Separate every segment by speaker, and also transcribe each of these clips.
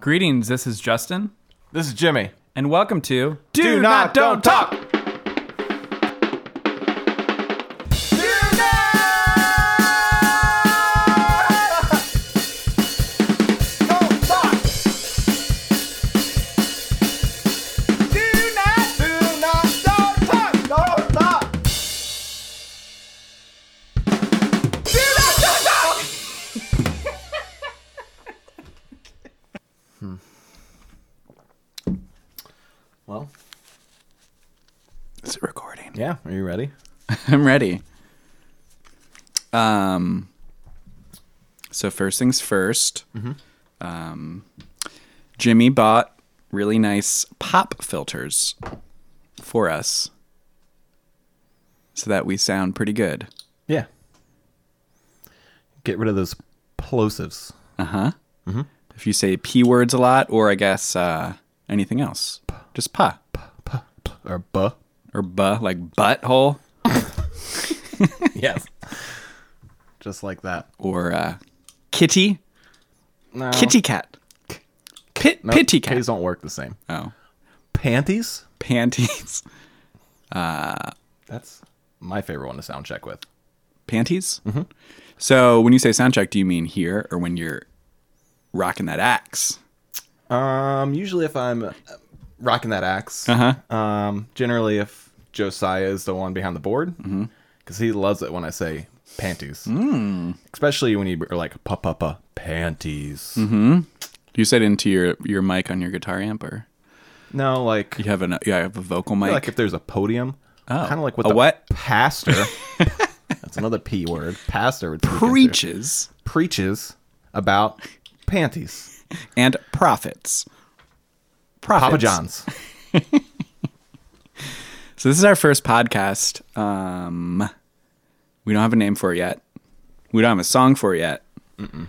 Speaker 1: Greetings, this is Justin,
Speaker 2: This is Jimmy.
Speaker 1: and welcome to
Speaker 2: Do, not, don't talk. Hmm. Well,
Speaker 1: Is it recording?
Speaker 2: yeah. Are you ready?
Speaker 1: I'm ready. Um, so first things 1st
Speaker 2: Mm-hmm.
Speaker 1: Um, Jimmy bought really nice pop filters for us, so that we sound pretty good.
Speaker 2: Yeah. Get rid of those plosives.
Speaker 1: Uh huh.
Speaker 2: Mm-hmm.
Speaker 1: If you say p words a lot, or I guess uh, anything else, just pa
Speaker 2: P- p- Or buh.
Speaker 1: or bu, like butthole
Speaker 2: Yes. Just like that.
Speaker 1: or uh, kitty,
Speaker 2: No.
Speaker 1: kitty cat, pit
Speaker 2: Oh. Nope,
Speaker 1: pitty cat.
Speaker 2: K's don't work the same.
Speaker 1: Oh,
Speaker 2: Panties?
Speaker 1: panties,
Speaker 2: That's my favorite one to sound check with.
Speaker 1: panties.
Speaker 2: Mm-hmm.
Speaker 1: So when you say sound check, do you mean here or when you're rocking that axe?
Speaker 2: Um, usually if I'm uh, rocking that ax
Speaker 1: Uh-huh.
Speaker 2: um, generally if Josiah is the one behind the board, because he loves it when I say panties, Mm. especially when you are like pa pa pa panties.
Speaker 1: Do you say it into your your mic on your guitar amp, or
Speaker 2: No, like
Speaker 1: you have an you have a vocal mic?
Speaker 2: like if there's a podium,
Speaker 1: Oh.
Speaker 2: kind of like what
Speaker 1: A
Speaker 2: the
Speaker 1: what?
Speaker 2: pastor. that's another p word. Pastor would speak into.
Speaker 1: Preaches
Speaker 2: preaches about panties.
Speaker 1: and profits. Profits.
Speaker 2: Papa John's.
Speaker 1: So this is our first podcast. Um, we don't have a name for it yet. We don't have a song for it yet. Um,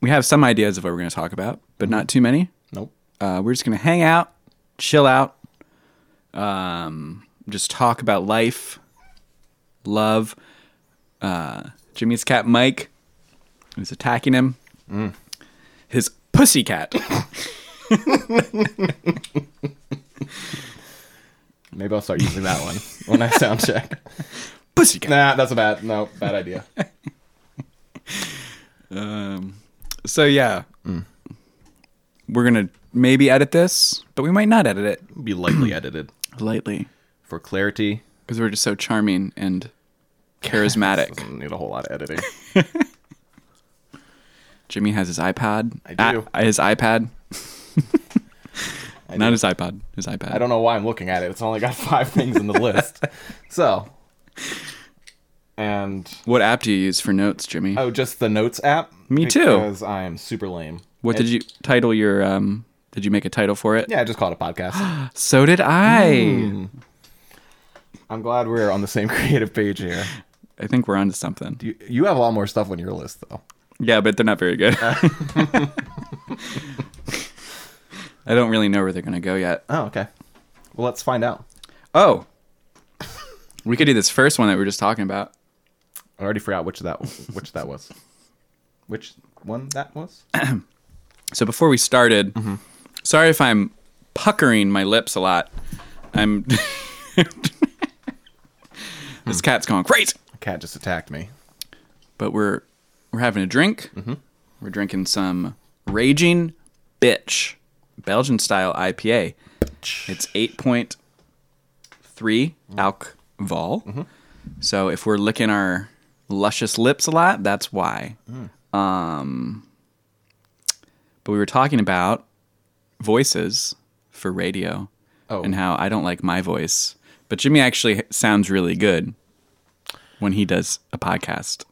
Speaker 1: we have some ideas of what we're going to talk about, but not too many.
Speaker 2: Nope.
Speaker 1: Uh, we're just going to hang out, chill out, um, just talk about life, love. Uh, Jimmy's cat Mike is attacking him. Mm. His pussy cat.
Speaker 2: Maybe I'll start using that one when I sound check.
Speaker 1: pussy cat.
Speaker 2: Nah, that's a bad no, bad idea.
Speaker 1: Um, So yeah,
Speaker 2: Mm.
Speaker 1: we're gonna maybe edit this, but we might not edit it
Speaker 2: Be lightly edited
Speaker 1: lightly
Speaker 2: for clarity.
Speaker 1: because we're just so charming and charismatic.
Speaker 2: Doesn't need a whole lot of editing.
Speaker 1: Jimmy has his iPad. Ah, uh,
Speaker 2: I do.
Speaker 1: his iPad.
Speaker 2: I,
Speaker 1: Not
Speaker 2: do.
Speaker 1: his iPod. His iPad.
Speaker 2: I don't know why I'm looking at it. It's only got five things in the list. So, and
Speaker 1: What app do you use for notes, Jimmy?
Speaker 2: oh, just the notes app.
Speaker 1: Me too.
Speaker 2: Because I am super lame.
Speaker 1: what did you title your? um Did you make a title for it?
Speaker 2: Yeah, I just called it a podcast.
Speaker 1: So did I.
Speaker 2: Mm. I'm glad we're on the same creative page here.
Speaker 1: I think we're onto something.
Speaker 2: You, you have a lot more stuff on your list though.
Speaker 1: Yeah, but they're not very good. I don't really know where they're gonna go yet.
Speaker 2: Oh, okay. Well, let's find out.
Speaker 1: Oh, we could do this first one that we were just talking about.
Speaker 2: I already forgot which that which that was. Which one that was?
Speaker 1: So before we started, sorry if I'm puckering my lips a lot. I'm. this cat's going crazy.
Speaker 2: Cat just attacked me.
Speaker 1: But we're we're having a drink. We're drinking some raging bitch Belgian style IPA. It's eight point three alcohol. So if we're licking our luscious lips a lot, that's why. Um, but we were talking about voices for radio
Speaker 2: Oh.
Speaker 1: and how I don't like my voice, but Jimmy actually sounds really good when he does a podcast.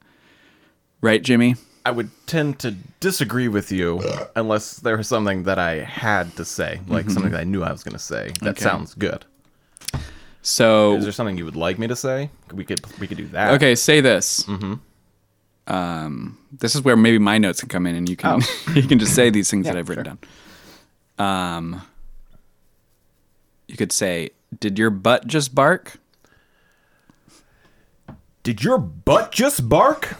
Speaker 1: Right, Jimmy?
Speaker 2: I would tend to disagree with you unless there was something that I had to say, like something that I knew I was going to say. That
Speaker 1: Okay.
Speaker 2: sounds good.
Speaker 1: So
Speaker 2: Is there something you would like me to say? We could we could do that.
Speaker 1: Okay, say this. Mm-hmm. Um, this is where maybe my notes can come in, and you can you can just say these things that I've written down. Um, you could say, "Did your butt just bark?"
Speaker 2: Did your butt just bark?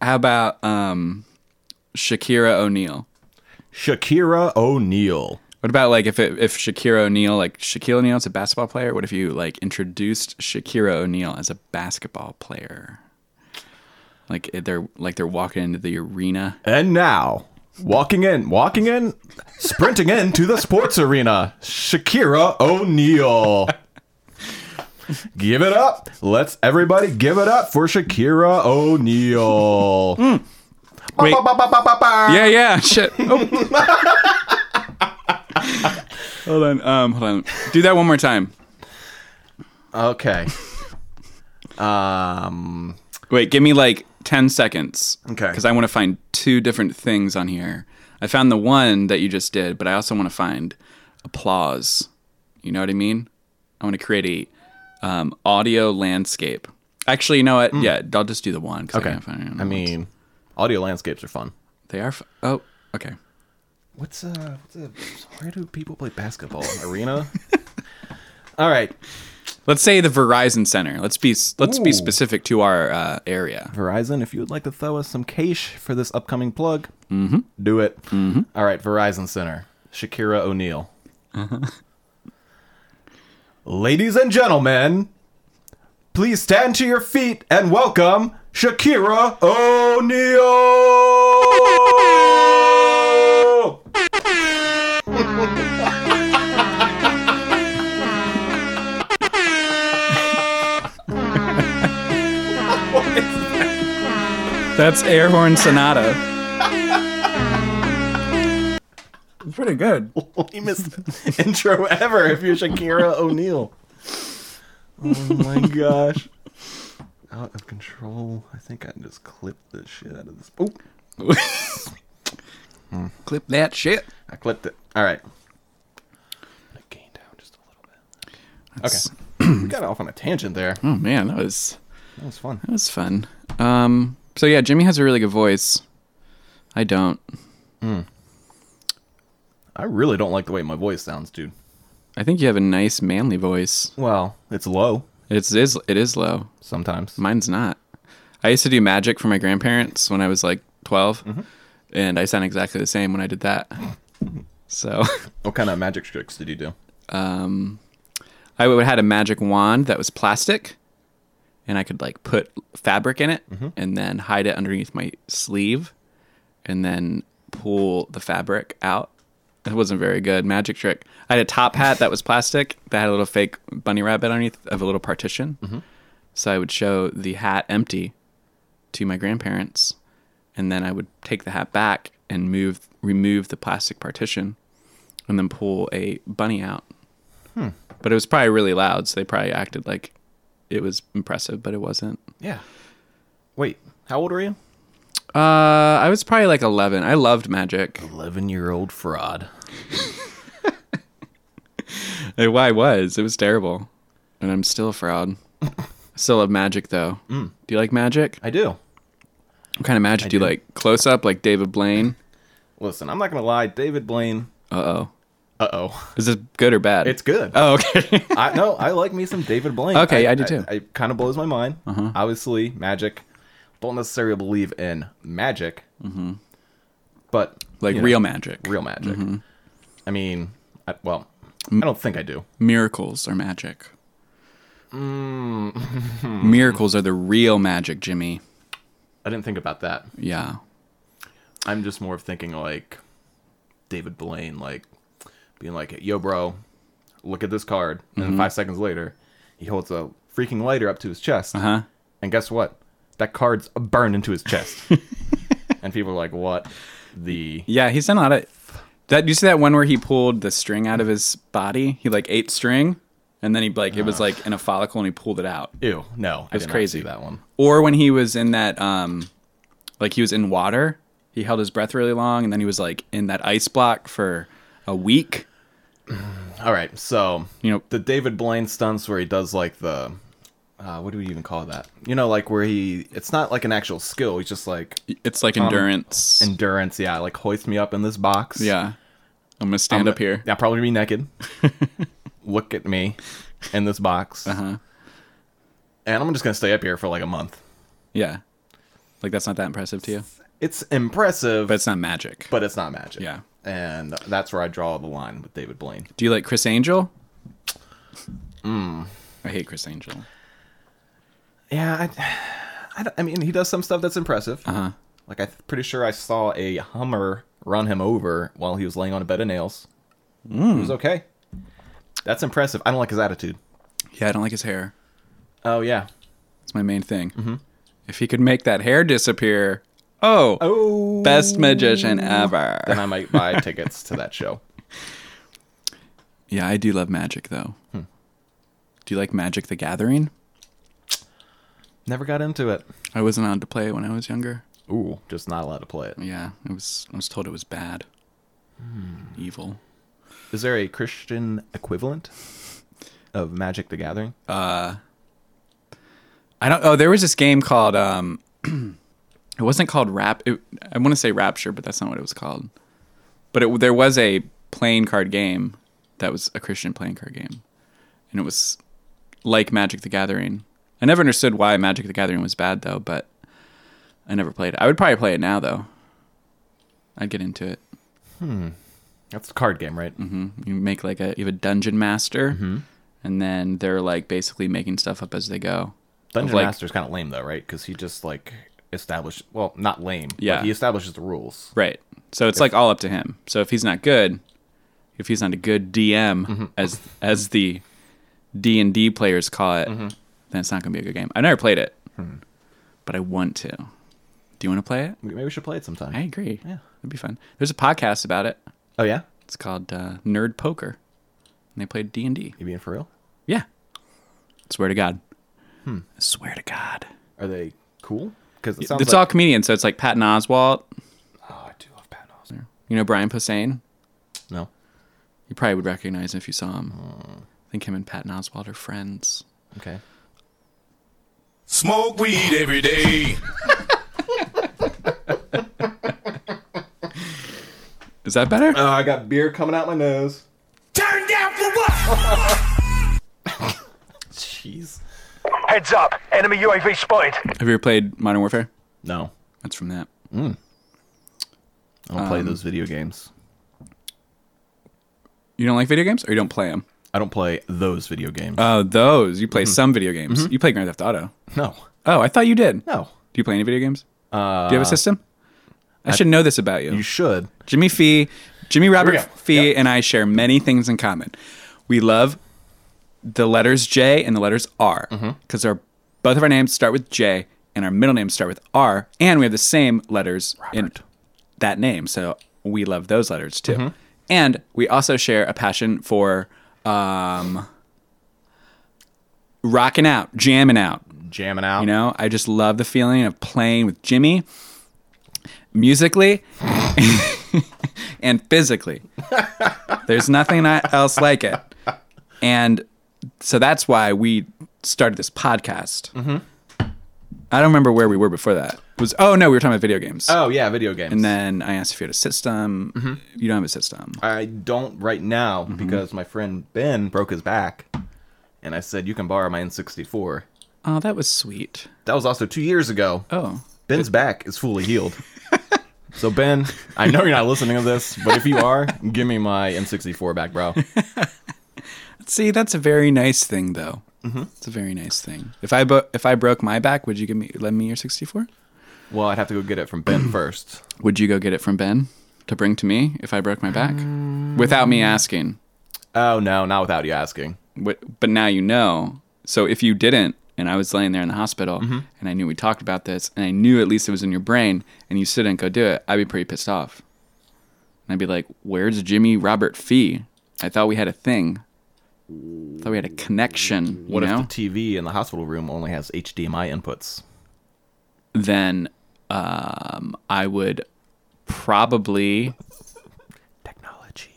Speaker 1: How about um, Shakira O'Neal?
Speaker 2: Shakira O'Neal.
Speaker 1: What about like if it, if Shakira O'Neal, like Shaquille O'Neal's a basketball player? What if you like introduced Shakira O'Neal as a basketball player? Like eh, they're like they're walking into the arena.
Speaker 2: And now, walking in, walking in, sprinting into the sports arena, Shakira O'Neal. give it up. Let's everybody give it up for Shakira O'Neal.
Speaker 1: Hmm. Wait.
Speaker 2: Ba-ba-ba-ba-ba-ba.
Speaker 1: Yeah, yeah. Shit. Oh. hold on. Um, hold on. Do that one more time.
Speaker 2: Okay. Um
Speaker 1: Wait, give me like 10 seconds.
Speaker 2: Okay.
Speaker 1: Because I want to find two different things on here. I found the one that you just did, but I also want to find applause. You know what I mean? I want to create a um, audio landscape. Actually, you know what? Yeah, I'll just do the one. 'cause I
Speaker 2: Mm. okay.
Speaker 1: can't find
Speaker 2: I mean, audio landscapes are fun.
Speaker 1: they are. F- oh, okay.
Speaker 2: What's uh, what's uh where do people play basketball? Arena? All right.
Speaker 1: Let's say the Verizon Center. Let's be s- let's be
Speaker 2: Ooh.
Speaker 1: specific to our uh, area.
Speaker 2: Verizon, if you would like to throw us some cash for this upcoming plug, do it. All right, Verizon Center, Shakira O'Neal. Uh-huh. Ladies and gentlemen, please stand to your feet and welcome Shakira O'Neal.
Speaker 1: That's Air Horn Sonata. It's pretty good.
Speaker 2: lamest intro ever if you're Shakira O'Neal. Oh my gosh. Out of control. I think I can just clip the shit out of this. Oh,
Speaker 1: Clip that shit.
Speaker 2: I clipped it. All right. I gained down just a little bit. Hmm.
Speaker 1: That's-
Speaker 2: We got off on a tangent there.
Speaker 1: Oh man, that was
Speaker 2: That was fun.
Speaker 1: that was fun. Um, so yeah, Jimmy has a really good voice. I don't.
Speaker 2: I really don't like the way my voice sounds, dude.
Speaker 1: I think you have a nice manly voice.
Speaker 2: Well, it's low
Speaker 1: It's is it is low.
Speaker 2: sometimes.
Speaker 1: Mine's not. I used to do magic for my grandparents when I was like 12 and I sound exactly the same when I did that. So
Speaker 2: What kind of magic tricks did you do?
Speaker 1: I would had a magic wand that was plastic, and I could like put fabric in it and then hide it underneath my sleeve, and then pull the fabric out. It wasn't a very good magic trick. I had a top hat that was plastic that had a little fake bunny rabbit underneath of a little partition. So I would show the hat empty to my grandparents, and then I would take the hat back and move remove the plastic partition, and then pull a bunny out but it was probably really loud, so they probably acted like it was impressive, but it wasn't.
Speaker 2: Yeah. Wait, how old were you?
Speaker 1: Uh, I was probably like 11. I loved magic.
Speaker 2: 11 year old fraud.
Speaker 1: I I was. It was terrible, and I'm still a fraud. I still love magic though. Do you like magic?
Speaker 2: I do.
Speaker 1: What kind of magic Mm. do you like? Close up, like David Blaine.
Speaker 2: Listen, I'm not going to lie. David Blaine.
Speaker 1: Uh oh.
Speaker 2: Uh oh.
Speaker 1: Is this good or bad?
Speaker 2: It's good.
Speaker 1: Oh okay.
Speaker 2: I no, I like me some David Blaine.
Speaker 1: Okay, I do too. Uh-huh.
Speaker 2: I, it kind of blows my mind. Obviously, magic. Don't necessarily believe in magic, mm-hmm. but
Speaker 1: like
Speaker 2: you know,
Speaker 1: real Mm-hmm. magic.
Speaker 2: real magic. I mean, I, well, I
Speaker 1: Mm.
Speaker 2: don't think I do.
Speaker 1: Miracles are magic. Mm. Miracles are the real magic, Jimmy.
Speaker 2: I didn't think about that.
Speaker 1: Yeah.
Speaker 2: I'm just more of thinking like David Blaine, like being like, "Yo, bro, look at this card," and
Speaker 1: Mm-hmm.
Speaker 2: then five seconds later, he holds a freaking lighter up to his chest,
Speaker 1: Huh?
Speaker 2: And guess what? That card's burned into his chest. and people are like, what the.
Speaker 1: Yeah, he's done a lot of that. You see that one where he pulled the string out of his body? He like ate string, and then he like it was like in a follicle, and he pulled it out.
Speaker 2: Ew, no. It's
Speaker 1: crazy.
Speaker 2: that one.
Speaker 1: Or when he was in that, um, like he was in water, he held his breath really long, and then he was like in that ice block for a week.
Speaker 2: All right, so.
Speaker 1: You know,
Speaker 2: The David Blaine stunts where he does like the. Uh, what do we even call that? You know, like where he. It's not like an actual skill. He's just like
Speaker 1: it's like endurance.
Speaker 2: endurance. Yeah, like hoist me up in this box.
Speaker 1: yeah, I'm gonna stand up here.
Speaker 2: Yeah, probably be naked. Look at me in this
Speaker 1: Uh-huh.
Speaker 2: box. Uh huh. And I'm just going to stay up here for like a month.
Speaker 1: Yeah, Like that's not that impressive to you,
Speaker 2: It's impressive,
Speaker 1: but
Speaker 2: but,
Speaker 1: it's not magic.
Speaker 2: it's not magic.
Speaker 1: Yeah.
Speaker 2: And that's where I draw the line with David Blaine.
Speaker 1: Do you like Chris Angel? I hate Chris Angel.
Speaker 2: Yeah, I, I, don't- I mean, he does some stuff that's impressive.
Speaker 1: Uh-huh.
Speaker 2: Uh huh. Like, I'm pretty sure I saw a Hummer run him over while he was laying on a bed of nails. It was okay. That's impressive. I don't like his attitude.
Speaker 1: Yeah, I don't like his hair.
Speaker 2: Oh, yeah.
Speaker 1: It's my main thing. If he could make that hair disappear, oh,
Speaker 2: Oh.
Speaker 1: best magician ever.
Speaker 2: Then I might buy tickets to that show.
Speaker 1: Yeah, I do love magic though. Do you like Magic the Gathering?
Speaker 2: Never got into it.
Speaker 1: I wasn't allowed to play it when I was younger.
Speaker 2: Ooh, just not allowed to play it.
Speaker 1: Yeah, it was. I was told it was bad, evil.
Speaker 2: Is there a Christian equivalent of Magic the Gathering?
Speaker 1: I don't. Oh, there was this game called. um It wasn't called Rap. It, I want to say Rapture, but that's not what it was called. But it, there was a playing card game that was a Christian playing card game, and it was like Magic the Gathering. I never understood why Magic the Gathering was bad though, but I never played it. I would probably play it now though. I'd get into it.
Speaker 2: That's a card game, right? Mm-hmm.
Speaker 1: you make like a you have a dungeon master and then they're like basically making stuff up as they go
Speaker 2: Dungeon
Speaker 1: Of, like-
Speaker 2: Master's kind of lame though, right? Because he just like established, well, not lame. but
Speaker 1: Yeah.
Speaker 2: he establishes the rules.
Speaker 1: right so it's like all up to him so if he's not good if he's not a good dm
Speaker 2: Mm-hmm.
Speaker 1: as as the d&d players call it
Speaker 2: Mm-hmm.
Speaker 1: then it's not going to be a good game i never played it
Speaker 2: Hmm.
Speaker 1: but i want to do you want to play it
Speaker 2: Maybe we should play it sometime.
Speaker 1: i agree
Speaker 2: Yeah.
Speaker 1: it'd be fun there's a podcast about it
Speaker 2: Oh yeah,
Speaker 1: it's called uh, nerd poker and they played d&d
Speaker 2: you being for real?
Speaker 1: yeah swear to god
Speaker 2: Hmm.
Speaker 1: I swear to god
Speaker 2: Are they cool? Because it sounds
Speaker 1: it's all
Speaker 2: like
Speaker 1: comedians, so it's like Patton Oswalt,
Speaker 2: oh, I do love Pat Oswalt.
Speaker 1: you know Brian Posehn.
Speaker 2: No,
Speaker 1: You probably would recognize him if you saw him. I think him and Patton Oswalt are friends.
Speaker 2: okay.
Speaker 3: Smoke weed every day.
Speaker 1: Is that better?
Speaker 2: Oh, I got beer coming out my nose.
Speaker 3: Turn down for what?
Speaker 2: Jeez.
Speaker 4: Heads up, enemy UAV spotted.
Speaker 1: Have you ever played Modern Warfare?
Speaker 2: No,
Speaker 1: That's from that.
Speaker 2: I don't
Speaker 1: Um,
Speaker 2: play those video games.
Speaker 1: You don't like video games, or you don't play them?
Speaker 2: I don't play those video games.
Speaker 1: Oh, those. You play some video games. You play Grand Theft Auto.
Speaker 2: no,
Speaker 1: Oh, I thought you did.
Speaker 2: no.
Speaker 1: Do you play any video games? Uh, Do you have a system? I, should know this about you.
Speaker 2: You should.
Speaker 1: Jimmy Fee, Jimmy Robert
Speaker 2: go.
Speaker 1: Fee, and I share many things in common. We love the letters J and the letters R because our both of our names start with J and our middle names start with R, and we have the same letters in that name, so we love those letters too. And we also share a passion for um, rocking out, jamming out.
Speaker 2: Jamming out.
Speaker 1: You know, I just love the feeling of playing with Jimmy musically and physically. There's nothing I- else like it. And so that's why we started this podcast. I don't remember where we were before that. It was oh Mm-hmm. no, we were talking about video games.
Speaker 2: Oh yeah, video games.
Speaker 1: and then I asked if you had a system. You don't have a system.
Speaker 2: I don't right now
Speaker 1: Mm-hmm.
Speaker 2: because my friend Ben broke his back, and I said you can borrow my N64.
Speaker 1: Oh, that was sweet.
Speaker 2: That was also two years ago.
Speaker 1: Oh,
Speaker 2: Ben's back is fully healed. so Ben, I know you're not listening to this, but if you are, give me my N64 back, bro.
Speaker 1: see, that's a very nice thing, though.
Speaker 2: Mm-hmm.
Speaker 1: It's a very nice thing. If I bo- if I broke my back, would you give me lend me your sixty four?
Speaker 2: Well, I'd have to go get it from Ben first.
Speaker 1: Would you go get it from Ben to bring to me if I broke my back without
Speaker 2: Mm.
Speaker 1: me asking?
Speaker 2: Oh no, not without you asking.
Speaker 1: But, but now you know. So if you didn't, and I was laying there in the hospital,
Speaker 2: Mm-hmm.
Speaker 1: and I knew we talked about this, and I knew at least it was in your brain, and you still didn't go do it, I'd be pretty pissed off. And I'd be like, "Where's Jimmy Robert Fee? I thought we had a thing. I thought we had a connection. You
Speaker 2: What
Speaker 1: know?
Speaker 2: if the TV in the hospital room only has HDMI inputs?
Speaker 1: then um, I would probably."
Speaker 2: Technology.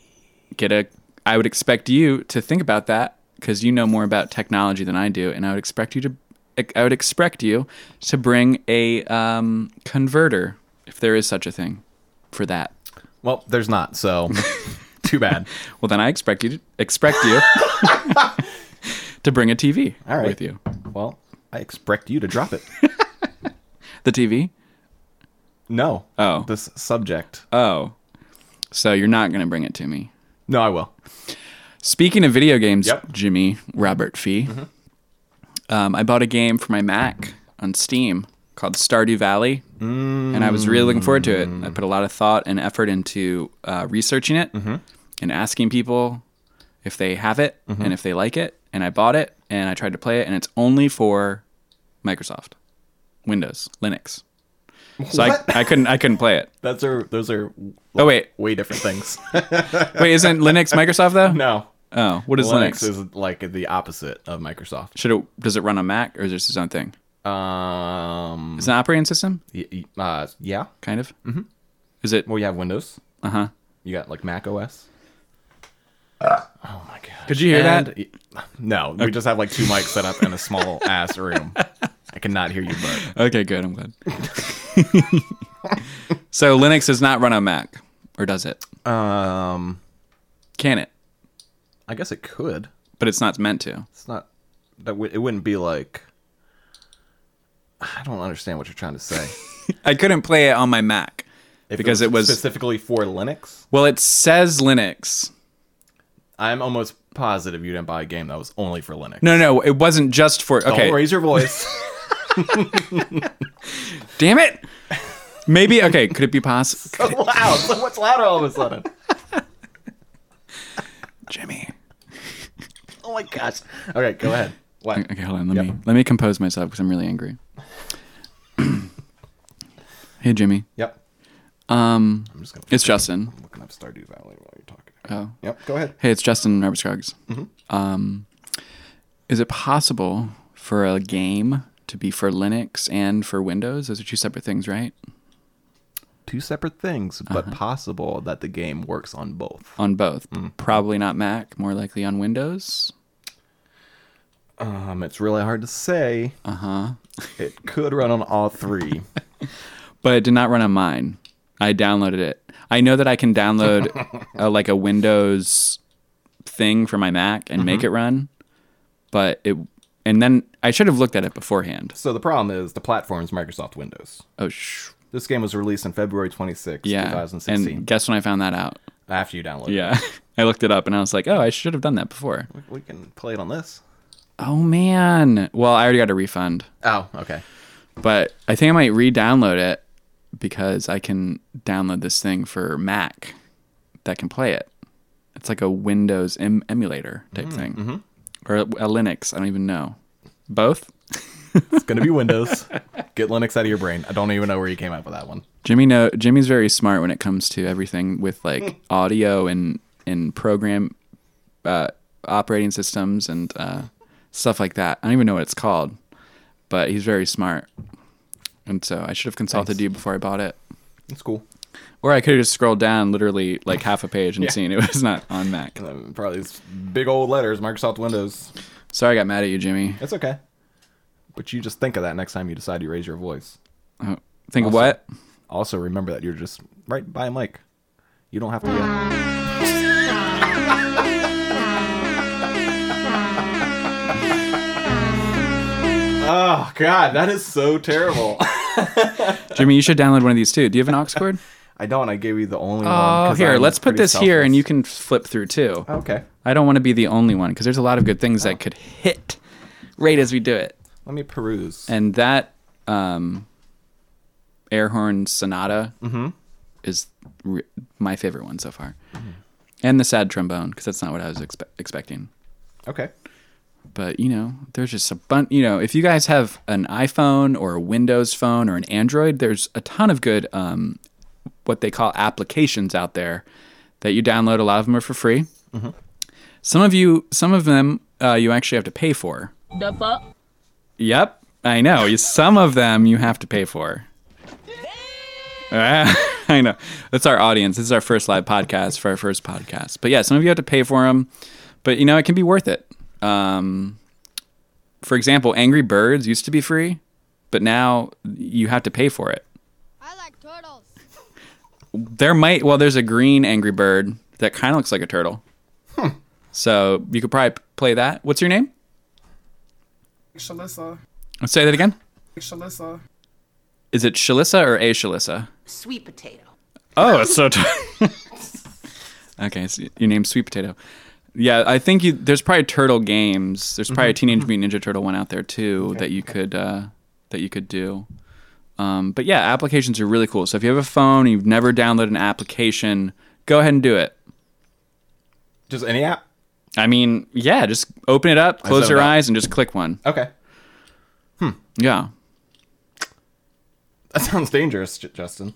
Speaker 1: get a i would expect you to think about that because you know more about technology than i do and i would expect you to i would expect you to bring a um, converter if there is such a thing for that
Speaker 2: Well, there's not, so too bad.
Speaker 1: well then i expect you to expect you to bring a tv
Speaker 2: All right.
Speaker 1: with you
Speaker 2: Well, I expect you to drop it.
Speaker 1: the tv
Speaker 2: No.
Speaker 1: Oh.
Speaker 2: This subject.
Speaker 1: Oh, so you're not gonna bring it to me.
Speaker 2: no, I will.
Speaker 1: Speaking of video games,
Speaker 2: Yep. Mm-hmm.
Speaker 1: Jimmy Robert Fee, um, I bought a game for my Mac on Steam called Stardew Valley, and I was really looking forward to it. I put a lot of thought and effort into uh, researching it
Speaker 2: Mm-hmm.
Speaker 1: and asking people if they have it
Speaker 2: Mm-hmm.
Speaker 1: and if they like it. And I bought it and I tried to play it, and it's only for Microsoft, Windows, Linux. So I,
Speaker 2: What?
Speaker 1: I couldn't I couldn't play it.
Speaker 2: That's are those are
Speaker 1: Oh wait,
Speaker 2: way different things.
Speaker 1: wait, isn't Linux Microsoft though?
Speaker 2: no.
Speaker 1: Oh, what is
Speaker 2: Linux
Speaker 1: Linux?
Speaker 2: is like the opposite of Microsoft.
Speaker 1: Should it does it run on Mac or is this its own thing?
Speaker 2: Um
Speaker 1: It's an operating system,
Speaker 2: y- y- uh, yeah.
Speaker 1: kind of. Mm-hmm. Is it?
Speaker 2: Well, you have Windows.
Speaker 1: Uh huh.
Speaker 2: You got like Mac OS. Oh my god.
Speaker 1: Could you hear
Speaker 2: and
Speaker 1: that?
Speaker 2: No, we just have like two mics set up in a small ass room. I cannot hear you, but
Speaker 1: Okay, good. I'm glad. so Linux does not run on Mac, or does it?
Speaker 2: um,
Speaker 1: Can it?
Speaker 2: I guess it could.
Speaker 1: But it's not meant to.
Speaker 2: It's not that w- it wouldn't be like. I don't understand what you're trying to say
Speaker 1: I couldn't play it on my Mac
Speaker 2: If
Speaker 1: because it was.
Speaker 2: specifically for Linux.
Speaker 1: well, it says Linux.
Speaker 2: I'm almost positive you didn't buy a game that was only for Linux.
Speaker 1: No, no, it wasn't just for.
Speaker 2: don't
Speaker 1: Okay,
Speaker 2: raise your voice.
Speaker 1: damn it. Maybe okay. Could it be possible,
Speaker 2: That's loud. What's louder all of a sudden?
Speaker 1: Jimmy?
Speaker 2: Oh my gosh. Okay, go ahead. What?
Speaker 1: Okay, hold on. Let me let me compose myself because I'm really angry. hey, Jimmy.
Speaker 2: Yep.
Speaker 1: Um,
Speaker 2: I'm just gonna
Speaker 1: it's Justin.
Speaker 2: looking up Stardew Valley while you're talking.
Speaker 1: Oh.
Speaker 2: Yep. Go ahead.
Speaker 1: Hey, it's Justin Robert Scruggs. Um, is it possible for a game to be for Linux and for Windows? Those are two separate things, right?
Speaker 2: Two separate things,
Speaker 1: Uh-huh.
Speaker 2: but possible that the game works on both.
Speaker 1: On both. Probably not Mac, more likely on Windows.
Speaker 2: Um, it's really hard to say. Uh huh.
Speaker 1: Uh-huh.
Speaker 2: It could run on all three.
Speaker 1: But it did not run on mine. I downloaded it. I know that I can download uh like a Windows thing for my Mac and make it run, but it. And then I should have looked at it beforehand.
Speaker 2: So the problem is the platform's Microsoft Windows.
Speaker 1: Oh, sh-
Speaker 2: This game was released on February 26,
Speaker 1: yeah.
Speaker 2: 2016.
Speaker 1: And guess when I found that out?
Speaker 2: after you download it.
Speaker 1: Yeah. I looked it up and I was like, oh, I should have done that before.
Speaker 2: We- We can play it on this.
Speaker 1: Oh, man. Well, I already got a refund,
Speaker 2: Oh, okay.
Speaker 1: but I think I might re download it because I can download this thing for Mac that can play it. It's like a Windows em- emulator type thing or a, a Linux. I don't even know. Both?
Speaker 2: It's going to be Windows. Get Linux out of your brain. I don't even know where you came up with that one.
Speaker 1: Jimmy know Jimmy's very smart when it comes to everything with like audio and and program uh, operating systems and uh, stuff like that. I don't even know what it's called, but he's very smart. And so I should have consulted you before I bought it,
Speaker 2: It's cool.
Speaker 1: or I could have just scrolled down literally like half a page and seen it was not on Mac.
Speaker 2: Um, Probably these big old letters, Microsoft Windows.
Speaker 1: Sorry, I got mad at you, Jimmy.
Speaker 2: It's okay. But you just think of that next time you decide you raise your voice.
Speaker 1: Oh, think of what?
Speaker 2: Also, remember that you're just right by a mic. You don't have to get. oh, God, that is so terrible.
Speaker 1: Jimmy, you should download one of these too. Do you have an aux cord?
Speaker 2: I don't. I gave you the only one.
Speaker 1: Oh,
Speaker 2: 'cause
Speaker 1: here,
Speaker 2: I'm
Speaker 1: let's put
Speaker 2: pretty
Speaker 1: this here, and
Speaker 2: selfless.
Speaker 1: you can flip through too.
Speaker 2: Okay.
Speaker 1: I don't want to be the only one because there's a lot of good things that could hit right as we do it.
Speaker 2: Let me peruse.
Speaker 1: And that um, air horn sonata is re- my favorite one so far. And the sad trombone because that's not what I was expe- expecting.
Speaker 2: Okay.
Speaker 1: But you know, there's just a bunch. You know, if you guys have an iPhone or a Windows phone or an Android, there's a ton of good um, what they call applications out there that you download. A lot of them are for free. Some of you, some of them, uh, you actually have to pay for.
Speaker 5: The fuck?
Speaker 1: Yep, I know. You- Some of them you have to pay for. Ah, I know. That's our audience. This is our first live podcast for our first podcast. But yeah, some of you have to pay for them, but you know, it can be worth it. Um, for example, Angry Birds used to be free, but now you have to pay for it.
Speaker 6: I like turtles.
Speaker 1: There might, well, there's a green Angry Bird that kind of looks like a turtle. So you could probably play that. What's your name?
Speaker 7: Shalissa.
Speaker 1: Say that again.
Speaker 7: Shalissa.
Speaker 1: Is it Shalissa or A Shalissa?
Speaker 5: Sweet potato.
Speaker 1: Oh, it's so. T- okay, so you named Sweet Potato. Yeah, I think you, there's probably Turtle games. There's
Speaker 5: Mm-hmm,
Speaker 1: probably a Teenage Mutant Ninja Turtle one out there too that you could uh, that you could do. Um, but yeah, applications are really cool. So if you have a phone and you've never downloaded an application, go ahead and do it.
Speaker 2: Just any app.
Speaker 1: I mean, yeah, just open it up, close
Speaker 2: set
Speaker 1: your
Speaker 2: it up.
Speaker 1: eyes, and just click one.
Speaker 2: Okay.
Speaker 1: Yeah,
Speaker 2: That sounds dangerous, J- Justin.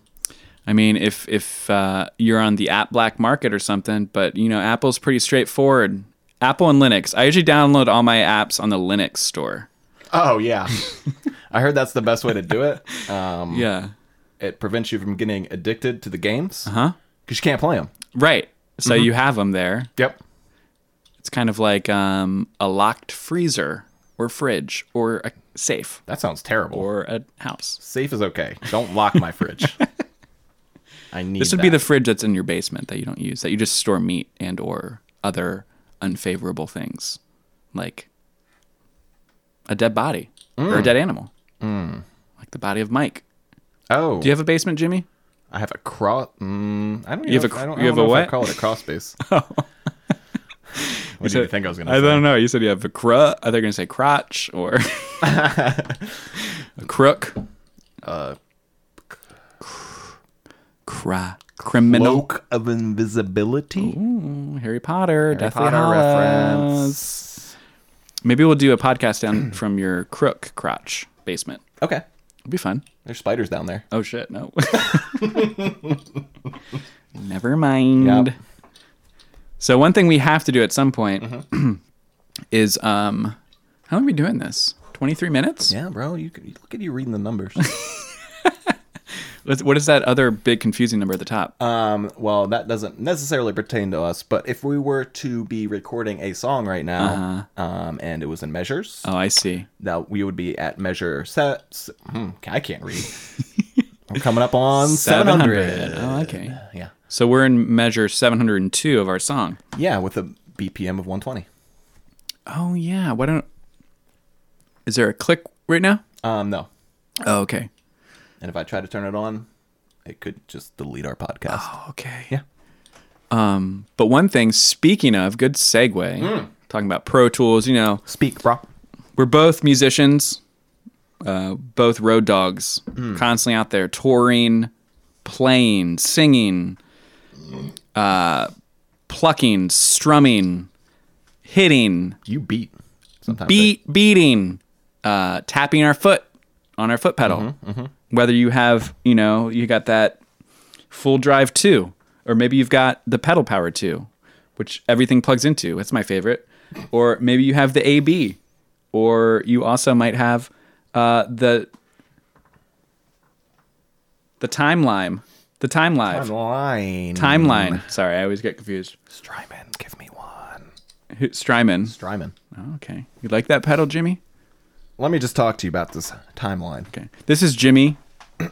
Speaker 1: I mean, if if uh, you're on the app black market or something, but you know, Apple's pretty straightforward. Apple and Linux. I usually download all my apps on the Linux store.
Speaker 2: Oh yeah. I heard that's the best way to do it. Um,
Speaker 1: Yeah.
Speaker 2: It prevents you from getting addicted to the games.
Speaker 1: Uh-huh.
Speaker 2: huh. Because you can't play them.
Speaker 1: Right. So you have them there.
Speaker 2: Yep.
Speaker 1: It's kind of like um, a locked freezer or fridge or a safe
Speaker 2: That sounds terrible.
Speaker 1: or a house.
Speaker 2: Safe is okay. Don't lock my fridge. I need.
Speaker 1: This would be
Speaker 2: that.
Speaker 1: the fridge that's in your basement that you don't use, that you just store meat and or other unfavorable things, like a dead body or
Speaker 2: Mm.
Speaker 1: a dead animal, like the body of Mike.
Speaker 2: Oh,
Speaker 1: Do you have a basement, Jimmy?
Speaker 2: Mm. I have a cross. Mm, I don't.
Speaker 1: You
Speaker 2: know
Speaker 1: have
Speaker 2: if-
Speaker 1: a
Speaker 2: I
Speaker 1: cr-
Speaker 2: don't,
Speaker 1: you
Speaker 2: I
Speaker 1: have
Speaker 2: don't
Speaker 1: a
Speaker 2: know if
Speaker 1: what? Oh.
Speaker 2: I call it a cross space. what do you think I was gonna? say?
Speaker 1: know. You said you have a crut. Are they going to say crotch or a crook? Uh, cry. Criminal.
Speaker 2: Cloak of invisibility.
Speaker 1: Harry Potter. Deathly
Speaker 2: Potter
Speaker 1: Hallows.
Speaker 2: reference.
Speaker 1: Maybe we'll do a podcast down from your crook crotch basement.
Speaker 2: Okay.
Speaker 1: It'll be fun.
Speaker 2: There's spiders down there.
Speaker 1: Oh shit! No. Never mind.
Speaker 2: Yep.
Speaker 1: So one thing we have to do at some point
Speaker 2: Mm-hmm.
Speaker 1: is um, how long are we doing this? Twenty three minutes.
Speaker 2: Yeah, bro. You could, look at you reading the numbers.
Speaker 1: Let's- What is that other big confusing number at the top?
Speaker 2: um, well, that doesn't necessarily pertain to us, but if we were to be recording a song right now, um, and it was in measures,
Speaker 1: oh, I see.
Speaker 2: now we would be at measure set. s- hmm, I can't read. We're coming up on seven hundred.
Speaker 1: Oh, okay.
Speaker 2: Yeah.
Speaker 1: So we're in measure seven hundred and two of our song.
Speaker 2: Yeah, with a BPM of 120.
Speaker 1: Oh yeah. Why don't? Is there a click right now?
Speaker 2: Um, no.
Speaker 1: Oh, okay.
Speaker 2: And if I try to turn it on, it could just delete our podcast.
Speaker 1: Okay.
Speaker 2: Yeah.
Speaker 1: Um, but one thing, speaking of, good segue. Talking about Pro Tools, you know,
Speaker 2: Speak, bro.
Speaker 1: we're both musicians, uh, both road dogs, constantly out there touring, playing, singing, uh, plucking, strumming, hitting,
Speaker 2: You beat. Sometimes
Speaker 1: beat, beating, uh, tapping our foot on our foot pedal. Whether you have, you know, you got that full drive two, or maybe you've got the pedal power two, which everything plugs into. It's my favorite. Or maybe you have the AB, or you also might have uh, the the time lime, the time
Speaker 2: they-
Speaker 1: live,
Speaker 2: Line.
Speaker 1: timeline. Sorry, I always get confused.
Speaker 2: Strymon, give me one.
Speaker 1: Who- Strymon. Oh,
Speaker 2: Strymon.
Speaker 1: Okay, you like that pedal, Jimmy?
Speaker 2: Let me just talk to you about this timeline.
Speaker 1: Okay. This is Jimmy.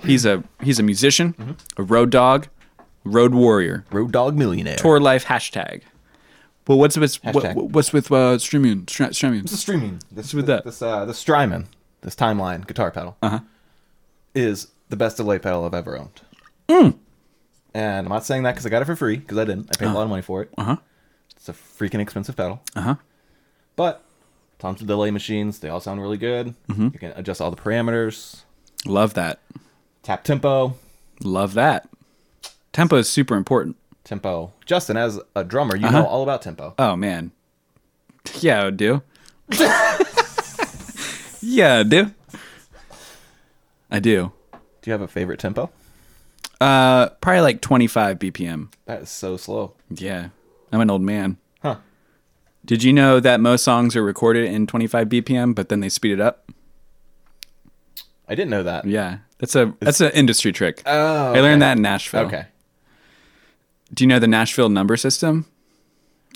Speaker 1: He's a he's a musician, a road dog, road warrior,
Speaker 2: Road Dog Millionaire.
Speaker 1: tour life hashtag. Well, what's with
Speaker 2: Hashtag.
Speaker 1: what, what's with uh, streaming stra- streaming?
Speaker 2: streaming. This
Speaker 1: with that.
Speaker 2: This, uh, this Strymon, this timeline guitar pedal, uh-huh. is the best delay pedal I've ever owned. And I'm not saying that because I got it for free because I didn't. I paid a lot of money for it. Uh huh. It's a freaking expensive pedal. Uh huh. But tons of delay machines. They all sound really good. You can adjust all the parameters,
Speaker 1: Love that.
Speaker 2: tap tempo,
Speaker 1: Love that. Tempo is super important.
Speaker 2: tempo. Justin, as a drummer, you know all about tempo.
Speaker 1: Oh man. Yeah, I do. yeah, I do. I do.
Speaker 2: Do you have a favorite tempo?
Speaker 1: Uh, probably like 25 BPM.
Speaker 2: That is so slow.
Speaker 1: Yeah, I'm an old man.
Speaker 2: Huh.
Speaker 1: Did you know that most songs are recorded in 25 BPM, but then they speed it up?
Speaker 2: I didn't know that.
Speaker 1: Yeah, that's a that's an industry trick.
Speaker 2: Oh,
Speaker 1: I learned that in Nashville.
Speaker 2: Okay.
Speaker 1: Do you know the Nashville number system?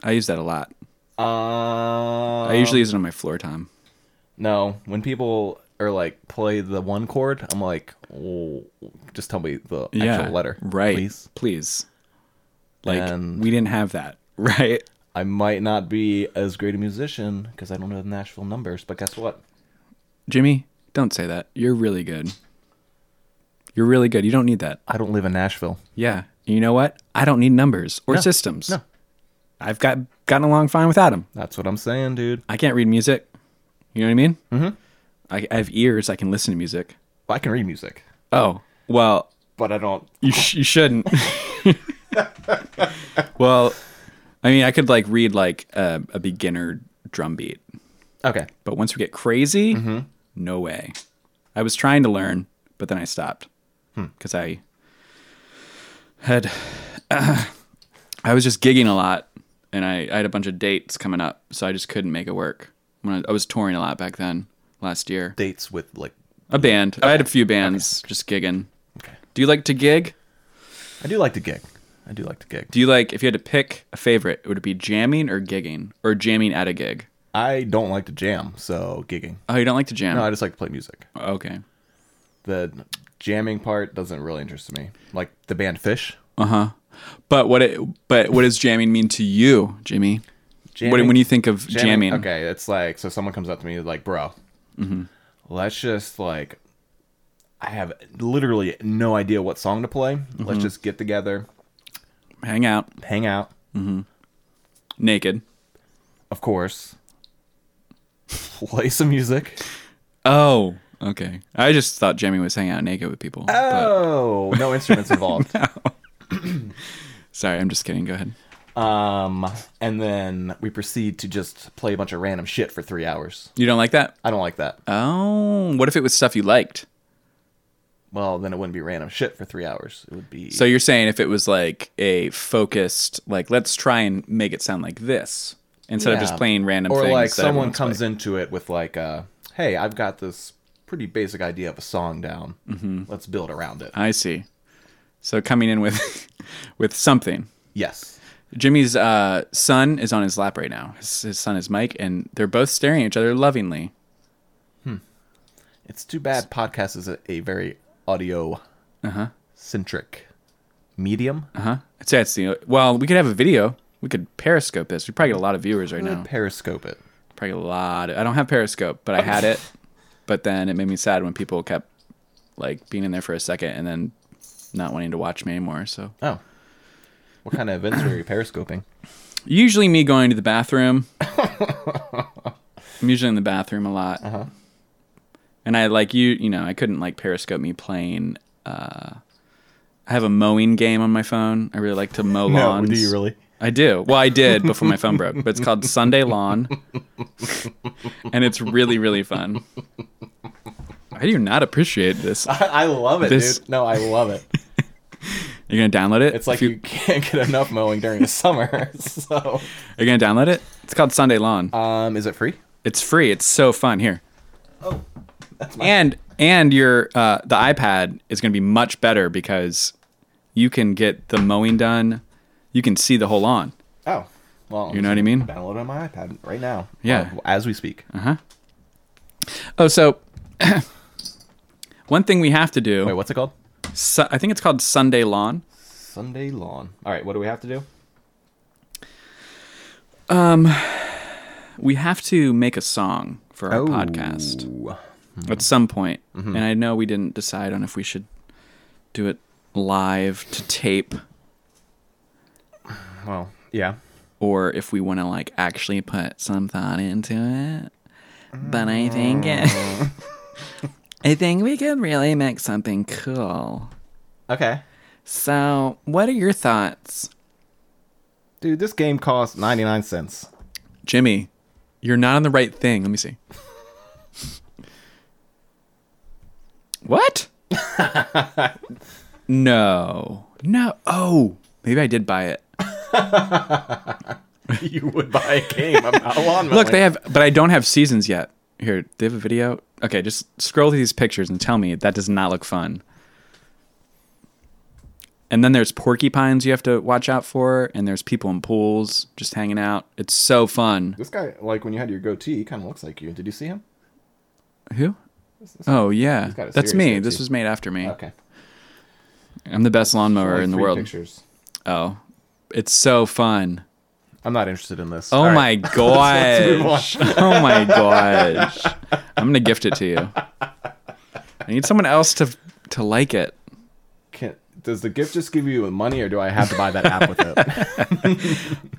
Speaker 1: I use that a lot.
Speaker 2: Uh,
Speaker 1: I usually use it on my floor time.
Speaker 2: No, when people are like play the one chord, I'm like, oh, just tell me the
Speaker 1: Yeah,
Speaker 2: Um, actual letter,
Speaker 1: right?
Speaker 2: Please.
Speaker 1: please. Like
Speaker 2: And-
Speaker 1: we didn't have that, right?
Speaker 2: I might not be as great a musician because I don't know the Nashville numbers, but guess what?
Speaker 1: Jimmy, don't say that. You're really good. You're really good. You don't need that.
Speaker 2: I don't live in Nashville.
Speaker 1: Yeah. You know what? I don't need numbers or systems.
Speaker 2: no.
Speaker 1: I've got gotten along fine without them.
Speaker 2: That's what I'm saying, dude.
Speaker 1: I can't read music. You know what I mean? Mm-hmm. I, I have ears. I can listen to music.
Speaker 2: I can read music,
Speaker 1: Oh well,
Speaker 2: but I don't.
Speaker 1: you sh- you shouldn't. well, I mean, I could like read like a, a beginner drum beat,
Speaker 2: Okay.
Speaker 1: but once we get crazy,
Speaker 2: Mm-hmm.
Speaker 1: no way. I was trying to learn, but then I stopped
Speaker 2: Hmm.
Speaker 1: because I had I was just gigging a lot, and I, I had a bunch of dates coming up, so I just couldn't make it work. When I, I was touring a lot back then, last year,
Speaker 2: Dates with like
Speaker 1: a band. I had a few bands just gigging. Do you like to gig?
Speaker 2: I do like to gig. I do like to gig.
Speaker 1: Do you like if you had to pick a favorite, would it be jamming or gigging or jamming at a gig?
Speaker 2: I don't like to jam, so gigging.
Speaker 1: Oh, you don't like to jam.
Speaker 2: No, I just like to play music.
Speaker 1: okay.
Speaker 2: The jamming part doesn't really interest me. Like the band Fish.
Speaker 1: But what it but what does jamming mean to you, Jimmy? What,
Speaker 2: Jamming-
Speaker 1: when you think of jamming, Mm-hmm.
Speaker 2: Okay, it's like so. Someone comes up to me like, "Bro, let's just like." I have literally no idea what song to play.
Speaker 1: Mm-hmm.
Speaker 2: Let's just get together,
Speaker 1: hang out
Speaker 2: hang out.
Speaker 1: naked.
Speaker 2: Of course, play some music.
Speaker 1: Oh, okay. I just thought jamming was hanging out naked with people. but-
Speaker 2: Oh, no instruments involved.
Speaker 1: sorry, I'm just kidding. Go ahead.
Speaker 2: Um, and then we proceed to just play a bunch of random shit for three hours.
Speaker 1: You don't like that?
Speaker 2: I don't like that.
Speaker 1: Oh, what if it was stuff you liked?
Speaker 2: Well, then it wouldn't be random shit for three hours. It would be
Speaker 1: So you're saying if it was like a focused, like let's try and make it sound like this instead of just
Speaker 2: Yeah.
Speaker 1: playing random
Speaker 2: or
Speaker 1: things.
Speaker 2: like
Speaker 1: that
Speaker 2: someone
Speaker 1: everyone's
Speaker 2: comes into it with like, uh, "Hey, I've got this pretty basic idea of a song down.
Speaker 1: Mm-hmm.
Speaker 2: Let's build around it."
Speaker 1: I see. So coming in with with something.
Speaker 2: yes,
Speaker 1: Jimmy's uh, son is on his lap right now. His, his son is Mike, and they're both staring at each other lovingly.
Speaker 2: it's too bad. Podcast is a, a very audio
Speaker 1: Uh-huh.
Speaker 2: centric medium.
Speaker 1: I'd say it's the well. We could have a video. We could Periscope this. We probably get a lot of viewers right now.
Speaker 2: Periscope it.
Speaker 1: Probably get a lot. Of, I don't have Periscope, but I had it. But then it made me sad when people kept like being in there for a second and then not wanting to watch me anymore. So
Speaker 2: Oh, what kind of events are you periscoping?
Speaker 1: usually me going to the bathroom. I'm usually in the bathroom a lot.
Speaker 2: Uh-huh.
Speaker 1: And I like you, you know, I couldn't like Periscope me playing. Uh, I have a mowing game on my phone. I really like to mow lawns.
Speaker 2: do you really?
Speaker 1: I do. Well, I did before my phone broke, but it's called Sunday Lawn, and it's really, really fun. How do you not appreciate this?
Speaker 2: I love it,
Speaker 1: This-
Speaker 2: dude. No, I love it.
Speaker 1: You're gonna download it.
Speaker 2: It's like
Speaker 1: If you-
Speaker 2: you, can't get enough mowing during the summer. So,
Speaker 1: you're gonna download it. It's called Sunday Lawn.
Speaker 2: um, is it free?
Speaker 1: It's free. It's so fun. Here. Oh, that's my. And and your uh, the iPad is going to be much better because you can get the mowing done. You can see the whole lawn.
Speaker 2: Oh, well,
Speaker 1: You know what I mean?
Speaker 2: Download it on my iPad right now.
Speaker 1: Yeah. Uh-huh.
Speaker 2: Uh, as we speak.
Speaker 1: Oh, so one thing we have to do.
Speaker 2: Wait, what's it called?
Speaker 1: Su- I think it's called Sunday Lawn.
Speaker 2: Sunday lawn. All right, what do we have to do?
Speaker 1: We have to make a song for our
Speaker 2: Oh.
Speaker 1: podcast at some point, and I know we didn't decide on if we should do it live to tape
Speaker 2: Well, yeah.
Speaker 1: or if we want to like actually put some thought into it. But I think it, I think we could really make something cool.
Speaker 2: Okay,
Speaker 1: So, what are your thoughts,
Speaker 2: dude, this game costs ninety nine cents.
Speaker 1: Jimmy? You're not on the right thing. Let me see. what? no, no. Oh, maybe I did buy it.
Speaker 2: you would buy a game about lawn mowing.
Speaker 1: Look, they have, but I don't have seasons yet. Here, they have a video. Okay, just scroll through these pictures and tell me that does not look fun. And then there's porcupines you have to watch out for, and there's people in pools just hanging out. It's so fun.
Speaker 2: This guy, like when you had your goatee, he kind of looks like you. Did you see him?
Speaker 1: Who? Oh yeah,
Speaker 2: got
Speaker 1: that's
Speaker 2: a serious
Speaker 1: me.
Speaker 2: goatee.
Speaker 1: This was made after me.
Speaker 2: Okay.
Speaker 1: I'm the best lawnmower
Speaker 2: Only
Speaker 1: in the
Speaker 2: three
Speaker 1: world.
Speaker 2: Pictures.
Speaker 1: Oh, it's so fun.
Speaker 2: I'm not interested in this.
Speaker 1: Oh
Speaker 2: All right.
Speaker 1: my gosh. oh my gosh. I'm gonna gift it to you. I need someone else to to like it.
Speaker 2: does the gift just give you money, or do I have to buy that app with it?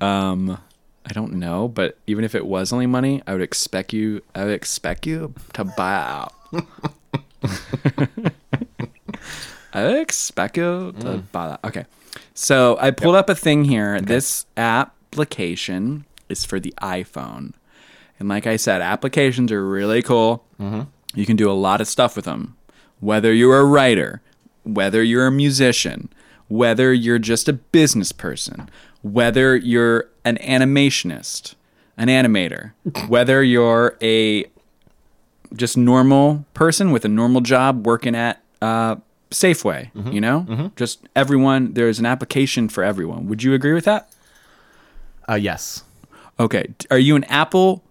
Speaker 1: I don't know, but even if it was only money, I would expect you. I would expect you to buy out. I would expect you to
Speaker 2: Mm.
Speaker 1: buy that. Okay, so I pulled up a thing here. This application is for the iPhone, and like I said, applications are really cool.
Speaker 2: Mm-hmm.
Speaker 1: You can do a lot of stuff with them. Whether you're a writer, whether you're a musician, whether you're just a business person, whether you're an animationist, an animator, whether you're a just normal person with a normal job working at uh, Safeway, you know, just everyone. There's an application for everyone. Would you agree with that?
Speaker 2: Uh, yes.
Speaker 1: Okay. D- Are you an Apple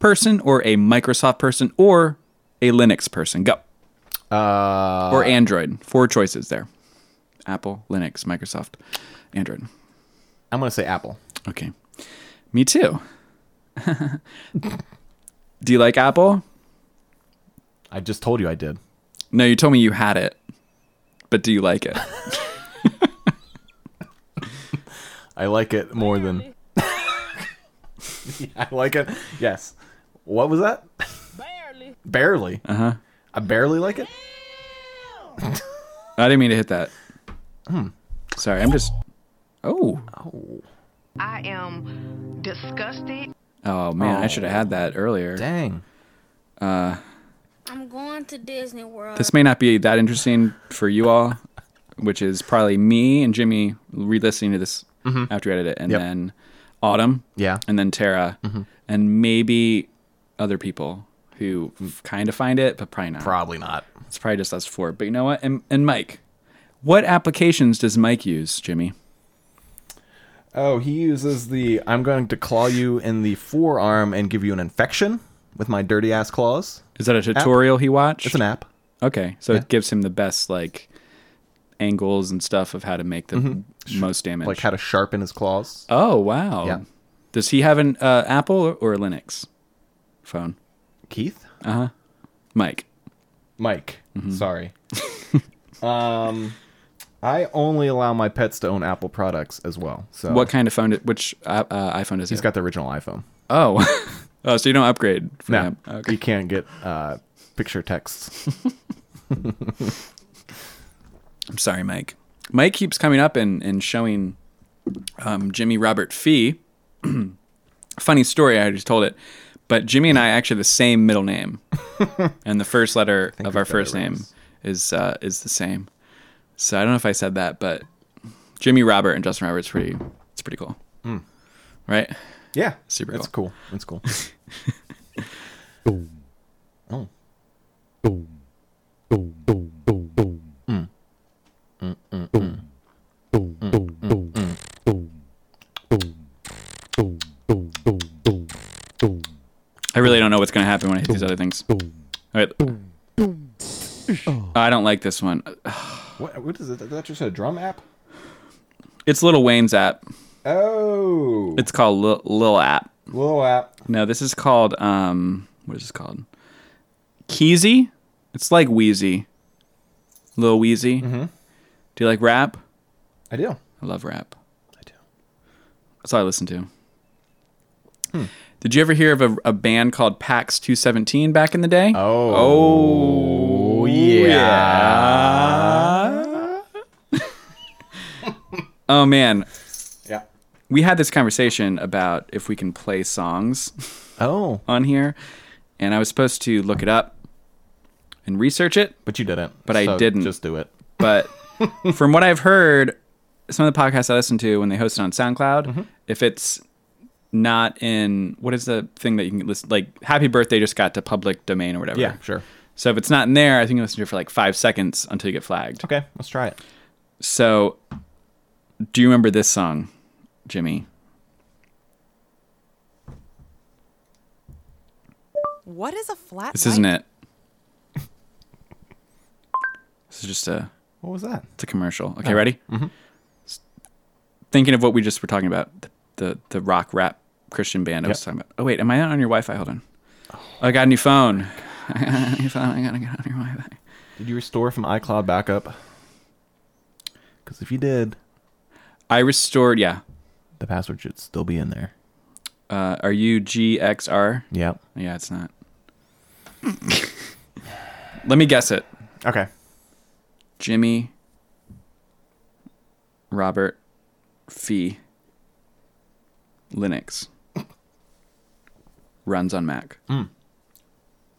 Speaker 1: person or a Microsoft person or a Linux person? Go. Uh, or Android. Four choices there Apple, Linux, Microsoft, Android.
Speaker 2: I'm gonna say Apple.
Speaker 1: Okay. Me too. Do you like Apple?
Speaker 2: I just told you I did.
Speaker 1: No, you told me you had it. But do you like it?
Speaker 2: I like it more than. I like it. Yes. What was that?
Speaker 5: Barely.
Speaker 2: Barely. Uh huh. I barely like it.
Speaker 1: I didn't mean to hit that. Sorry, I'm just. Hmm. Oh.
Speaker 6: I am disgusted.
Speaker 1: Oh, man. I should have had that earlier.
Speaker 2: Dang.
Speaker 5: I'm going to Disney World.
Speaker 1: This may not be that interesting for you all, which is probably me and Jimmy re-listening to this after we edit it, and
Speaker 2: Mm-hmm. Yep.
Speaker 1: then Autumn,
Speaker 2: Yeah. Mm-hmm.
Speaker 1: and then Tara, and maybe other people who kind of find it, but probably not.
Speaker 2: Probably not.
Speaker 1: it's probably just us four. But you know what? And, and Mike, what applications does Mike use, Jimmy?
Speaker 2: Oh, he uses the I'm going to claw you in the forearm and give you an infection with my dirty ass claws.
Speaker 1: Is that a tutorial he watched?
Speaker 2: It's an app.
Speaker 1: Okay, so it gives him the best like angles and stuff of how to make the most damage.
Speaker 2: Mm-hmm. Like how to sharpen his claws.
Speaker 1: Oh wow!
Speaker 2: Yeah.
Speaker 1: Does he have an uh, Apple or, or a Linux phone?
Speaker 2: Keith?
Speaker 1: Mike.
Speaker 2: Mike. Sorry. um I only allow my pets to own Apple products as well. So
Speaker 1: What kind of phone? Did, which uh, uh, iPhone does he
Speaker 2: he's
Speaker 1: have?
Speaker 2: got the original iPhone.
Speaker 1: oh, oh, so you don't upgrade? For
Speaker 2: No.
Speaker 1: him. Okay.
Speaker 2: You can't get uh picture texts.
Speaker 1: I'm sorry, Mike. Mike keeps coming up and and showing um, Jimmy Robert Fee. Funny story, I just told it, but Jimmy and I actually have the same middle name, and the first letter of our
Speaker 2: we've got it
Speaker 1: first name
Speaker 2: right.
Speaker 1: is uh, is the same. So I don't know if I said that, but Jimmy Robert and Justin Roberts pretty it's pretty cool, right?
Speaker 2: Yeah.
Speaker 1: Super
Speaker 2: It's cool. It's cool.
Speaker 1: I really don't know what's gonna happen when I hit these other things. All right. Oh, I don't like this one.
Speaker 2: what what is it? Is that just a drum app?
Speaker 1: It's Little Wayne's app.
Speaker 2: Oh.
Speaker 1: It's called Lil, Lil App.
Speaker 2: Little app.
Speaker 1: No, this is called um what is this called? Keezy? It's like Wheezy. Lil Wheezy. Mm-hmm. Do you like rap?
Speaker 2: I do.
Speaker 1: I love rap.
Speaker 2: I do.
Speaker 1: That's all I listen to.
Speaker 2: Hmm.
Speaker 1: Did you ever hear of a, a band called Pax 217 back in the day?
Speaker 2: Oh, yeah.
Speaker 1: Oh man,
Speaker 2: Yeah.
Speaker 1: we had this conversation about if we can play songs
Speaker 2: Oh,
Speaker 1: on here, and I was supposed to look it up and research it,
Speaker 2: but you didn't.
Speaker 1: But I
Speaker 2: So
Speaker 1: didn't.
Speaker 2: Just do it.
Speaker 1: but from what I've heard, some of the podcasts I listen to when they host it on SoundCloud,
Speaker 2: Mm-hmm.
Speaker 1: if it's not in what is the thing that you can listen like Happy Birthday just got to public domain or whatever.
Speaker 2: Yeah, sure.
Speaker 1: So if it's not in there, I think you listen to it for like five seconds until you get flagged.
Speaker 2: Okay, let's try it.
Speaker 1: So do you remember this song, Jimmy?
Speaker 7: What is a flat?
Speaker 1: This isn't it. This is just a
Speaker 2: What was that?
Speaker 1: It's a commercial. Okay, ready? Mm-hmm. Thinking of what we just were talking about, the the, the rock rap Christian band I was
Speaker 2: Yep.
Speaker 1: talking about. Oh wait, am I not on your Wi-Fi? Hold on. Oh, I got a new phone. I got a new phone. I gotta get on your Wi-Fi.
Speaker 2: Did you restore from iCloud backup? Because if you did,
Speaker 1: I restored. Yeah.
Speaker 2: the password should still be in there.
Speaker 1: Uh, are you GXR?
Speaker 2: Yep.
Speaker 1: Yeah, it's not. Let me guess it.
Speaker 2: Okay.
Speaker 1: Jimmy, Robert, Fee, Linux. Runs on Mac. Is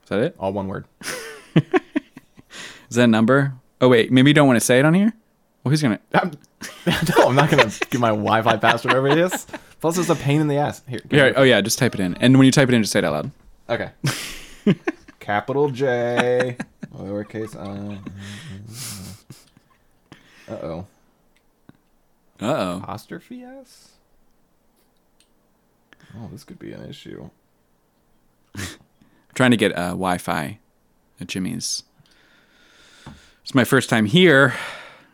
Speaker 1: that it?
Speaker 2: All one word.
Speaker 1: Is that a number? Oh, wait. Maybe you don't want to say it on here? Well, who's going to.
Speaker 2: I'm, no, I'm not gonna give my Wi-Fi password over this. Plus, it's a pain in the ass. Here. uh, give
Speaker 1: Yeah,
Speaker 2: it.
Speaker 1: oh, yeah. Just type it in. And when you type it in, just say it out loud.
Speaker 2: Okay. Capital J, lowercase i. Uh oh.
Speaker 1: Uh oh.
Speaker 2: Apostrophe s. Oh, this could be an issue.
Speaker 1: trying to get uh, Wi Fi at Jimmy's. It's my first time here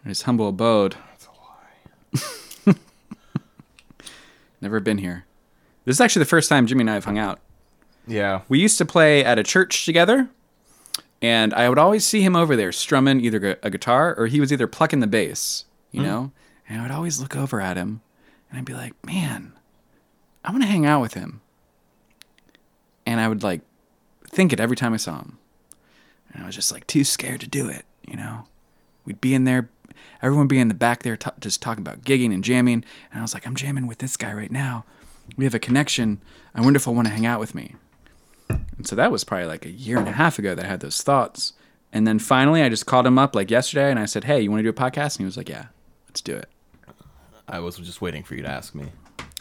Speaker 1: in his humble abode. That's a lie. Never been here. This is actually the first time Jimmy and I have hung out.
Speaker 2: Yeah.
Speaker 1: We used to play at a church together, and I would always see him over there strumming either gu- a guitar or he was either plucking the bass, you know? And I would always look over at him and I'd be like, man, I want to hang out with him. And I would like think it every time I saw him. And I was just like too scared to do it, you know? We'd be in there, everyone be in the back there ta just talking about gigging and jamming. And I was like, I'm jamming with this guy right now. We have a connection. I wonder if he'll want to hang out with me. And so that was probably like a year and a half ago that I had those thoughts. And then finally, I just called him up like yesterday and I said, Hey, you want to do a podcast? And he was like, Yeah, let's do it.
Speaker 2: I was just waiting for you to ask me.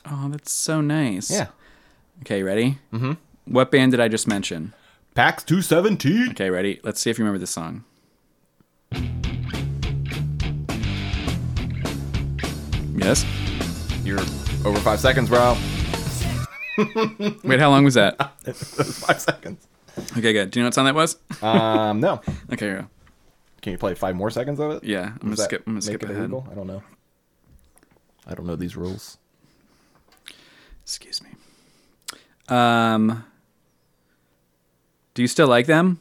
Speaker 1: Oh, that's so nice. Okay, ready? Mm
Speaker 2: Mm-hmm.
Speaker 1: hmm. What band did I just mention?
Speaker 2: Pax two seventeen.
Speaker 1: Okay, ready? Let's see if you remember this song. Yes?
Speaker 2: You're over five seconds, bro.
Speaker 1: Wait, how long was that?
Speaker 2: five seconds.
Speaker 1: Okay, good. Do you know what song that was?
Speaker 2: Um, no.
Speaker 1: Okay, here we go.
Speaker 2: Can you play five more seconds of it?
Speaker 1: yeah. I'm gonna
Speaker 2: Does that
Speaker 1: skip. I'm gonna
Speaker 2: make
Speaker 1: skip
Speaker 2: it
Speaker 1: ahead.
Speaker 2: illegal? I don't know. I don't know these rules.
Speaker 1: Excuse me. Um, do you still like them?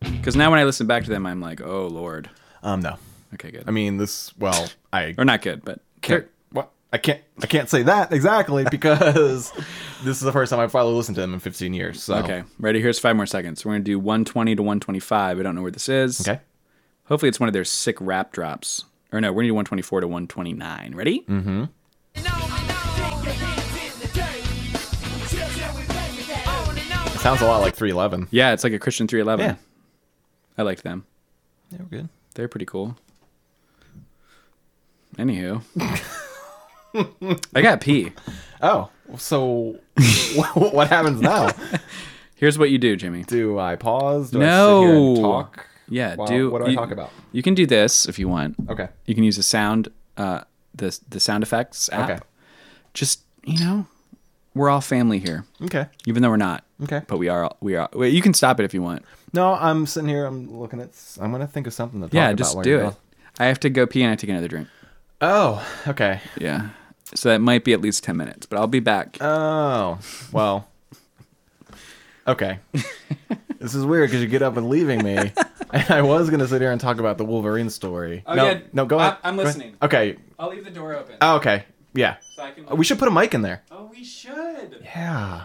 Speaker 1: Because now when I listen back to them, I'm like, oh lord.
Speaker 2: Um, no.
Speaker 1: Okay, good.
Speaker 2: I mean, this. Well, I
Speaker 1: or not good, but
Speaker 2: can't. What? I can't. I can't say that exactly because this is the first time I've finally listened to them in 15 years. So.
Speaker 1: okay. Ready? Here's five more seconds. We're gonna do 120 to 125. I don't know where this is.
Speaker 2: Okay.
Speaker 1: Hopefully, it's one of their sick rap drops. Or no, we're gonna do 124 to 129. Ready?
Speaker 2: Mm. It sounds a lot like 311.
Speaker 1: Yeah, it's like a Christian 311. I liked them.
Speaker 2: Yeah, we're good.
Speaker 1: They're pretty cool. Anywho, I got pee.
Speaker 2: Oh, so what, what happens now?
Speaker 1: Here's what you do, Jimmy.
Speaker 2: Do I pause? Do I sit here
Speaker 1: no
Speaker 2: and talk?
Speaker 1: Yeah,
Speaker 2: Well,
Speaker 1: do
Speaker 2: what do I
Speaker 1: you-
Speaker 2: talk about?
Speaker 1: You can do this if you want.
Speaker 2: Okay.
Speaker 1: You can use the sound, uh, the the sound effects app.
Speaker 2: Okay.
Speaker 1: Just you know, we're all family here,
Speaker 2: Okay.
Speaker 1: even though we're not.
Speaker 2: Okay.
Speaker 1: But we are. all- We are. Wait, you can stop it if you want.
Speaker 2: No, I'm sitting here. I'm looking at. s- I'm gonna think of something to talk
Speaker 1: yeah,
Speaker 2: about.
Speaker 1: just
Speaker 2: while
Speaker 1: do
Speaker 2: you're
Speaker 1: it.
Speaker 2: gone.
Speaker 1: I have to go pee and I take another drink.
Speaker 2: Oh, okay.
Speaker 1: Yeah. So that might be at least ten minutes, but I'll be back.
Speaker 2: Oh, well. Okay. this is weird because you get up and leaving me. And I was going to sit here and talk about the Wolverine story.
Speaker 1: Oh,
Speaker 2: no,
Speaker 1: yeah.
Speaker 2: no, go
Speaker 1: I-
Speaker 2: ahead.
Speaker 1: I'm
Speaker 2: Go ahead.
Speaker 1: listening.
Speaker 2: Okay.
Speaker 1: I'll leave the door open.
Speaker 2: Oh, okay. Yeah.
Speaker 1: so I can...
Speaker 2: We should put a mic in there.
Speaker 1: Oh, we should.
Speaker 2: Yeah.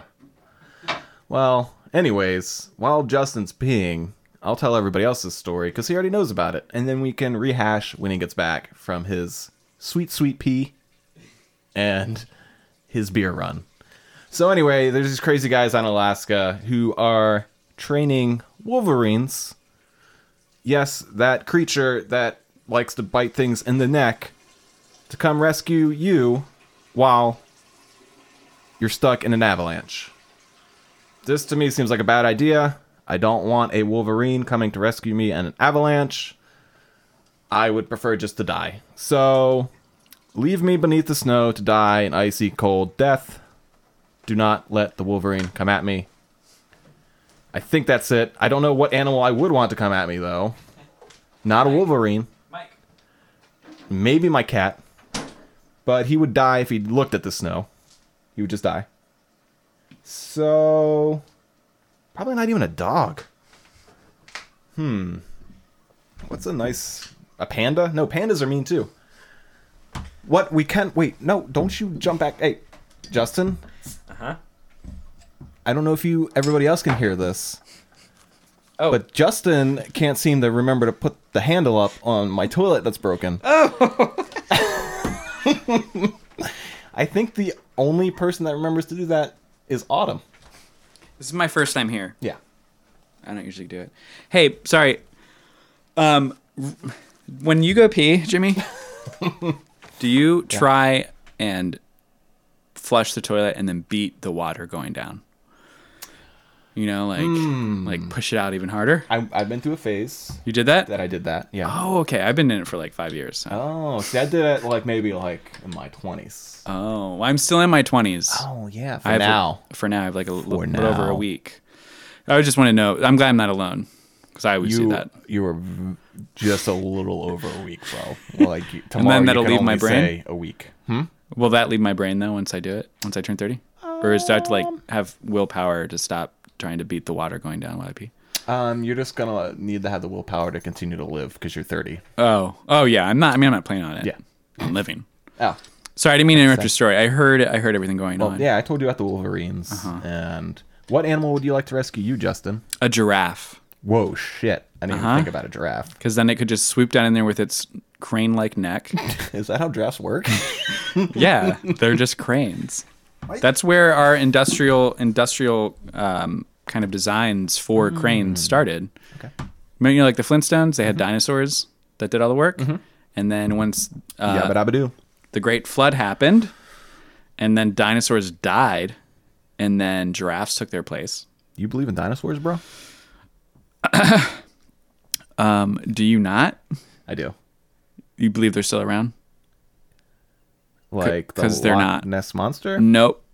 Speaker 2: Well, anyways, while Justin's peeing, I'll tell everybody else's story because he already knows about it. And then we can rehash when he gets back from his sweet, sweet pee and his beer run. So, anyway, there's these crazy guys on Alaska who are training wolverines. Yes, that creature that likes to bite things in the neck to come rescue you while you're stuck in an avalanche. This to me seems like a bad idea. I don't want a Wolverine coming to rescue me in an avalanche. I would prefer just to die. So, leave me beneath the snow to die an icy cold death. Do not let the Wolverine come at me. I think that's it. I don't know what animal I would want to come at me, though. Not a Wolverine.
Speaker 1: Mike.
Speaker 2: Maybe my cat. But he would die if he looked at the snow. He would just die. So probably not even a dog. Hmm. What's a nice a panda? No, pandas are mean too. What we can wait? No, don't you jump back. Hey, Justin. Uh huh. I don't know if you everybody else can hear this.
Speaker 8: Oh.
Speaker 2: But Justin can't seem to remember to put the handle up on my toilet that's broken. Oh. I think the only person that remembers to do that is Autumn.
Speaker 1: This is my first time here.
Speaker 2: Yeah.
Speaker 1: I don't usually do it. Hey, sorry. Um, r- when you go pee, Jimmy, do you try and flush the toilet and then beat the water going down? You know, like
Speaker 2: Hmm.
Speaker 1: like push it out even harder.
Speaker 2: I, I've been through a phase
Speaker 1: You did that?
Speaker 2: that I did that. Yeah.
Speaker 1: oh, okay. I've been in it for like five years. so-
Speaker 2: Oh, see, I did it like maybe like in my twenties.
Speaker 1: Oh, well, I'm still in my twenties.
Speaker 2: Oh yeah, for
Speaker 1: I have
Speaker 2: now.
Speaker 1: for now, I have like a little,
Speaker 2: For
Speaker 1: little over a
Speaker 2: now.
Speaker 1: week. I just want to know. I'm glad I'm not alone because I always do that.
Speaker 2: you were v- just a little over a week, bro. Like you, tomorrow,
Speaker 1: then
Speaker 2: you
Speaker 1: that'll
Speaker 2: can
Speaker 1: leave my
Speaker 2: only
Speaker 1: brain?
Speaker 2: say a week. Hmm?
Speaker 1: Will that leave my brain though once I do it? Once I turn thirty, or is that to like have willpower to stop trying to beat the water going down while I pee?
Speaker 2: Um, you're just gonna need to have the willpower to continue to live because you're 30.
Speaker 1: Oh, oh yeah. I'm not. I mean, I'm not planning on it.
Speaker 2: Yeah.
Speaker 1: I'm living.
Speaker 2: Oh,
Speaker 1: Sorry, I didn't mean to interrupt your story. I heard. I heard everything going on.
Speaker 2: yeah. I told you about the Wolverines.
Speaker 1: Uh-huh.
Speaker 2: And what animal would you like to rescue, you, Justin?
Speaker 1: A giraffe,
Speaker 2: Whoa, shit! I didn't
Speaker 1: Uh-huh.
Speaker 2: even think about a giraffe.
Speaker 1: because then it could just swoop down in there with its crane-like neck.
Speaker 2: Is that how giraffes work?
Speaker 1: yeah, they're just cranes. That's where our industrial industrial um, kind of designs for
Speaker 2: Mm.
Speaker 1: cranes started. Okay. Remember, you know, like the Flintstones, they had
Speaker 2: Mm-hmm.
Speaker 1: dinosaurs that did all the work, and then once uh,
Speaker 2: yeah, but I do.
Speaker 1: the Great Flood happened, and then dinosaurs died, and then giraffes took their place.
Speaker 2: You believe in dinosaurs, bro?
Speaker 1: Um, Do you not?
Speaker 2: I do.
Speaker 1: You believe they're still around?
Speaker 2: Like
Speaker 1: 'cause
Speaker 2: the
Speaker 1: they're
Speaker 2: Loch
Speaker 1: not. Mm.
Speaker 2: Ness monster.
Speaker 1: Nope.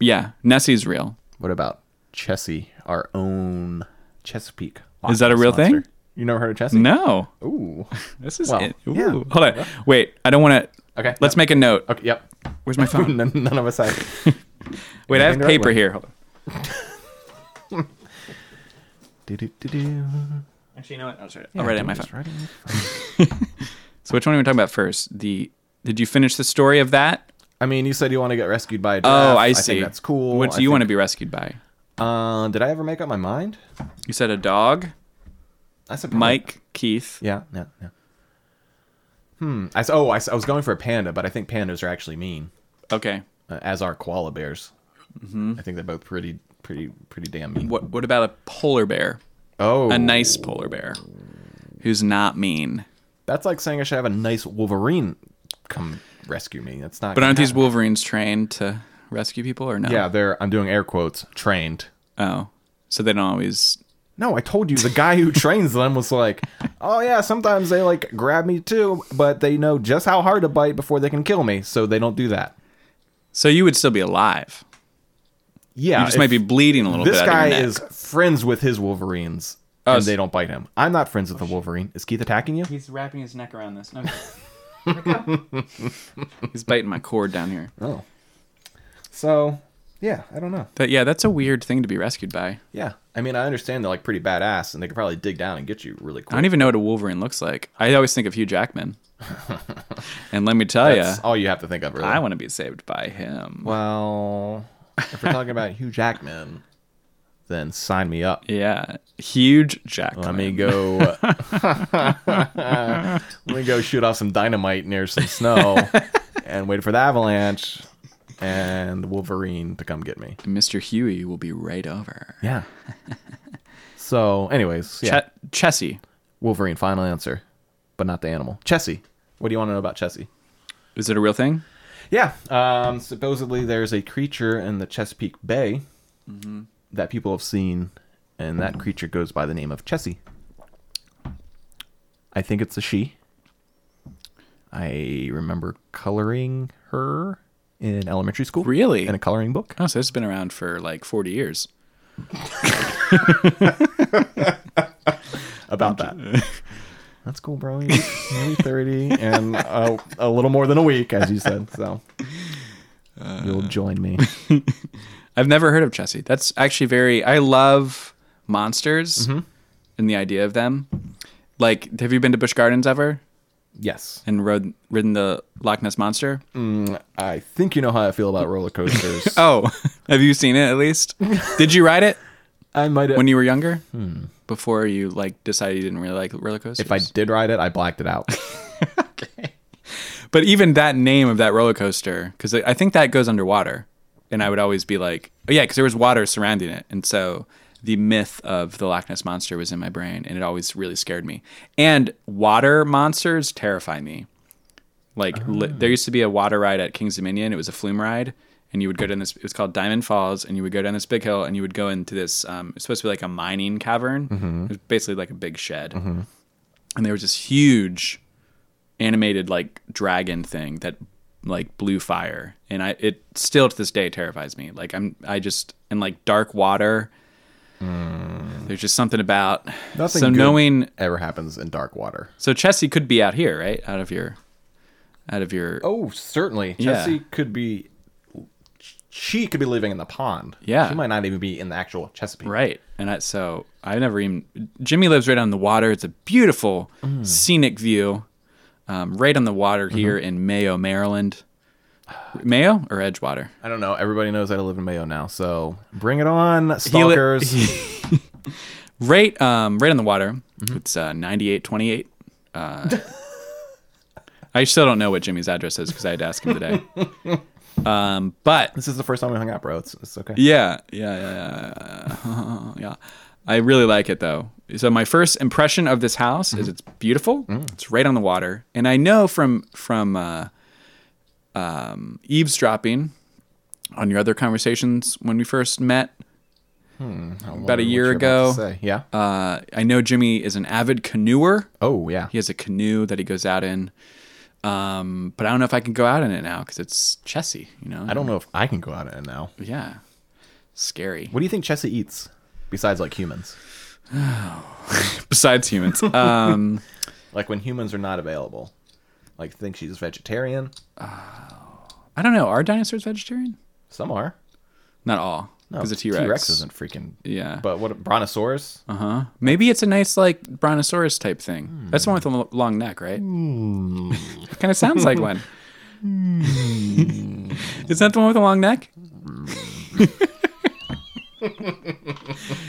Speaker 1: Yeah, Nessie's real.
Speaker 2: What about Chessie, our own Chesapeake?
Speaker 1: Is that a
Speaker 2: Loch Ness
Speaker 1: real thing?
Speaker 2: monster? You never heard of Chessie?
Speaker 1: No,
Speaker 2: Ooh.
Speaker 1: this is
Speaker 2: Well,
Speaker 1: it. Ooh.
Speaker 2: yeah.
Speaker 1: Hold on, wait. I don't want to.
Speaker 2: Okay.
Speaker 1: Let's make a note.
Speaker 2: Okay. Yep.
Speaker 1: Where's my phone?
Speaker 2: None, none of us have.
Speaker 1: Wait, I have
Speaker 2: Anything to write
Speaker 1: paper
Speaker 2: with?
Speaker 1: here. Hold on.
Speaker 2: Do-do-do-do.
Speaker 1: Actually, you know what? I'll, write it in my phone.
Speaker 2: Just writing.
Speaker 1: So, which one are we talking about first? The did you finish the story of that?
Speaker 2: I mean, you said you want to get rescued by a
Speaker 1: Oh,
Speaker 2: giraffe.
Speaker 1: I
Speaker 2: think
Speaker 1: see.
Speaker 2: that's cool.
Speaker 1: What do you want to be rescued by?
Speaker 2: to? Uh, did I ever make up my mind?
Speaker 1: You said a dog,
Speaker 2: I said
Speaker 1: Mike, Keith.
Speaker 2: Yeah. Yeah. Yeah. Hmm. I s- oh I, s- I was going for a panda, but I think pandas are actually mean,
Speaker 1: Okay.
Speaker 2: uh, as are koala bears. I think they're both pretty pretty pretty damn mean.
Speaker 1: What what about a polar bear?
Speaker 2: Oh,
Speaker 1: A nice polar bear who's not mean.
Speaker 2: That's like saying I should have a nice Wolverine come rescue me. That's not.
Speaker 1: But
Speaker 2: gonna
Speaker 1: aren't these
Speaker 2: happen.
Speaker 1: wolverines trained to rescue people or no?
Speaker 2: Yeah, they're. I'm doing air quotes. Trained.
Speaker 1: Oh. So they don't always
Speaker 2: No, I told you the guy who trains them was like, "Oh yeah, sometimes they like grab me too, but they know just how hard to bite before they can kill me, so they don't do that."
Speaker 1: So you would still be alive.
Speaker 2: Yeah,
Speaker 1: You just
Speaker 2: if-
Speaker 1: might be bleeding a little
Speaker 2: This
Speaker 1: bit. out
Speaker 2: guy
Speaker 1: of your neck.
Speaker 2: is friends with his Wolverines,
Speaker 1: Oh,
Speaker 2: and
Speaker 1: s-
Speaker 2: they don't bite him. I'm not friends with the Wolverine. Is Keith attacking you?
Speaker 1: He's wrapping his neck around this. No. He's biting my cord down here.
Speaker 2: Oh, so yeah, I don't know.
Speaker 1: But yeah, that's a weird thing to be rescued by.
Speaker 2: Yeah, I mean, I understand they're like pretty badass, and they could probably dig down and get you really
Speaker 1: I
Speaker 2: quick.
Speaker 1: don't even know what a Wolverine looks like. I always think of Hugh Jackman. and let me tell you,
Speaker 2: That's all you have to think of, really.
Speaker 1: I want to be saved by him.
Speaker 2: well, if we're talking about Hugh Jackman, then sign me up.
Speaker 1: Yeah, huge Jackman.
Speaker 2: Let me go. let me go shoot off some dynamite near some snow, and wait for the avalanche and the Wolverine to come get me.
Speaker 1: Mr. Huey will be right over.
Speaker 2: Yeah. So, anyways, yeah.
Speaker 1: Che- Chessie,
Speaker 2: Wolverine, final answer, but not the animal. Chessie. What do you want to know about Chessie?
Speaker 1: is it a real thing?
Speaker 2: Yeah. Um, supposedly, there's a creature in the Chesapeake Bay that people have seen, and that creature goes by the name of Chessie. I think it's a she. I remember coloring her in elementary school.
Speaker 1: Really?
Speaker 2: In a coloring book.
Speaker 1: Oh, so it's been around for like 40 years.
Speaker 2: about that. That's cool, bro. You're nearly 30 and a, a little more than a week, as you said. So you'll join me.
Speaker 1: I've never heard of Chessie. That's actually very. I love
Speaker 2: Mm-hmm.
Speaker 1: monsters and the idea of them. Like, have you been to Busch Gardens ever?
Speaker 2: Yes.
Speaker 1: and rode ridden the Loch Ness monster?
Speaker 2: Mm. I think you know how I feel about roller coasters.
Speaker 1: Oh, have you seen it at least? Did you ride it
Speaker 2: I might have.
Speaker 1: when you were younger? Before you like decided you didn't really like roller coasters?
Speaker 2: Hmm. if I did ride it, I blacked it out.
Speaker 1: But even that name of that roller coaster, because I think that goes underwater, and I would always be like, oh, yeah, because there was water surrounding it, and so the myth of the Loch Ness monster was in my brain, and it always really scared me. And water monsters terrify me. Like
Speaker 2: Oh.
Speaker 1: li- there used to be a water ride at King's Dominion. It was a flume ride, and you would go down this. It was called Diamond Falls, and you would go down this big hill, and you would go into this. Um, it's supposed to be like a mining cavern.
Speaker 2: Mm-hmm.
Speaker 1: It was basically like a big shed, and there was this huge animated like dragon thing that like blew fire and i it still to this day terrifies me like i'm i just and like dark water there's just something about
Speaker 2: Mm. Nothing
Speaker 1: so
Speaker 2: good
Speaker 1: knowing
Speaker 2: ever happens in dark water.
Speaker 1: so chessie could be out here right out of your out of your
Speaker 2: Oh, certainly.
Speaker 1: Yeah.
Speaker 2: Chessie could be. She could be living in the pond.
Speaker 1: Yeah.
Speaker 2: She might not even be in the actual Chesapeake.
Speaker 1: right and I, so i never even jimmy lives right on the water it's a beautiful scenic view um, right on the water here in mayo maryland mayo or edgewater
Speaker 2: I don't know. Everybody knows I live in Mayo now, so bring it on, stalkers.
Speaker 1: right um right on the water it's uh 9828 uh i still don't know what jimmy's address is because i had to ask him today um but
Speaker 2: this is the first time we hung out, bro. It's, it's okay.
Speaker 1: yeah yeah yeah yeah, yeah i really like it though so my first impression of this house
Speaker 2: Mm-hmm.
Speaker 1: is it's beautiful
Speaker 2: Mm.
Speaker 1: it's right on the water and i know from from uh um eavesdropping on your other conversations when we first met about a year
Speaker 2: What you're
Speaker 1: ago
Speaker 2: about to say. Yeah.
Speaker 1: uh, I know Jimmy is an avid canoeer.
Speaker 2: oh, yeah.
Speaker 1: He has a canoe that he goes out in. Um, but I don't know if I can go out in it now because it's Chessie, you know?
Speaker 2: I don't know if I can go out in it now.
Speaker 1: Yeah. Scary.
Speaker 2: What do you think Chessie eats besides like humans?
Speaker 1: Besides humans. Um,
Speaker 2: Like when humans are not available. Like think she's vegetarian.
Speaker 1: I don't know. Are dinosaurs vegetarian?
Speaker 2: Some are.
Speaker 1: Not all. Because a T Rex.
Speaker 2: T-Rex isn't freaking.
Speaker 1: Yeah. Uh-huh.
Speaker 2: But what brontosaurus?
Speaker 1: Maybe it's a nice, like, brontosaurus type thing.
Speaker 2: Hmm.
Speaker 1: That's the one with a l- long neck, right? it kind of sounds like one.
Speaker 2: Hmm.
Speaker 1: Is that the one with the long neck?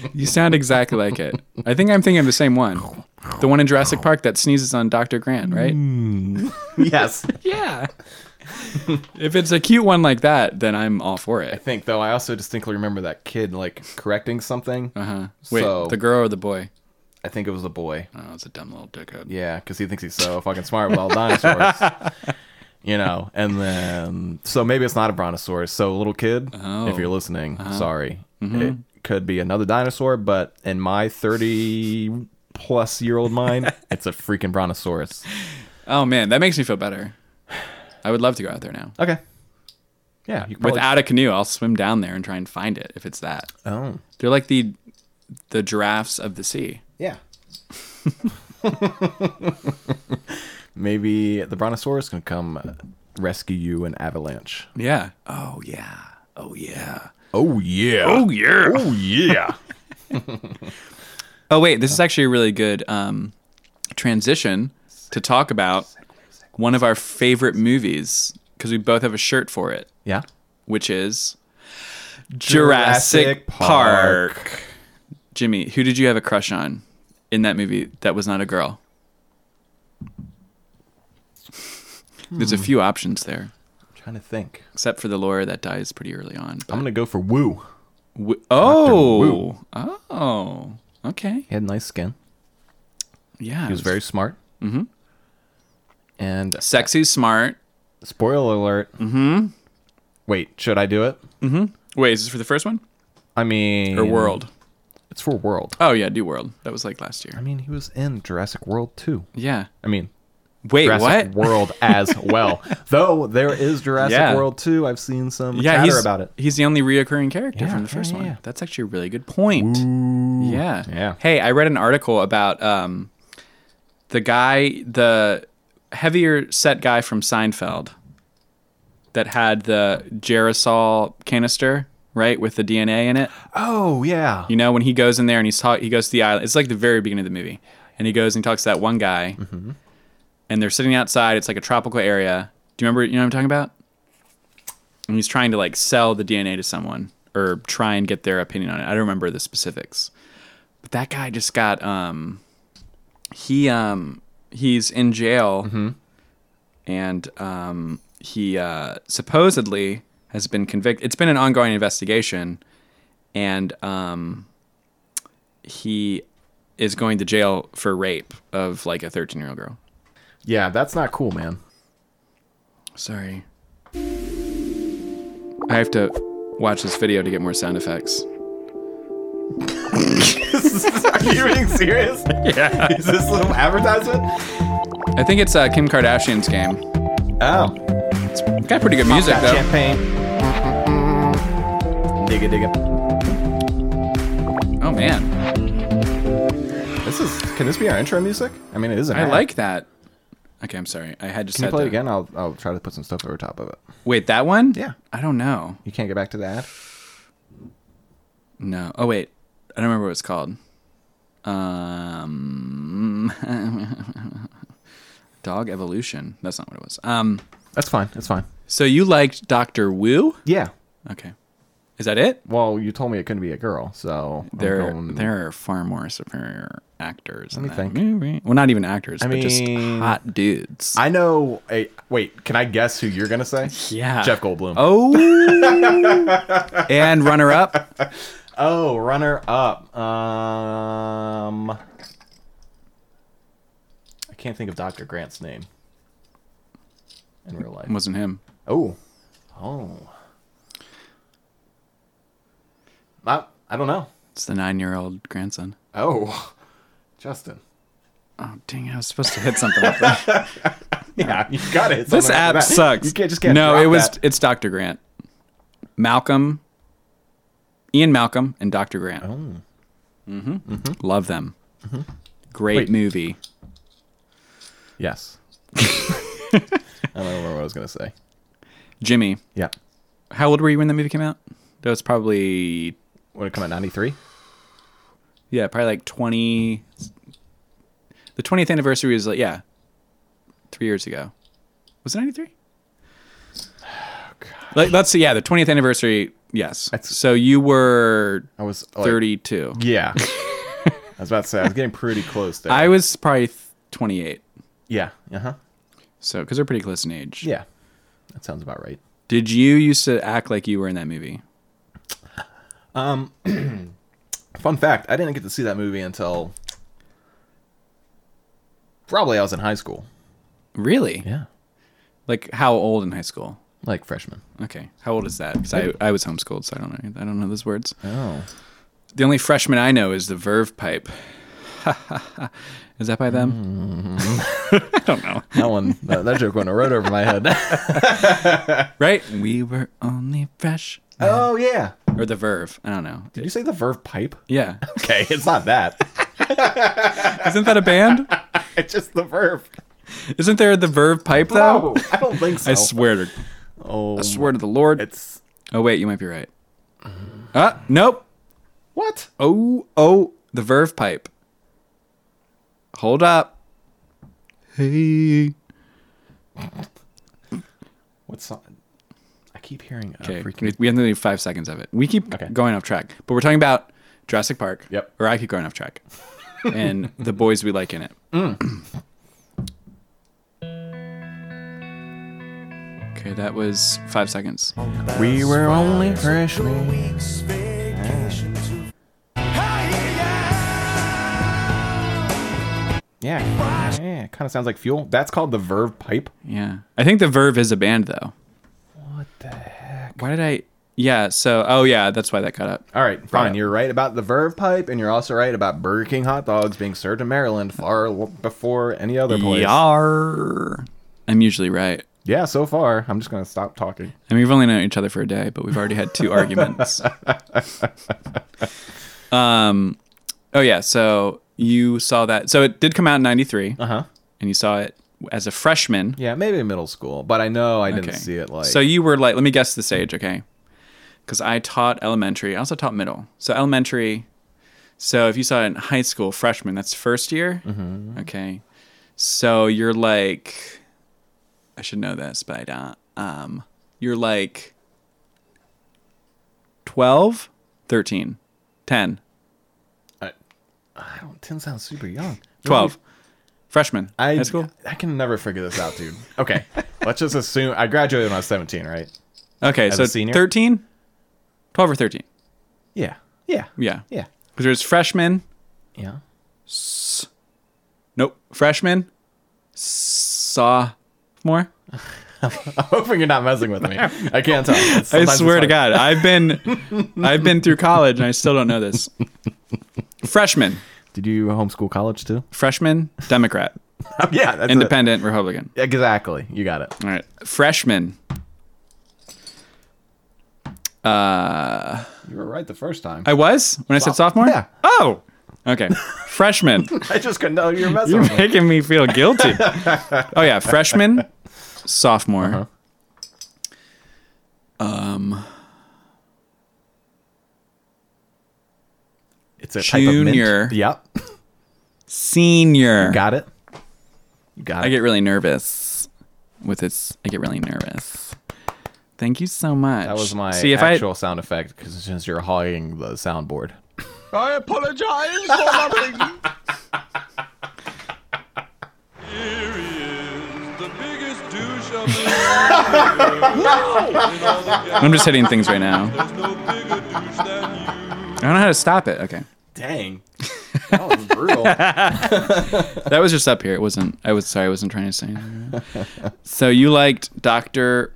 Speaker 1: you sound exactly like it. I think I'm thinking of the same one. The one in Jurassic Park that sneezes on Dr. Grant, right?
Speaker 2: Hmm. yes.
Speaker 1: Yeah. if it's a cute one like that, then I'm all for
Speaker 2: I
Speaker 1: it.
Speaker 2: think though I also distinctly remember that kid like correcting something.
Speaker 1: Uh-huh. Wait,
Speaker 2: So-
Speaker 1: the girl or the boy?
Speaker 2: I think it was the boy.
Speaker 1: Oh, it's a dumb little dickhead.
Speaker 2: Yeah, because he thinks he's so fucking smart with all dinosaurs. you know, and then so maybe it's not a brontosaurus. So little kid, if you're listening, sorry, it could be another dinosaur, but in my thirty plus year old mind, it's a freaking brontosaurus.
Speaker 1: Oh, man, that makes me feel better. I would love to go out there now.
Speaker 2: Okay. Yeah, you can probably-
Speaker 1: without a canoe, I'll swim down there and try and find it if it's that.
Speaker 2: Oh.
Speaker 1: They're like the the giraffes of the sea.
Speaker 2: Yeah. Maybe the brontosaurus can come uh, rescue you in avalanche.
Speaker 1: Yeah. Oh yeah. Oh yeah.
Speaker 2: Oh yeah. Oh yeah. Oh yeah.
Speaker 1: Oh wait, this is actually a really good um, transition to talk about one of our favorite movies because we both have a shirt for it,
Speaker 2: yeah.
Speaker 1: which is Jurassic, Park. Jimmy, who did you have a crush on in that movie that was not a girl?
Speaker 2: Hmm.
Speaker 1: There's a few options there.
Speaker 2: trying to think.
Speaker 1: except for the lawyer that dies pretty early on.
Speaker 2: I'm gonna go for Woo.
Speaker 1: W- oh, oh, okay,
Speaker 2: He had nice skin.
Speaker 1: yeah.
Speaker 2: He was very smart. Mm-hmm. And
Speaker 1: sexy, smart.
Speaker 2: spoiler alert. Mm-hmm. Wait, should I do it?
Speaker 1: Wait, is this for the first one
Speaker 2: I mean,
Speaker 1: or World?
Speaker 2: It's for World.
Speaker 1: Oh yeah, do World. That was like last
Speaker 2: I
Speaker 1: year.
Speaker 2: mean, he was in Jurassic World too.
Speaker 1: Yeah.
Speaker 2: I mean,
Speaker 1: Wait,
Speaker 2: Jurassic
Speaker 1: what?
Speaker 2: World as well. Though there is Jurassic
Speaker 1: Yeah.
Speaker 2: World 2. I've seen some
Speaker 1: Yeah,
Speaker 2: chatter
Speaker 1: he's
Speaker 2: about it.
Speaker 1: He's the only reoccurring character
Speaker 2: Yeah,
Speaker 1: from the first
Speaker 2: yeah, yeah.
Speaker 1: one. That's actually a really good point. Yeah.
Speaker 2: Yeah.
Speaker 1: Hey, I read an article about um, the guy, the heavier set guy from Seinfeld that had the gerasol canister, right, with the DNA in it.
Speaker 2: Oh, yeah.
Speaker 1: You know, when he goes in there and he's talk, he goes to the island. It's like the very beginning of the movie, and he goes and talks to that one guy, and they're sitting outside. It's like a tropical area. Do you remember? You know what I'm talking about? And he's trying to like sell the DNA to someone or try and get their opinion on it. I don't remember the specifics, but that guy just got um, he um, he's in jail, and um, he uh, supposedly has been convicted. It's been an ongoing investigation, and um, he is going to jail for rape of like a 13 year old girl.
Speaker 2: Yeah, that's not cool, man.
Speaker 1: Sorry. I have to watch this video to get more sound effects.
Speaker 2: Are you being serious? yeah. Is this a little advertisement?
Speaker 1: I think it's uh, Kim Kardashian's game.
Speaker 2: Oh.
Speaker 1: It's got pretty good music
Speaker 2: Got
Speaker 1: though.
Speaker 2: champagne. Dig it, dig it.
Speaker 1: Oh man,
Speaker 2: This is. Can this be our intro music? I mean, it is. An
Speaker 1: I
Speaker 2: ad.
Speaker 1: like that. Okay, I'm sorry. I had just
Speaker 2: Can you
Speaker 1: said
Speaker 2: play it
Speaker 1: that.
Speaker 2: again? I'll I'll try to put some stuff over top of it.
Speaker 1: Wait, that one?
Speaker 2: Yeah.
Speaker 1: I don't know.
Speaker 2: You can't get back to the ad.
Speaker 1: No. Oh wait, I don't remember what it's called. Um, dog evolution. That's not what it was. Um,
Speaker 2: That's fine. That's fine.
Speaker 1: so you liked Doctor Wu?
Speaker 2: Yeah.
Speaker 1: Okay, is that it?
Speaker 2: Well, you told me it couldn't be a girl, so I'm
Speaker 1: There,
Speaker 2: going-
Speaker 1: there are far more superior actors in
Speaker 2: me
Speaker 1: that
Speaker 2: think.
Speaker 1: movie. Well, not even actors, but
Speaker 2: mean-
Speaker 1: just hot dudes.
Speaker 2: I know. A, wait, can I guess who you're gonna say?
Speaker 1: yeah.
Speaker 2: Jeff Goldblum.
Speaker 1: Oh. and runner up.
Speaker 2: Oh, runner up. Um, I can't think of Dr. Grant's name in real life.
Speaker 1: Wasn't him.
Speaker 2: Oh, oh. I, I don't know.
Speaker 1: It's the nine year old grandson.
Speaker 2: Oh, Justin.
Speaker 1: Oh, dang. I was supposed to hit something like that.
Speaker 2: Yeah, you got it.
Speaker 1: this
Speaker 2: Something like
Speaker 1: app
Speaker 2: that.
Speaker 1: sucks.
Speaker 2: You can't just can't.
Speaker 1: No,
Speaker 2: drop
Speaker 1: it was.
Speaker 2: that.
Speaker 1: It's Dr. Grant. Malcolm. Ian Malcolm and Dr. Grant.
Speaker 2: Oh.
Speaker 1: Mm-hmm. Love them. Great
Speaker 2: Mm-hmm. Wait.
Speaker 1: movie.
Speaker 2: Yes. I don't remember what I was gonna say.
Speaker 1: Jimmy.
Speaker 2: Yeah.
Speaker 1: How old were you when the movie came out? That was probably
Speaker 2: Would it come out ninety three?
Speaker 1: yeah, probably like twenty. The twentieth anniversary was like yeah, three years ago. Was it ninety three? Like, let's see. Yeah, the twentieth anniversary. Yes.
Speaker 2: That's-
Speaker 1: so you were
Speaker 2: I was like,
Speaker 1: thirty-two.
Speaker 2: Yeah. I was about to say I was getting pretty close there.
Speaker 1: I was probably th- twenty-eight.
Speaker 2: yeah. Uh huh.
Speaker 1: So because they're pretty close in age.
Speaker 2: Yeah. That sounds about right.
Speaker 1: Did you used to act like you were in that movie?
Speaker 2: Fun fact, I didn't get to see that movie until probably I was in high school.
Speaker 1: Really?
Speaker 2: Yeah.
Speaker 1: Like how old in high school?
Speaker 2: Like freshman.
Speaker 1: Okay. How old is that? Because I, I was homeschooled, so I don't know. I don't know those words.
Speaker 2: Oh.
Speaker 1: The only freshman I know is the Verve Pipe. is that by
Speaker 2: Mm.
Speaker 1: them? I don't know.
Speaker 2: That one that, that joke went right over my head.
Speaker 1: Right? We were only fresh.
Speaker 2: oh yeah.
Speaker 1: Or the Verve. I don't know.
Speaker 2: Did you say the verve pipe?
Speaker 1: Yeah.
Speaker 2: Okay, it's not that.
Speaker 1: Isn't that a band?
Speaker 2: it's just the verve.
Speaker 1: Isn't there the Verve Pipe, though?
Speaker 2: No, I don't think so.
Speaker 1: I swear to
Speaker 2: Oh,
Speaker 1: I swear to the Lord.
Speaker 2: it's Mm.
Speaker 1: Oh, wait. You might be right. Ah, nope.
Speaker 2: what?
Speaker 1: Oh, oh. The Verve Pipe. Hold up. Hey.
Speaker 2: What song? I keep hearing a
Speaker 1: Okay, we,
Speaker 2: freaking
Speaker 1: we have to leave five seconds of it. We keep
Speaker 2: Okay.
Speaker 1: going off track, but we're talking about Jurassic Park.
Speaker 2: Yep.
Speaker 1: Or I keep going off track, and the boys we like in it.
Speaker 2: Mm.
Speaker 1: okay, that was five seconds.
Speaker 2: We were only freshmen. Yeah, yeah, it kind of sounds like fuel. That's called the Verve pipe.
Speaker 1: Yeah, I think the Verve is a band though.
Speaker 2: What the heck?
Speaker 1: Why did I? Yeah. So, oh yeah, that's why that got up.
Speaker 2: All right,
Speaker 1: Brought
Speaker 2: fine.
Speaker 1: up.
Speaker 2: You're right about the Verve pipe, and you're also right about Burger King hot dogs being served in Maryland far l- before any other place.
Speaker 1: Yar. I'm usually right.
Speaker 2: Yeah, so far, I'm just gonna stop talking.
Speaker 1: I mean, we've only known each other for a day, but we've already had two arguments. Um, oh yeah, so you saw that. So it did come out in '93,
Speaker 2: Uh huh.
Speaker 1: and you saw it as a freshman.
Speaker 2: Yeah, maybe middle school, but I know I didn't
Speaker 1: Okay.
Speaker 2: see it like.
Speaker 1: So you were like, let me guess this age, okay? Because I taught elementary. I also taught middle. So
Speaker 2: Mm-hmm.
Speaker 1: elementary. So if you saw it in high school, freshman, that's first year. Okay. So you're like, I should know this, but I don't. Um, you're like 12, 13, 10,
Speaker 2: Oh, I, I don't. Ten sounds super young.
Speaker 1: 12, freshman,
Speaker 2: I,
Speaker 1: high school.
Speaker 2: I can never figure this out, dude. Okay, let's just assume I graduated when I was seventeen, right?
Speaker 1: Okay,
Speaker 2: as
Speaker 1: so
Speaker 2: a senior?
Speaker 1: 13, 12 or 13.
Speaker 2: Yeah. Yeah.
Speaker 1: Yeah.
Speaker 2: Yeah.
Speaker 1: Because there's freshman.
Speaker 2: Yeah.
Speaker 1: Nope. Freshman, sophomore.
Speaker 2: I'm hoping you're not messing with me. I can't tell.
Speaker 1: I
Speaker 2: Sometimes it's
Speaker 1: swear to
Speaker 2: hard.
Speaker 1: God, I've been, I've been through college and I still don't know this. Freshman,
Speaker 2: Did you homeschool college too?
Speaker 1: freshman, Democrat,
Speaker 2: yeah. That's it.
Speaker 1: independent, Republican.
Speaker 2: Exactly. You got it.
Speaker 1: All right, freshman.
Speaker 2: You were right the first time.
Speaker 1: I was when I said sophomore.
Speaker 2: yeah.
Speaker 1: Oh. Okay. Freshman.
Speaker 2: I just couldn't tell you were messing
Speaker 1: You're
Speaker 2: with me.
Speaker 1: making me feel guilty. Oh yeah, freshman, sophomore.
Speaker 2: Uh-huh.
Speaker 1: Um.
Speaker 2: It's a
Speaker 1: Junior.
Speaker 2: Yep.
Speaker 1: Senior.
Speaker 2: Got it. You got
Speaker 1: I
Speaker 2: it.
Speaker 1: get really nervous with this. I get really nervous. Thank you so much.
Speaker 2: that was my
Speaker 1: See if
Speaker 2: actual sound effect because since you're hogging the soundboard.
Speaker 3: I apologize for nothing. Here he is, the biggest douche I've
Speaker 1: I, I'm just hitting things right now. I
Speaker 3: no bigger douche than you.
Speaker 1: don't know how to stop it. Okay.
Speaker 2: Dang. That was brutal.
Speaker 1: That was just up here. It wasn't. I was sorry. I wasn't trying to say. anything. so you liked Doctor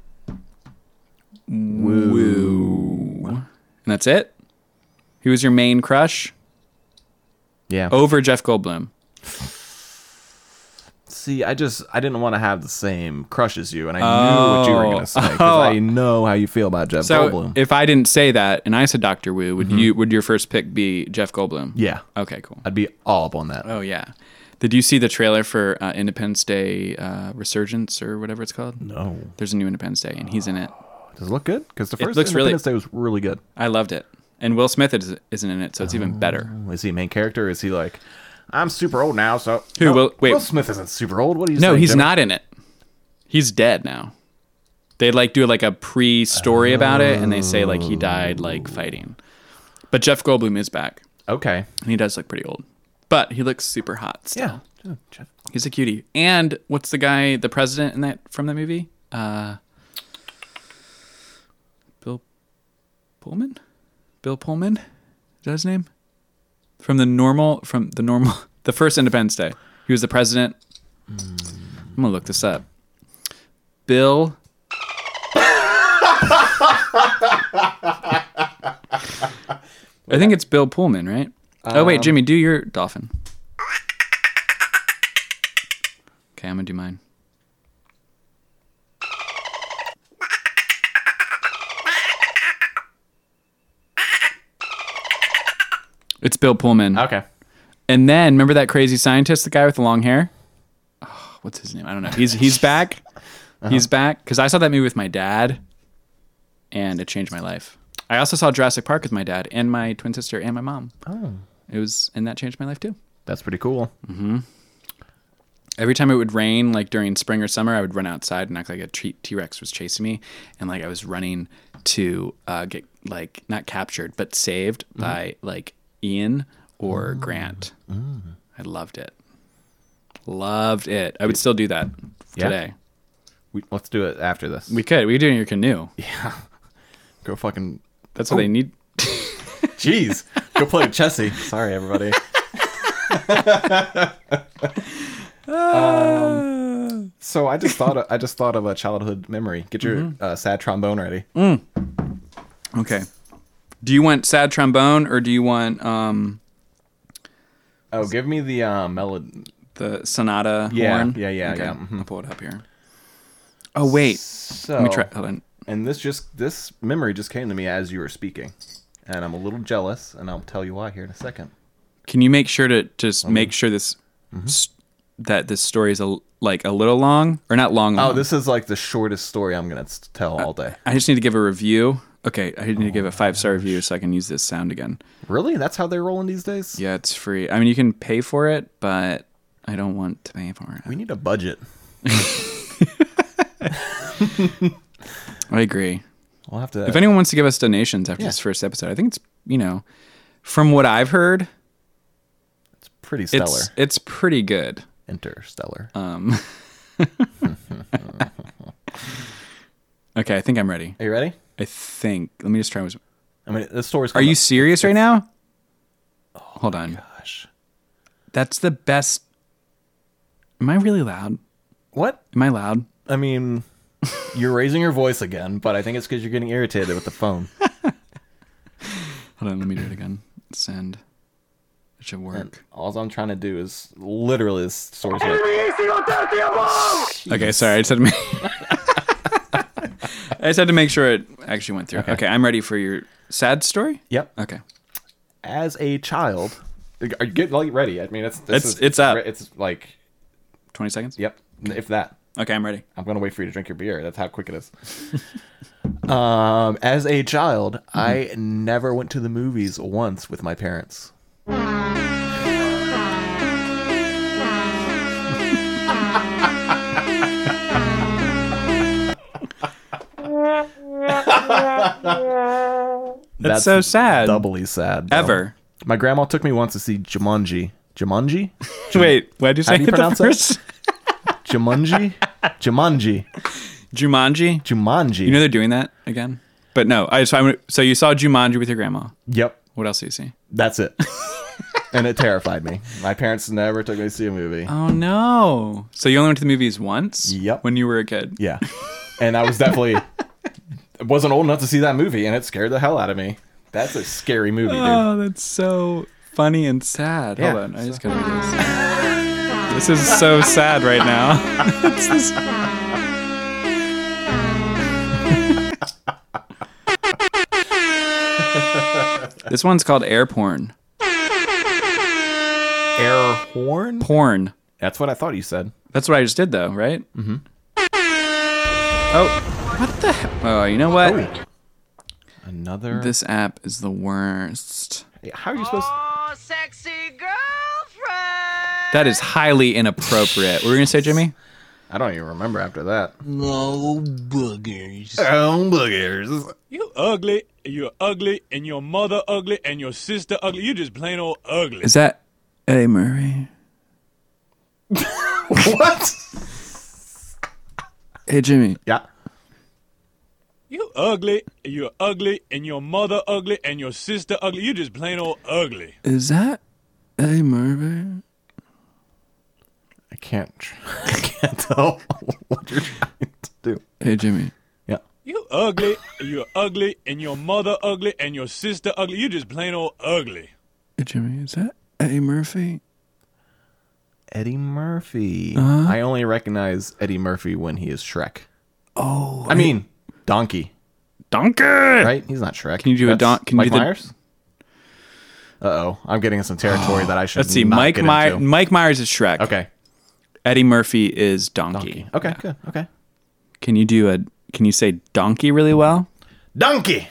Speaker 1: Woo, and that's it. He was your main crush
Speaker 2: yeah.
Speaker 1: over Jeff Goldblum.
Speaker 2: See, I just I didn't want to have the same crush as you, and I knew what you were gonna say because I know how you feel about Jeff
Speaker 1: Oh. So
Speaker 2: Goldblum. Mm-hmm.
Speaker 1: if I didn't say that and I said Doctor Woo, would you? Would your first pick be Jeff Goldblum?
Speaker 2: yeah,
Speaker 1: Okay. Cool.
Speaker 2: I'd be all up on that.
Speaker 1: Oh yeah. Did you see the trailer for uh, Independence Day uh, Resurgence or whatever it's called?
Speaker 2: No,
Speaker 1: There's a new Independence Day and he's in it.
Speaker 2: does it look good? Because the first
Speaker 1: looks really-
Speaker 2: Independence Day was really good.
Speaker 1: I loved it. And Will Smith is, isn't in it, so it's
Speaker 2: Oh.
Speaker 1: even better.
Speaker 2: Is he a main character? Is he like, I'm super old now, so
Speaker 1: Who,
Speaker 2: No,
Speaker 1: Will- wait.
Speaker 2: Will Smith isn't super old. What do you?
Speaker 1: No,
Speaker 2: saying,
Speaker 1: he's
Speaker 2: Jimmy?
Speaker 1: not in it. He's dead now. They like do like a pre-story about it, and they say like he died like fighting. But Jeff Goldblum is back,
Speaker 2: Okay.
Speaker 1: and he does look pretty old, but he looks super hot. Still.
Speaker 2: Yeah. Dude, Jeff-
Speaker 1: he's a cutie. And what's the guy, the president in that from that movie? Uh, Bill Pullman. Bill Pullman, is that his name? From the normal, from the normal, the first Independence Day. He was the president. I'm gonna look this up. Bill. I think it's Bill Pullman, right? oh wait, Jimmy, do your dolphin. Okay, I'm gonna do mine. It's Bill Pullman.
Speaker 2: Okay.
Speaker 1: And then remember that crazy scientist, the guy with the long hair? Oh, what's his name? I don't know. He's he's back. He's back because I saw that movie with my dad, and it changed my life. I also saw Jurassic Park with my dad and my twin sister and my mom. Oh, it was and that changed my life too.
Speaker 2: That's pretty cool.
Speaker 1: Every time it would rain, like during spring or summer, I would run outside and act like a T Rex was chasing me, and like I was running to uh, get like not captured but saved
Speaker 2: Mm-hmm.
Speaker 1: by like Ian or Grant.
Speaker 2: Mm.
Speaker 1: I loved it, loved it. I would still do that
Speaker 2: Yeah.
Speaker 1: today.
Speaker 2: We, let's do it after this.
Speaker 1: We could, we could do it in your canoe.
Speaker 2: go fucking.
Speaker 1: That's what they need.
Speaker 2: Jeez. go play Chessy. Sorry, everybody. Um, so I just thought of, I just thought of a childhood memory. Get your
Speaker 1: Mm-hmm.
Speaker 2: uh, sad trombone ready.
Speaker 1: Mm. Okay. Do you want sad trombone or do you want um
Speaker 2: Oh, give me the uh, melody.
Speaker 1: the sonata
Speaker 2: Yeah,
Speaker 1: horn?
Speaker 2: yeah, yeah,
Speaker 1: okay.
Speaker 2: yeah, mhm.
Speaker 1: I'll pull it up here. Oh wait,
Speaker 2: So
Speaker 1: let me try. Oh. Hold on.
Speaker 2: and this just this memory just came to me as you were speaking, and I'm a little jealous, and I'll tell you why here in a second.
Speaker 1: Can you make sure to just make sure this
Speaker 2: Mm-hmm.
Speaker 1: s- that this story is a, like a little long or not long?
Speaker 2: Oh,
Speaker 1: long.
Speaker 2: this is like the shortest story I'm gonna s- tell all day.
Speaker 1: I just need to give a review. Okay, I need to
Speaker 2: Oh
Speaker 1: give a five star review so I can use this sound again.
Speaker 2: Really? That's how they're rolling these days?
Speaker 1: Yeah, it's free. I mean, you can pay for it, but I don't want to pay for it.
Speaker 2: We need a budget.
Speaker 1: I agree.
Speaker 2: We'll have to.
Speaker 1: If anyone wants to give us donations after
Speaker 2: Uh, Yeah.
Speaker 1: this first episode, I think it's you know, from what I've heard,
Speaker 2: it's pretty stellar.
Speaker 1: it's Uh, it's pretty good.
Speaker 2: Interstellar.
Speaker 1: Okay, I think I'm ready.
Speaker 2: Are you ready?
Speaker 1: I think. Let me just try. and-
Speaker 2: I mean, the story's.
Speaker 1: Are you serious right now? Hold on.
Speaker 2: Gosh.
Speaker 1: That's the best. Am I really loud?
Speaker 2: What?
Speaker 1: Am I loud?
Speaker 2: I mean, you're raising your voice again, but I think it's because you're getting irritated with the phone.
Speaker 1: Hold on. Let me do it again. Send. It should work.
Speaker 2: All I'm trying to do is literally this story's like,
Speaker 1: Okay, sorry. I just had to make. I just had to make sure it actually went through. Okay. I'm ready for your sad story.
Speaker 2: Yep.
Speaker 1: Okay.
Speaker 2: As a child, are you getting like ready? I mean, it's this
Speaker 1: It's-
Speaker 2: is-
Speaker 1: it's up.
Speaker 2: It's like
Speaker 1: Twenty seconds.
Speaker 2: yep, if that.
Speaker 1: Okay, I'm ready.
Speaker 2: I'm gonna wait for you to drink your beer. That's how quick it is. um, as a child, I never went to the movies once with my parents.
Speaker 1: That's, so sad.
Speaker 2: Doubly sad. though.
Speaker 1: Ever.
Speaker 2: My grandma took me once to see Jumanji. Jumanji?
Speaker 1: Wait, what did you say?
Speaker 2: do you
Speaker 1: the
Speaker 2: pronounce that?
Speaker 1: first-
Speaker 2: Jumanji? Jumanji.
Speaker 1: Jumanji.
Speaker 2: Jumanji.
Speaker 1: You know they're doing that again. But no, I so, I, so you saw Jumanji with your grandma.
Speaker 2: yep.
Speaker 1: What else do you see?
Speaker 2: That's it. and it terrified me. My parents never took me to see a movie.
Speaker 1: Oh no! So you only went to the movies once?
Speaker 2: Yep.
Speaker 1: When you were a kid.
Speaker 2: Yeah. And I was definitely wasn't old enough to see that movie and it scared the hell out of me. That's a scary movie, dude.
Speaker 1: Oh, that's so funny and sad.
Speaker 2: Yeah.
Speaker 1: Hold on, I just gotta do this. This is so sad right now. It's this- This one's called air porn.
Speaker 2: Air horn?
Speaker 1: Porn.
Speaker 2: That's what I thought you said.
Speaker 1: That's what I just did, though, right? Mm-hmm. Oh, what the? He- oh, you know what?
Speaker 2: Another
Speaker 1: This app is the worst.
Speaker 2: How are you supposed
Speaker 6: Oh, sexy girlfriend.
Speaker 1: That is highly inappropriate. What were you gonna say, Jimmy?
Speaker 2: I don't even remember after that.
Speaker 8: Oh, boogers.
Speaker 2: Oh boogers.
Speaker 9: You ugly, you're ugly, and your mother ugly, and your sister ugly. You just plain old ugly.
Speaker 1: Is that Eddie Murray?
Speaker 2: What?
Speaker 1: Hey, Jimmy.
Speaker 2: Yeah.
Speaker 9: You ugly, you're ugly, and your mother ugly, and your sister ugly. You just plain old ugly.
Speaker 1: Is that Eddie Murray?
Speaker 2: I can't tr- I can't tell what you're trying to do.
Speaker 1: Hey, Jimmy.
Speaker 2: Yeah.
Speaker 9: You ugly, you're ugly, and your mother ugly, and your sister ugly. You just plain old ugly.
Speaker 1: Hey, Jimmy. Is that Eddie Murphy?
Speaker 2: Eddie Murphy.
Speaker 1: Uh-huh.
Speaker 2: I only recognize Eddie Murphy when he is Shrek. Oh. I mean, Donkey,
Speaker 1: Donkey.
Speaker 2: right? He's not Shrek.
Speaker 1: Eh, Can you do a
Speaker 2: That's
Speaker 1: don- can you
Speaker 2: Mike
Speaker 1: do the-
Speaker 2: Myers? Uh oh, I'm getting in some territory that I should.
Speaker 1: Let's see.
Speaker 2: not
Speaker 1: Mike
Speaker 2: get
Speaker 1: My-
Speaker 2: into.
Speaker 1: Mike Myers is Shrek.
Speaker 2: Okay.
Speaker 1: Eddie Murphy is Donkey.
Speaker 2: Okay. Good. Okay.
Speaker 1: Can you do a? Can you say Donkey really well?
Speaker 2: Donkey.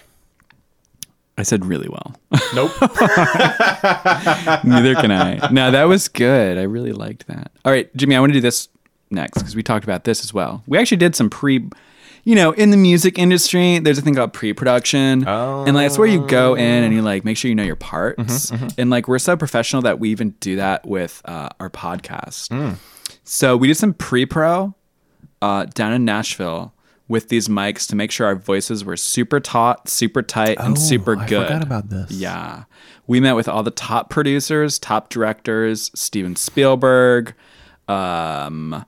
Speaker 1: I said really well.
Speaker 2: Nope.
Speaker 1: Neither can I. No, that was good. I really liked that. All right, Jimmy, I want to do this next because we talked about this as well. We actually did some pre, you know, in the music industry, there's a thing called pre-production, and like that's where you go in and you like make sure you know your
Speaker 2: Mm-hmm,
Speaker 1: parts. And like we're so professional that we even do that with uh, our podcast.
Speaker 2: Mm.
Speaker 1: So we did some pre-pro uh, down in Nashville. With these mics to make sure our voices were super taut, super tight, and super
Speaker 2: Oh, I
Speaker 1: good.
Speaker 2: forgot about this.
Speaker 1: Yeah. We met with all the top producers, top directors, Steven Spielberg, um,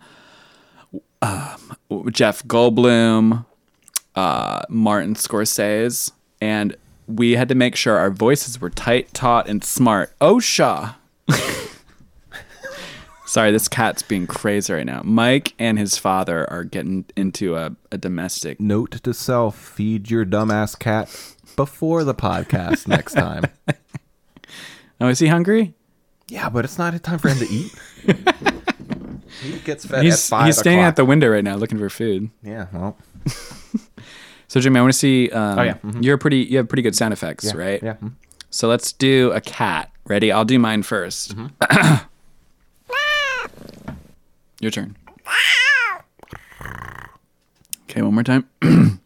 Speaker 1: um, Jeff Goldblum, uh, Martin Scorsese, and we had to make sure our voices were tight, taut, and smart. Oh, OSHA. Sorry, this cat's being crazy right now. Mike and his father are getting into a, a domestic.
Speaker 2: Note to self: Feed your dumbass cat before the podcast next time.
Speaker 1: Oh, is he hungry?
Speaker 2: Yeah, but it's not time for him to eat. he gets fed
Speaker 1: He's,
Speaker 2: at five
Speaker 1: he's standing
Speaker 2: o'clock.
Speaker 1: at the window right now looking for food.
Speaker 2: Yeah, well,
Speaker 1: So Jimmy, I want to see. Um,
Speaker 2: Oh, yeah. Mm-hmm.
Speaker 1: you're pretty. You have pretty good sound effects, right?
Speaker 2: yeah. mhm.
Speaker 1: So let's do a cat. Ready? I'll do mine 1st Your turn. Okay, one more time.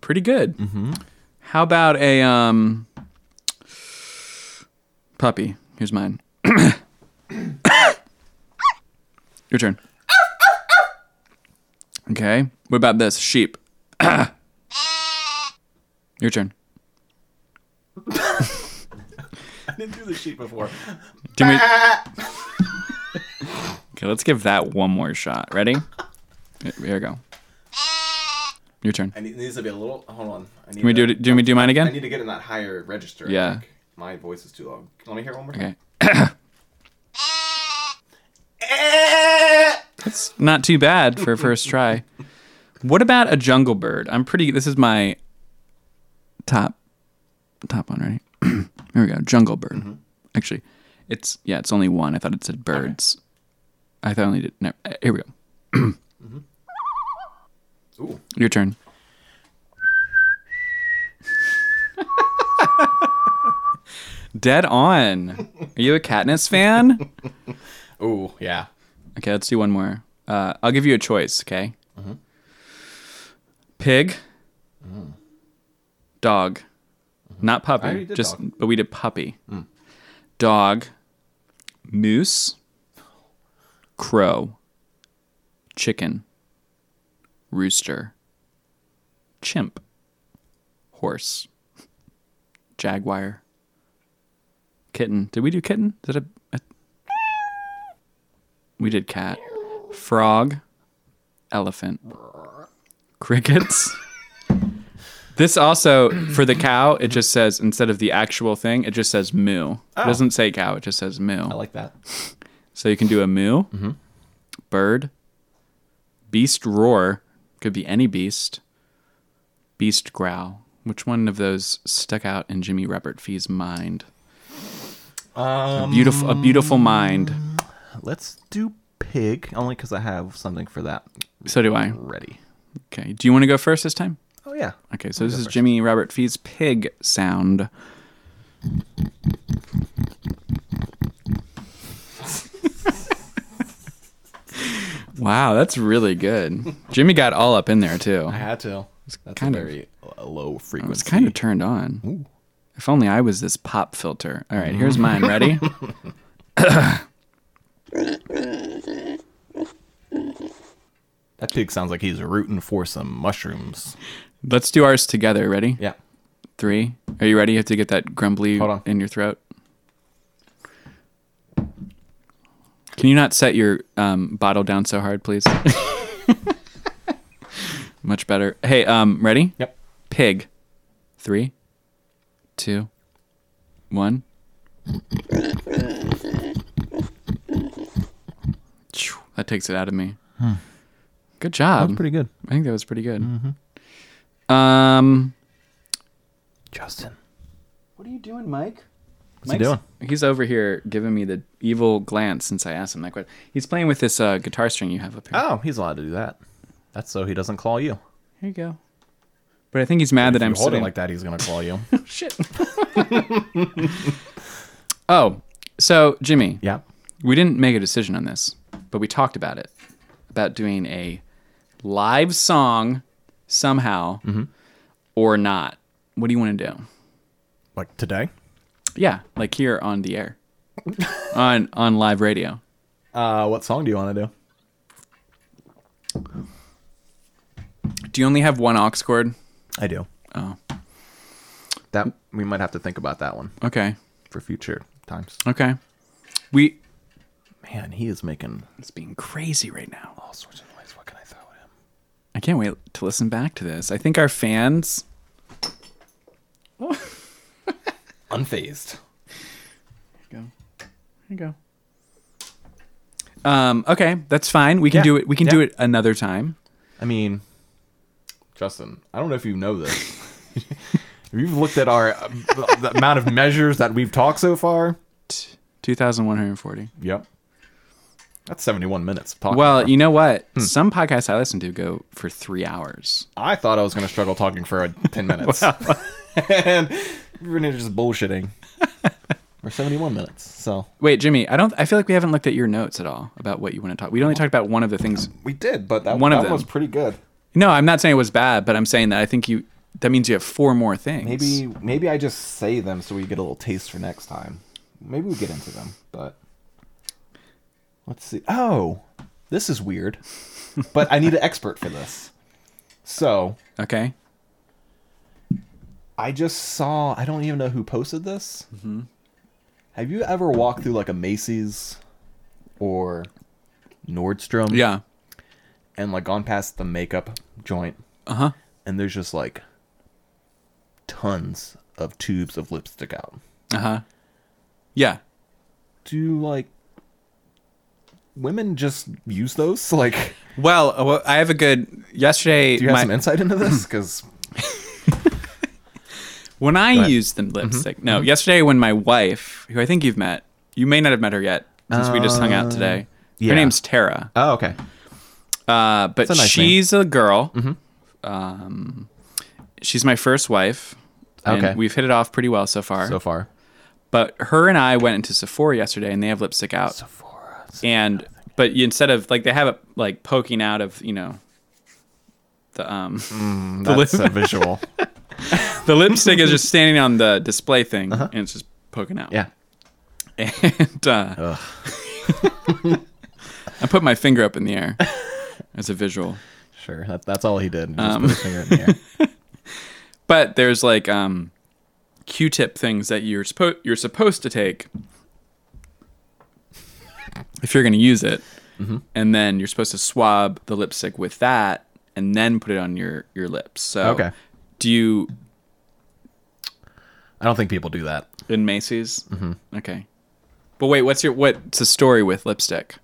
Speaker 1: Pretty good. Mm-hmm. How about a um puppy? Here's mine. Your turn. Okay. What about this sheep? Your turn.
Speaker 2: didn't do the sheep before.
Speaker 1: Can we... okay, let's give that one more shot. Ready? Here here we go. Your turn.
Speaker 2: I need, it needs to be a little. Hold on. I need
Speaker 1: Can we do it? Do we do mine
Speaker 2: I
Speaker 1: again?
Speaker 2: need to get in that higher register. I
Speaker 1: Yeah.
Speaker 2: think. My voice is too low. Let me hear it one more.
Speaker 1: Okay.
Speaker 2: time.
Speaker 1: That's not too bad for a first try. What about a jungle bird? I'm pretty. This is my top top one, right? Here we go. Jungle bird. Actually, it's yeah. It's only one. I thought it said birds. I thought I only did. No, uh, here we go.
Speaker 2: Ooh.
Speaker 1: Your turn. Dead on. Are you a Katniss fan?
Speaker 2: Ooh. Yeah.
Speaker 1: Okay, let's do one more. Uh, I'll give you a choice, okay?
Speaker 2: Mm-hmm.
Speaker 1: Pig, dog, not
Speaker 2: Mm. Mm-hmm. I
Speaker 1: puppy,
Speaker 2: already did
Speaker 1: just
Speaker 2: dog. Mm.
Speaker 1: but we did puppy, dog, moose, crow, chicken, rooster, chimp, horse, jaguar, kitten. Did we do kitten? Did I? I we did cat, frog, elephant, crickets. this also for the cow. It just says instead of the actual thing, it just says moo. It doesn't say cow. It just says moo.
Speaker 2: I like that.
Speaker 1: So you can do a moo, bird, beast roar. Could be any beast. Beast growl. Which one of those stuck out in Jimmy Robert Fee's mind? a beautiful, a beautiful mind.
Speaker 2: Let's do pig, only because I have something for that
Speaker 1: So do I.
Speaker 2: ready.
Speaker 1: Okay. Do you want to go first this time?
Speaker 2: Oh yeah.
Speaker 1: Okay, so this is Jimmy Robert Fee's pig sound. wow, that's really good. Jimmy got all up in there too.
Speaker 2: I had to. That's
Speaker 1: kind
Speaker 2: a
Speaker 1: of-
Speaker 2: very l- low frequency.
Speaker 1: It's kind of turned on. If only I was this pop filter. All right, here's mine. Ready?
Speaker 2: that pig sounds like he's rooting for some mushrooms.
Speaker 1: Let's do ours together. Ready?
Speaker 2: Yeah.
Speaker 1: Three. Are you ready? You have to get that grumbly
Speaker 2: Hold on.
Speaker 1: in your throat. Can you not set your um, bottle down so hard, please? Much better. Hey, um, ready?
Speaker 2: Yep.
Speaker 1: Pig. Three, two, one. Phew, That takes it out of me. Good job.
Speaker 2: Hmm. Pretty good. Mm-hmm.
Speaker 1: I think that was pretty good. Um,
Speaker 2: Justin.
Speaker 1: what are you doing, Mike?
Speaker 2: What's he doing?
Speaker 1: He's over here giving me the evil glance since I asked him that question. He's playing with this uh, guitar string you have up here.
Speaker 2: Oh, he's allowed to do that. That's so he doesn't claw you.
Speaker 1: Here you go. But I think he's mad that
Speaker 2: if
Speaker 1: I'm
Speaker 2: you hold it
Speaker 1: sitting.
Speaker 2: like that, he's gonna claw you.
Speaker 1: Shit. oh, so Jimmy,
Speaker 2: yeah.
Speaker 1: we didn't make a decision on this, but we talked about it about doing a live song somehow
Speaker 2: Mm-hmm.
Speaker 1: or not. What do you want to do?
Speaker 2: Like today.
Speaker 1: Yeah, like here on the air, on on live radio.
Speaker 2: Uh, what song do you want to do?
Speaker 1: Do you only have one aux cord?
Speaker 2: I do. Oh. That we might have to think about that one
Speaker 1: Okay,
Speaker 2: for future times.
Speaker 1: okay. We
Speaker 2: Man, he is making
Speaker 1: it's being crazy right now.
Speaker 2: all sorts of noise. What can I throw at him?
Speaker 1: I can't wait to listen back to this. I think our fans
Speaker 2: Unfazed.
Speaker 1: go. There you go. Um, okay, that's fine. We can
Speaker 2: Yeah,
Speaker 1: do it. We can do
Speaker 2: yeah.
Speaker 1: it another time.
Speaker 2: I mean, Justin, I don't know if you know this. if you've looked at our uh, the amount of measures that we've talked so far,
Speaker 1: Two thousand one hundred forty.
Speaker 2: yep, that's seventy-one minutes. of Talking
Speaker 1: Well,
Speaker 2: for-
Speaker 1: you know what?
Speaker 2: Hmm.
Speaker 1: Some podcasts I listen to go for three hours.
Speaker 2: I thought I was going to struggle talking for uh, ten minutes, and we're just bullshitting. We're 71 minutes. So
Speaker 1: Wait, Jimmy, I don't. I feel like we haven't looked at your notes at all about what you want to talk. We only talked about one of the things.
Speaker 2: we did, but that
Speaker 1: One of
Speaker 2: that
Speaker 1: them.
Speaker 2: was pretty good.
Speaker 1: No, I'm not saying it was bad, but I'm saying that I think you. That means you have four more things.
Speaker 2: Maybe maybe I just say them so we get a little taste for next time. Maybe we get into them, but let's see. Oh, this is weird, but I need an expert for this. So
Speaker 1: Okay.
Speaker 2: I just saw. I don't even know who posted this. Have you ever walked through like a Macy's or Nordstrom?
Speaker 1: Yeah.
Speaker 2: and like gone past the makeup joint. Uh
Speaker 1: Uh-huh.
Speaker 2: And there's just like tons of tubes of lipstick out.
Speaker 1: Uh huh. Yeah.
Speaker 2: Do like women just use those? Like,
Speaker 1: Well, uh, well, I have a good. Yesterday,
Speaker 2: do you have
Speaker 1: my-
Speaker 2: some insight into this? Because
Speaker 1: when I
Speaker 2: ahead. Mm-hmm.
Speaker 1: used them lipstick. No, yesterday when my wife, who I think you've met, you may not have met her yet since we just hung out today.
Speaker 2: Uh, yeah.
Speaker 1: Her name's Tara.
Speaker 2: oh, okay,
Speaker 1: Uh, but
Speaker 2: a nice Mm-hmm.
Speaker 1: she's a girl. Um, she's my first wife. And
Speaker 2: Okay.
Speaker 1: we've hit it off pretty well so far.
Speaker 2: so far,
Speaker 1: but her and I went into Sephora yesterday, and they have lipstick out. Sephora. And but you, instead of like they have it like poking out of you know the um the, lip,
Speaker 2: that's a visual.
Speaker 1: the lipstick is just standing on the display thing,
Speaker 2: Uh-huh.
Speaker 1: and it's just poking out.
Speaker 2: Yeah,
Speaker 1: And uh, I put my finger up in the air as a visual.
Speaker 2: sure. That, that's all he did. He
Speaker 1: Um,
Speaker 2: Just put his finger in the air.
Speaker 1: but there's like um q-tip things that you're supposed you're supposed to take if you're going to use it
Speaker 2: Mm-hmm.
Speaker 1: and then you're supposed to swab the lipstick with that and then put it on your your lips so
Speaker 2: Okay.
Speaker 1: do you
Speaker 2: I don't think people do that.
Speaker 1: in macy's mm-hmm. okay but wait what's your what's the story with lipstick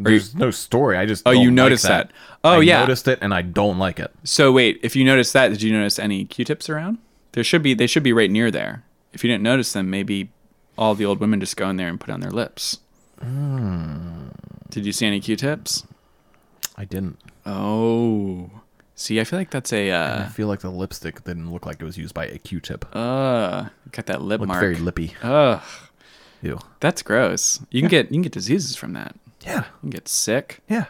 Speaker 2: There's no story. I just
Speaker 1: Oh, you
Speaker 2: don't like
Speaker 1: noticed that. Oh,
Speaker 2: I
Speaker 1: yeah.
Speaker 2: noticed it, and I don't like it.
Speaker 1: so wait if you noticed that did you notice any q-tips around there should be they should be right near there if you didn't notice them maybe all the old women just go in there and put on their lips
Speaker 2: Hmm.
Speaker 1: did you see any q-tips
Speaker 2: I didn't.
Speaker 1: Oh, see, I feel like that's a
Speaker 2: I
Speaker 1: uh,
Speaker 2: feel like the lipstick didn't look like it was used by a Q-tip.
Speaker 1: uh got that lip
Speaker 2: looked
Speaker 1: mark. Oh.
Speaker 2: very lippy.
Speaker 1: Ugh,
Speaker 2: Ew.
Speaker 1: that's gross. You can get you can get diseases from that. You
Speaker 2: Yeah.
Speaker 1: can get sick.
Speaker 2: Yeah.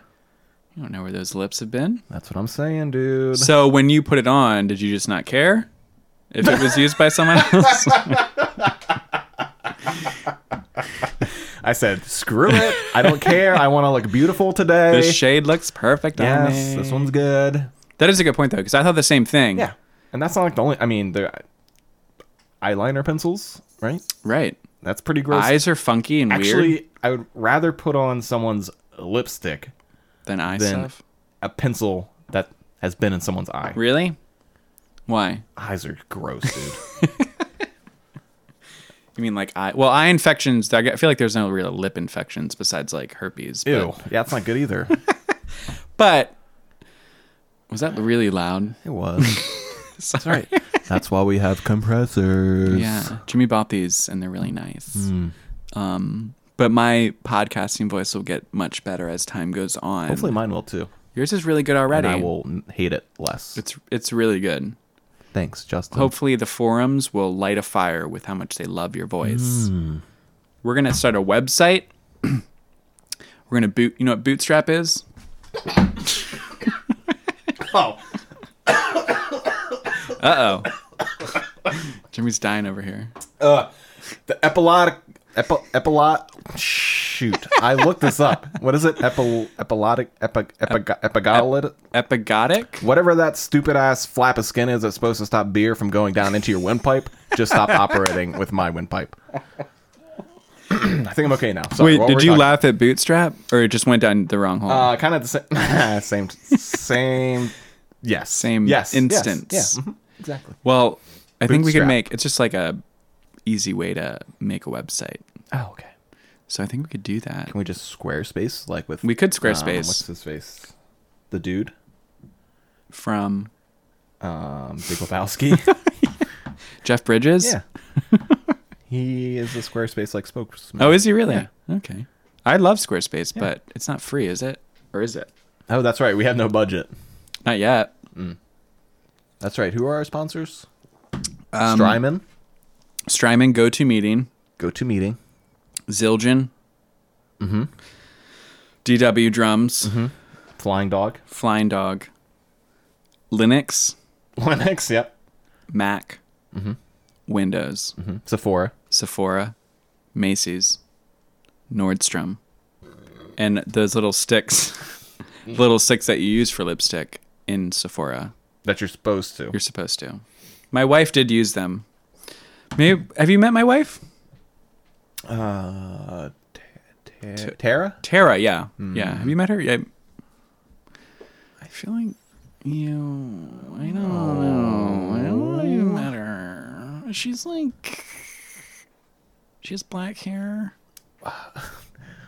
Speaker 1: You don't know where those lips have been.
Speaker 2: That's what I'm saying, dude.
Speaker 1: So when you put it on, did you just not care if it was used by someone else?
Speaker 2: I said, screw it. I don't care. I want to look beautiful today.
Speaker 1: the shade looks perfect on me.
Speaker 2: yes, this one's good.
Speaker 1: That is a good point though, because I thought the same thing.
Speaker 2: Yeah. And that's not like the only. I mean, the eyeliner pencils, right?
Speaker 1: Right.
Speaker 2: That's pretty gross.
Speaker 1: Eyes are funky and
Speaker 2: Actually,
Speaker 1: weird
Speaker 2: I would rather put on someone's lipstick
Speaker 1: than eye
Speaker 2: than
Speaker 1: stuff.
Speaker 2: a pencil that has been in someone's eye.
Speaker 1: Really? Why?
Speaker 2: Eyes are gross, dude.
Speaker 1: You mean like eye? Well, eye infections. I feel like there's no real lip infections besides like herpes. but-
Speaker 2: Ew. Yeah, that's not good either.
Speaker 1: But was that really loud?
Speaker 2: It was.
Speaker 1: Sorry.
Speaker 2: That's why we have compressors.
Speaker 1: Yeah. Jimmy bought these and they're really nice.
Speaker 2: Hmm.
Speaker 1: Um, but my podcasting voice will get much better as time goes on.
Speaker 2: Hopefully mine will too.
Speaker 1: yours is really good already.
Speaker 2: And I will n- hate it less.
Speaker 1: It's it's really good.
Speaker 2: Thanks, Justin.
Speaker 1: Hopefully the forums will light a fire with how much they love your voice. We're gonna start a website. We're gonna boot. You know what Bootstrap is? oh. Uh oh. Jimmy's dying over here.
Speaker 2: the epilotic epi, epilot shoot. I looked this up. What is it? Epi, epilotic epi, epi, epigalid
Speaker 1: Epigotic.
Speaker 2: whatever that stupid ass flap of skin is that's supposed to stop beer from going down into your windpipe just stopped operating with my windpipe. I think I'm okay now. Sorry,
Speaker 1: Wait,
Speaker 2: what were
Speaker 1: did
Speaker 2: we
Speaker 1: you
Speaker 2: talking-
Speaker 1: laugh at Bootstrap, or it just went down the wrong hole?
Speaker 2: Uh, kind of the same, same, same. Yes,
Speaker 1: Same
Speaker 2: Yes, yes,
Speaker 1: instance.
Speaker 2: yeah, mhm, exactly.
Speaker 1: well, I think we could
Speaker 2: Bootstrap.
Speaker 1: make. It's just like a easy way to make a website.
Speaker 2: Oh, okay.
Speaker 1: So I think we could do that.
Speaker 2: Can we just Squarespace like with?
Speaker 1: We could
Speaker 2: Um,
Speaker 1: Squarespace
Speaker 2: what's his face? The dude,
Speaker 1: from
Speaker 2: um, Big Lebowski.
Speaker 1: Jeff Bridges.
Speaker 2: yeah, he is a Squarespace like spokesman.
Speaker 1: Oh, is he really? Okay. I love Squarespace, but it's not free, is it? Or is it?
Speaker 2: Oh, that's right. We have no budget.
Speaker 1: Not yet.
Speaker 2: Um, That's right. Who are our sponsors? Strymon,
Speaker 1: Strymon, GoToMeeting,
Speaker 2: Go to meeting.
Speaker 1: Zildjian. Mm-hmm. DW drums.
Speaker 2: Flying dog.
Speaker 1: Flying dog. Linux.
Speaker 2: Linux. Yep.
Speaker 1: Mac. Mm-hmm. Windows.
Speaker 2: Hmm. Sephora.
Speaker 1: Sephora. Macy's. Nordstrom. And those little sticks, little sticks that you use for lipstick in Sephora.
Speaker 2: That you're supposed to.
Speaker 1: You're supposed to. My wife did use them. Maybe, have you met my wife?
Speaker 2: Ta- Eh, Tara.
Speaker 1: Tara, yeah. Yeah. Have you met her? Yeah. I feel like you I don't know. I don't know if you met her. She's like she has black hair.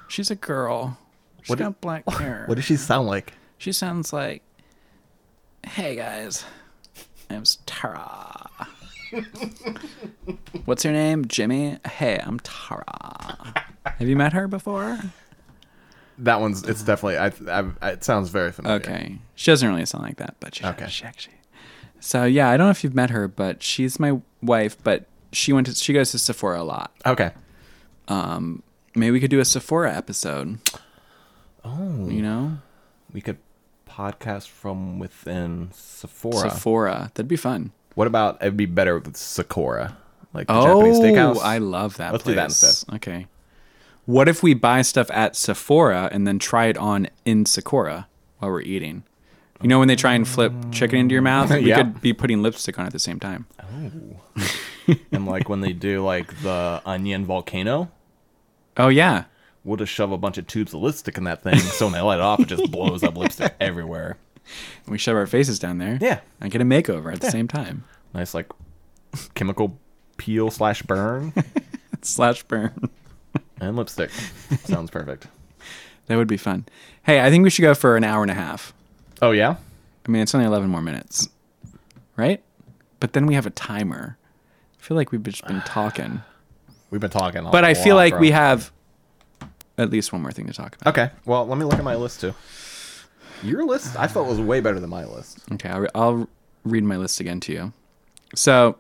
Speaker 1: She's a girl. She's
Speaker 2: What do-
Speaker 1: got black hair.
Speaker 2: What does she sound like?
Speaker 1: She sounds like Hey guys. I'm Tara. What's her name? Jimmy? Hey, I'm Tara. Have you met her before?
Speaker 2: That one's. It's definitely. I. I it sounds very familiar.
Speaker 1: Okay. She doesn't really sound like that, but she,
Speaker 2: Okay.
Speaker 1: she actually. So yeah, I don't know if you've met her, but she's my wife. But she went to she goes to Sephora a lot.
Speaker 2: Okay.
Speaker 1: Maybe we could do a Sephora episode. Oh, you know
Speaker 2: We could podcast from within Sephora.
Speaker 1: Sephora. That'd be fun.
Speaker 2: What about it'd be better with Sakura, like the
Speaker 1: Oh,
Speaker 2: Japanese steakhouse?
Speaker 1: I love that.
Speaker 2: Let's do
Speaker 1: place.
Speaker 2: that
Speaker 1: Okay. What if we buy stuff at Sephora and then try it on in Sephora while we're eating? You know when they try and flip chicken into your mouth? We
Speaker 2: Yeah.
Speaker 1: could be putting lipstick on at the same time.
Speaker 2: and like when they do like the onion volcano,
Speaker 1: Oh yeah.
Speaker 2: we'll just shove a bunch of tubes of lipstick in that thing. So when they light it off, it just blows up lipstick everywhere.
Speaker 1: We shove our faces down there.
Speaker 2: Yeah.
Speaker 1: And get a makeover at the same time.
Speaker 2: Nice like chemical peel slash burn
Speaker 1: Slash burn.
Speaker 2: and lipstick. Sounds perfect.
Speaker 1: That would be fun. Hey, I think we should go for an hour and a half.
Speaker 2: Oh yeah,
Speaker 1: I mean, it's only 11 more minutes, right? But then we have a timer. I feel like we've just been talking.
Speaker 2: we've been talking. a
Speaker 1: But I feel
Speaker 2: lot,
Speaker 1: like
Speaker 2: bro.
Speaker 1: we have at least one more thing to talk about.
Speaker 2: Okay, well let me look at my list too. Your list, I thought was way better than my list.
Speaker 1: Okay, I'll, I'll read my list again to you. So,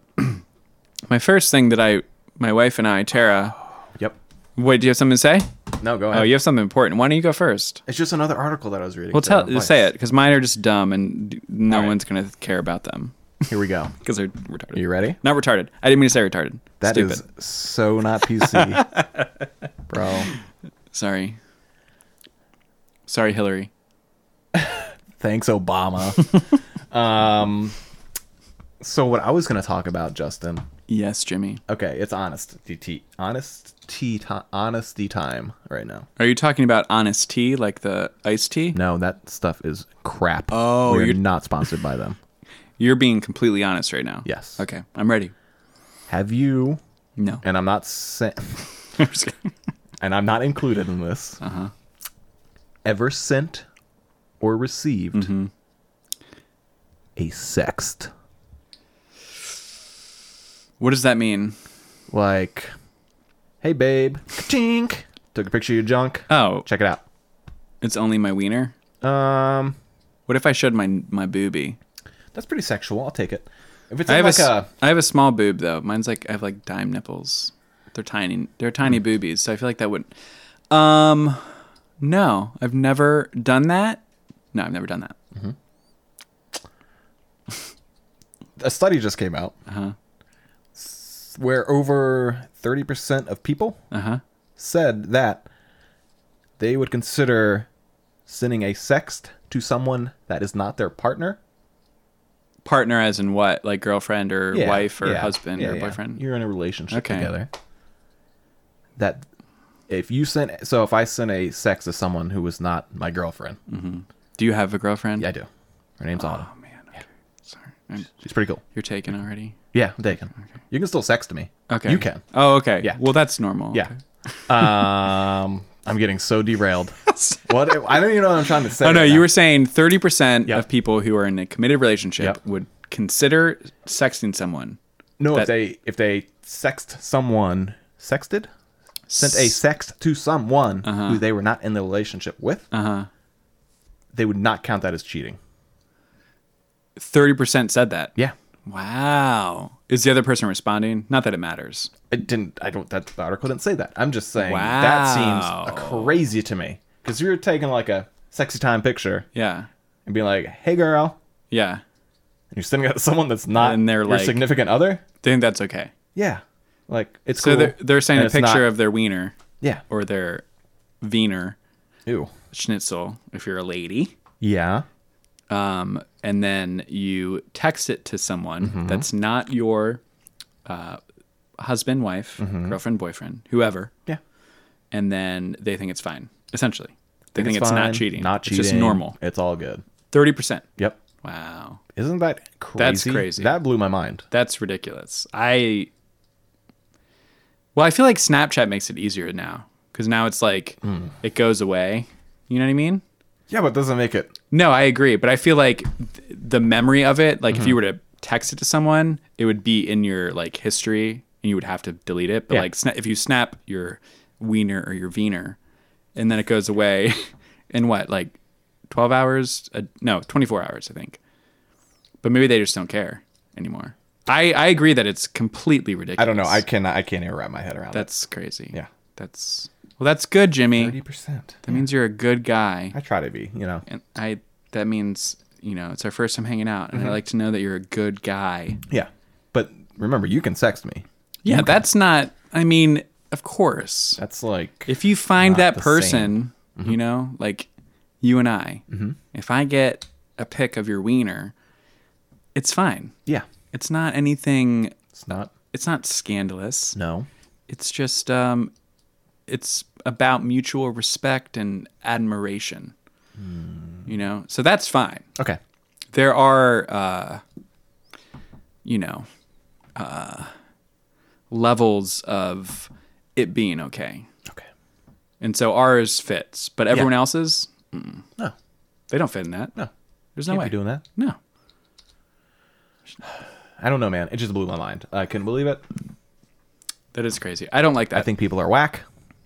Speaker 1: my first thing that I, my wife and I, Tara,
Speaker 2: Yep.
Speaker 1: wait, do you have something to say?
Speaker 2: No, go ahead.
Speaker 1: Oh, you have something important. Why don't you go first?
Speaker 2: It's just another article that I was reading.
Speaker 1: Well,
Speaker 2: so
Speaker 1: tell
Speaker 2: nice.
Speaker 1: say it because mine are just dumb and d- no
Speaker 2: right.
Speaker 1: one's gonna care about them
Speaker 2: Here we go.
Speaker 1: because they're retarded.
Speaker 2: You ready?
Speaker 1: Not retarded. I didn't mean to say retarded.
Speaker 2: That
Speaker 1: Stupid.
Speaker 2: is so not PC, bro.
Speaker 1: Sorry. Sorry, Hillary.
Speaker 2: Thanks, Obama. um, so what I was gonna talk about, Justin?
Speaker 1: Yes, Jimmy.
Speaker 2: Okay, it's honesty, t- honesty, ti honesty time right now.
Speaker 1: Are you talking about honest tea, like the iced tea?
Speaker 2: No, that stuff is crap.
Speaker 1: Oh,
Speaker 2: we're
Speaker 1: you're-
Speaker 2: not sponsored by them.
Speaker 1: You're being completely honest right now.
Speaker 2: Yes.
Speaker 1: Okay, I'm ready.
Speaker 2: Have you?
Speaker 1: No.
Speaker 2: And I'm not sa-
Speaker 1: I'm just kidding.
Speaker 2: and I'm not included in this. Uh-huh. Ever sent or received
Speaker 1: Mm-hmm.
Speaker 2: a sext?
Speaker 1: what does that mean?
Speaker 2: like, hey babe, tink, took a picture of your junk.
Speaker 1: Oh,
Speaker 2: Check it out.
Speaker 1: it's only my wiener.
Speaker 2: Um,
Speaker 1: What if I showed my my boobie?
Speaker 2: that's pretty sexual. I'll take it. If it's
Speaker 1: I have
Speaker 2: in like
Speaker 1: a, s-
Speaker 2: a,
Speaker 1: I have a small boob though. Mine's like I have like dime nipples. They're tiny. They're tiny
Speaker 2: Hmm.
Speaker 1: boobies. So I feel like that would. Um, no, I've never done that. No, I've never done that.
Speaker 2: a study just came out
Speaker 1: Uh-huh.
Speaker 2: s- where over thirty percent of people
Speaker 1: Uh-huh.
Speaker 2: said that they would consider sending a sext to someone that is not their partner,
Speaker 1: Partner, as in what, like girlfriend or
Speaker 2: Yeah,
Speaker 1: wife or
Speaker 2: yeah,
Speaker 1: husband
Speaker 2: yeah,
Speaker 1: or
Speaker 2: yeah.
Speaker 1: boyfriend?
Speaker 2: You're in a relationship
Speaker 1: Okay.
Speaker 2: together. That if you sent so if I sent a sex to someone who was not my girlfriend,
Speaker 1: Mm. Do you have a girlfriend?
Speaker 2: Yeah, I do. Her name's Autumn.
Speaker 1: Oh man. Okay. Sorry. I'm-
Speaker 2: She's pretty cool.
Speaker 1: you're taken already.
Speaker 2: Yeah, I'm taken. You can still sex to me.
Speaker 1: Okay.
Speaker 2: You can.
Speaker 1: Oh, okay.
Speaker 2: Yeah.
Speaker 1: Well, that's normal.
Speaker 2: Yeah. um, I'm getting so derailed. what? I don't even know what I'm trying to say.
Speaker 1: Oh no,
Speaker 2: right
Speaker 1: you
Speaker 2: now.
Speaker 1: were saying thirty percent
Speaker 2: Yep.
Speaker 1: of people who are in a committed relationship
Speaker 2: Yep.
Speaker 1: would consider sexting someone.
Speaker 2: no.
Speaker 1: that-
Speaker 2: If they if they sexed someone, sexted, sent a
Speaker 1: S- Uh-huh.
Speaker 2: sext to someone who they were not in the relationship with, uh-huh. they would not count that as cheating.
Speaker 1: Thirty percent said that.
Speaker 2: Yeah.
Speaker 1: Wow. Is the other person responding? Not that it matters.
Speaker 2: I didn't. I don't. That the article didn't say that. I'm just saying
Speaker 1: Wow.
Speaker 2: that seems crazy to me. Because you're taking like a sexy time picture
Speaker 1: Yeah.
Speaker 2: and being like, "Hey, girl,"
Speaker 1: Yeah.
Speaker 2: and you're sending it to someone that's not
Speaker 1: And they're
Speaker 2: your
Speaker 1: like-
Speaker 2: significant other.
Speaker 1: They think that's okay.
Speaker 2: Yeah, like it's
Speaker 1: So
Speaker 2: cool.
Speaker 1: they're, they're saying
Speaker 2: and
Speaker 1: a
Speaker 2: it's
Speaker 1: picture
Speaker 2: not-
Speaker 1: of their wiener
Speaker 2: yeah.
Speaker 1: or their wiener
Speaker 2: Ew.
Speaker 1: schnitzel if you're a lady.
Speaker 2: Yeah.
Speaker 1: Um, and then you text it to someone
Speaker 2: Mm-hmm.
Speaker 1: that's not your uh, husband, wife,
Speaker 2: Mm-hmm.
Speaker 1: girlfriend, boyfriend, whoever.
Speaker 2: Yeah.
Speaker 1: And then they think it's fine, essentially. They think, it's,
Speaker 2: fine,
Speaker 1: not cheating.
Speaker 2: Not cheating.
Speaker 1: It's just normal.
Speaker 2: It's all good.
Speaker 1: 30%.
Speaker 2: Yep.
Speaker 1: Wow.
Speaker 2: Isn't that crazy?
Speaker 1: That's crazy.
Speaker 2: That blew my mind.
Speaker 1: That's ridiculous. I Well, I feel like Snapchat makes it easier now cuz now it's like
Speaker 2: Hmm.
Speaker 1: it goes away. You know what I mean?
Speaker 2: Yeah, but it doesn't make it.
Speaker 1: No, I agree, but I feel like th- the memory of it, like if you were
Speaker 2: Mm-hmm.
Speaker 1: to text it to someone, it would be in your like history and you would have to delete it. But
Speaker 2: Yeah.
Speaker 1: like sna- if you snap your wiener or your wiener and then it goes away in what? Like 12 hours? Uh, no, 24 hours, I think. But maybe they just don't care anymore. I I agree that it's completely ridiculous.
Speaker 2: I don't know. I cannot. I can't even wrap my head around it.
Speaker 1: That's crazy.
Speaker 2: Yeah.
Speaker 1: That's Well, that's good, Jimmy.
Speaker 2: thirty percent.
Speaker 1: That means you're a good guy
Speaker 2: I try to be. You know.
Speaker 1: and I that means you know it's our first time hanging out, and
Speaker 2: Mm-hmm.
Speaker 1: I like to know that you're a good guy.
Speaker 2: Yeah. But remember, you can sext me.
Speaker 1: Yeah, that's not. I mean, of course,
Speaker 2: That's like
Speaker 1: if you find
Speaker 2: not
Speaker 1: that
Speaker 2: the Mm-hmm.
Speaker 1: person, you know, like you and I, if I get a pic of your wiener, it's fine.
Speaker 2: yeah.
Speaker 1: It's not anything.
Speaker 2: It's not.
Speaker 1: It's not scandalous.
Speaker 2: No.
Speaker 1: It's just um, it's about mutual respect and admiration.
Speaker 2: Hmm.
Speaker 1: You know, so that's fine.
Speaker 2: Okay.
Speaker 1: there are uh you know uh levels of it being okay
Speaker 2: Okay.
Speaker 1: and so ours fits but everyone
Speaker 2: Yeah.
Speaker 1: else's mm.
Speaker 2: No.
Speaker 1: they don't fit in that
Speaker 2: No.
Speaker 1: there's no
Speaker 2: Can't
Speaker 1: way
Speaker 2: be doing that.
Speaker 1: no
Speaker 2: I don't know, man. It just blew my mind. I couldn't believe it.
Speaker 1: that is crazy i don't like that
Speaker 2: I think people are whack.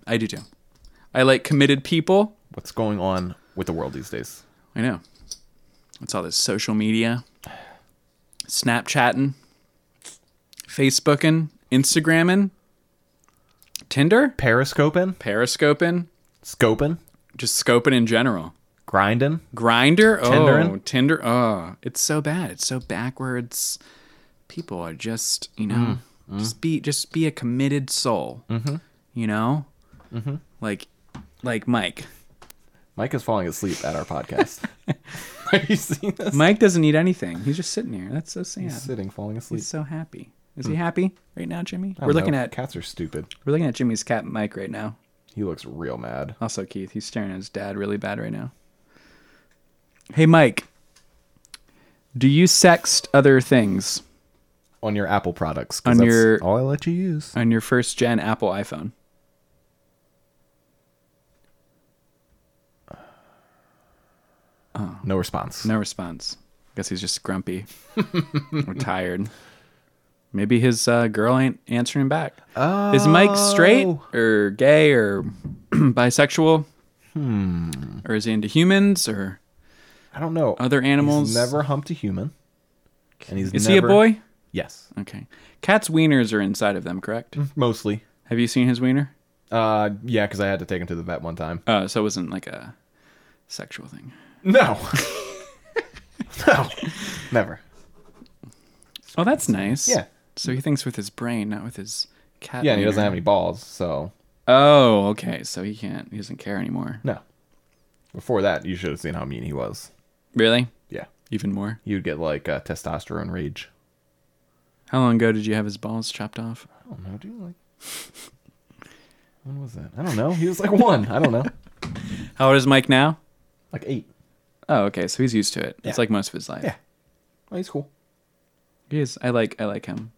Speaker 1: i do too i like committed people
Speaker 2: What's going on with the world these days?
Speaker 1: i know it's all this social media snapchatting facebooking instagramming tinder
Speaker 2: Periscoping,
Speaker 1: periscoping
Speaker 2: scoping,
Speaker 1: just scoping in general
Speaker 2: grinding.
Speaker 1: Grinder, oh,
Speaker 2: Tinderin'?
Speaker 1: Tinder, oh, it's so bad. It's so backwards. People are just, you know,
Speaker 2: Mm,
Speaker 1: just be, just be a committed soul. Mm-hmm. You know, mm-hmm. like, like Mike.
Speaker 2: Mike is falling asleep at our podcast. are you seeing this?
Speaker 1: Mike doesn't need anything. He's just sitting here. That's so sad.
Speaker 2: He's sitting, falling asleep.
Speaker 1: He's so happy. Is he happy right now, Jimmy?
Speaker 2: I
Speaker 1: We're
Speaker 2: don't
Speaker 1: looking
Speaker 2: know.
Speaker 1: at
Speaker 2: cats are stupid.
Speaker 1: we're looking at Jimmy's cat Mike right now.
Speaker 2: He looks real mad.
Speaker 1: Also, Keith, he's staring at his dad really bad right now. Hey, Mike. Do you sext other things?
Speaker 2: on your Apple products. 'cause
Speaker 1: On
Speaker 2: that's
Speaker 1: your-
Speaker 2: all I let you use.
Speaker 1: on your first gen Apple iPhone?
Speaker 2: No response.
Speaker 1: Oh. No response. Guess he's just grumpy or tired. Maybe his uh, girl ain't answering back. Is Mike straight
Speaker 2: Oh.
Speaker 1: or gay or bisexual? Hmm. Or is he into humans or
Speaker 2: I don't know.
Speaker 1: other animals?
Speaker 2: He's never humped a human. And he's
Speaker 1: is he a
Speaker 2: never-
Speaker 1: boy?
Speaker 2: Yes,
Speaker 1: Okay. Cats' wieners are inside of them, correct?
Speaker 2: Hmm. mostly.
Speaker 1: Have you seen his wiener?
Speaker 2: Uh, yeah, because I had to take him to the vet one time.
Speaker 1: Uh, so it wasn't like a sexual thing.
Speaker 2: No, no, never.
Speaker 1: Oh, that's nice.
Speaker 2: Yeah.
Speaker 1: So he thinks with his brain, not with his cat.
Speaker 2: Yeah, and he
Speaker 1: wiener.
Speaker 2: doesn't have any balls, so
Speaker 1: Oh, okay. So he can't. He doesn't care anymore.
Speaker 2: no. Before that, you should have seen how mean he was.
Speaker 1: Really?
Speaker 2: Yeah,
Speaker 1: Even more.
Speaker 2: you'd get like uh, testosterone rage.
Speaker 1: How long ago did you have his balls chopped off?
Speaker 2: I don't know, dude. Like, when was that? I don't know. He was like one. I don't know,
Speaker 1: How old is Mike now?
Speaker 2: like eight.
Speaker 1: Oh, okay. So he's used to it.
Speaker 2: Yeah.
Speaker 1: It's like most of his life.
Speaker 2: Yeah. Oh, he's cool.
Speaker 1: He is. I like. I like him.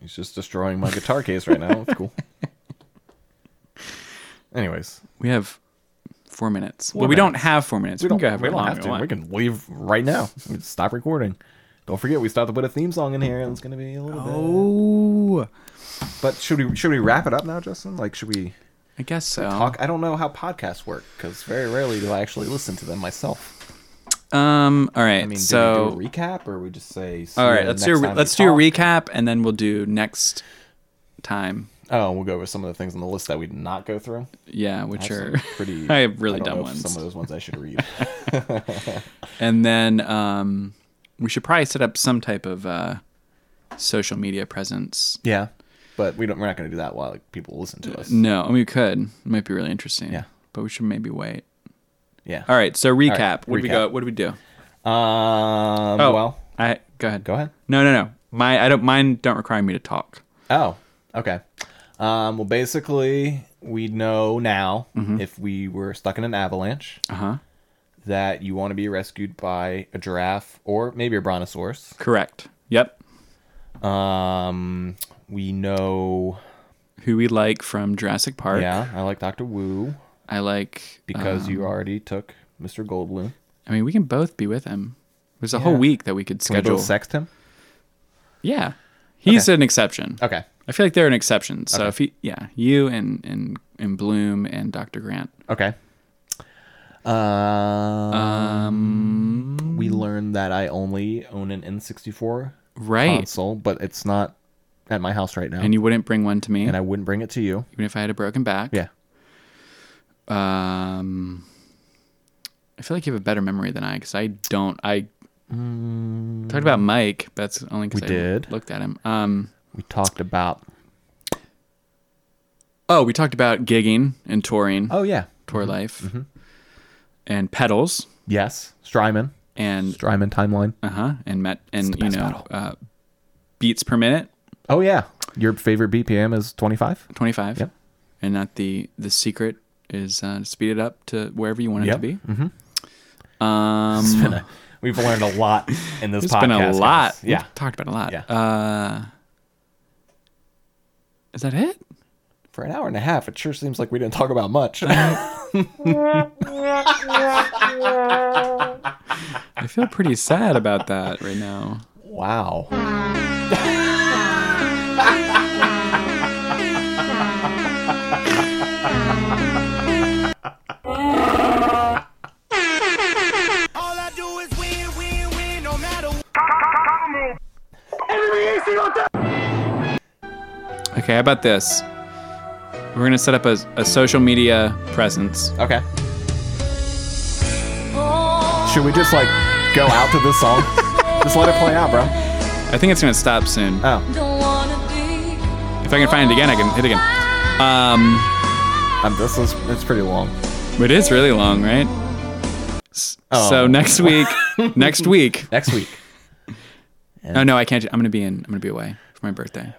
Speaker 2: He's just destroying my guitar case right now. It's cool. Anyways,
Speaker 1: We have four minutes.
Speaker 2: Four
Speaker 1: well, we don't
Speaker 2: minutes.
Speaker 1: have four minutes. We, can go have
Speaker 2: we
Speaker 1: how
Speaker 2: don't
Speaker 1: long
Speaker 2: have
Speaker 1: we
Speaker 2: to.
Speaker 1: want.
Speaker 2: We can leave right now. We can stop recording. Don't forget, we still have to put a theme song in here, and it's gonna be a little
Speaker 1: Ooh.
Speaker 2: bit. But should we should we wrap it up now, Justin? Like, should we
Speaker 1: I guess so.
Speaker 2: talk? I don't know how podcasts work because very rarely do I actually listen to them myself.
Speaker 1: Um. All right.
Speaker 2: I mean,
Speaker 1: so
Speaker 2: do we do a recap or we just say? see
Speaker 1: all right.
Speaker 2: you
Speaker 1: Let's do
Speaker 2: next
Speaker 1: a, re-
Speaker 2: time we
Speaker 1: let's do a
Speaker 2: talk?
Speaker 1: recap, and then we'll do next time.
Speaker 2: Oh, we'll go over some of the things on the list that we did not go through.
Speaker 1: Yeah, which
Speaker 2: Some
Speaker 1: are
Speaker 2: pretty.
Speaker 1: I have really
Speaker 2: don't
Speaker 1: dumb
Speaker 2: know if
Speaker 1: ones.
Speaker 2: Some of those ones I should read.
Speaker 1: And then um, we should probably set up some type of uh, social media presence.
Speaker 2: yeah, but we don't. We're not going to do that while like, people listen to us.
Speaker 1: No, I mean, we could. It might be really interesting.
Speaker 2: Yeah.
Speaker 1: But we should maybe wait.
Speaker 2: Yeah.
Speaker 1: All right. So recap. what do we
Speaker 2: recap.
Speaker 1: go? What do we do?
Speaker 2: Um.
Speaker 1: Oh,
Speaker 2: well,
Speaker 1: I go ahead.
Speaker 2: go ahead.
Speaker 1: No, no, no. My I don't mine don't require me to talk.
Speaker 2: Oh, okay. Um, well, basically, we know now
Speaker 1: Mm-hmm.
Speaker 2: if we were stuck in an avalanche
Speaker 1: Uh huh.
Speaker 2: that you want to be rescued by a giraffe or maybe a brontosaurus.
Speaker 1: Correct. Yep.
Speaker 2: Um, we know.
Speaker 1: Who we like from Jurassic Park.
Speaker 2: Yeah, I like Doctor Wu
Speaker 1: I like
Speaker 2: because
Speaker 1: um,
Speaker 2: you already took Mr. Goldblum.
Speaker 1: I mean, we can both be with him. There's a whole week that we could
Speaker 2: Can we
Speaker 1: schedule.
Speaker 2: both sext him?
Speaker 1: yeah. He's an exception.
Speaker 2: Okay.
Speaker 1: I feel like they're an exception. So if he, yeah, you and and and Bloom and Dr. Grant.
Speaker 2: Okay. Um,
Speaker 1: Um,
Speaker 2: we learned that I only own an N64
Speaker 1: Right.
Speaker 2: console, but it's not at my house right now,
Speaker 1: And you wouldn't bring one to me,
Speaker 2: and I wouldn't bring it to you.
Speaker 1: even if I had a broken back.
Speaker 2: Yeah.
Speaker 1: Um, I feel like you have a better memory than I, because I don't. I talked about Mike. but That's only because
Speaker 2: Mm. We
Speaker 1: I
Speaker 2: did.
Speaker 1: looked at him. Um.
Speaker 2: We talked about.
Speaker 1: Oh, we talked about gigging and touring,
Speaker 2: Oh Mm-hmm. yeah.
Speaker 1: tour life, and pedals,
Speaker 2: Yes, Strymon.
Speaker 1: and
Speaker 2: Strymon timeline.
Speaker 1: uh huh, and met
Speaker 2: the
Speaker 1: and you
Speaker 2: best
Speaker 1: know
Speaker 2: pedal.
Speaker 1: uh, beats per minute
Speaker 2: Oh yeah. Your favorite BPM is twenty five.
Speaker 1: 25
Speaker 2: Yep.
Speaker 1: and that the the secret is uh, speed it up to wherever you want it
Speaker 2: Yep. Mm-hmm.
Speaker 1: to be um
Speaker 2: We've learned a lot in this
Speaker 1: it's
Speaker 2: podcast.
Speaker 1: been a lot
Speaker 2: guys.
Speaker 1: We've
Speaker 2: Yeah.
Speaker 1: talked about a lot
Speaker 2: Yeah.
Speaker 1: uh is that it
Speaker 2: For an hour and a half, it sure seems like we didn't talk about much.
Speaker 1: i feel pretty sad about that right now
Speaker 2: wow.
Speaker 1: okay how about this we're gonna set up a, a social media presence
Speaker 2: Okay. Should we just like go out to this song? just let it play out, bro.
Speaker 1: i think it's gonna stop soon
Speaker 2: Oh,
Speaker 5: Don't wanna be
Speaker 1: if i can find it again i can hit again um
Speaker 2: um, this is it's pretty long.
Speaker 1: It is really long, right? S-
Speaker 2: Oh.
Speaker 1: So next week, next week.
Speaker 2: Next week.
Speaker 1: Oh no, I can't. I'm gonna be in. I'm gonna be away for my birthday.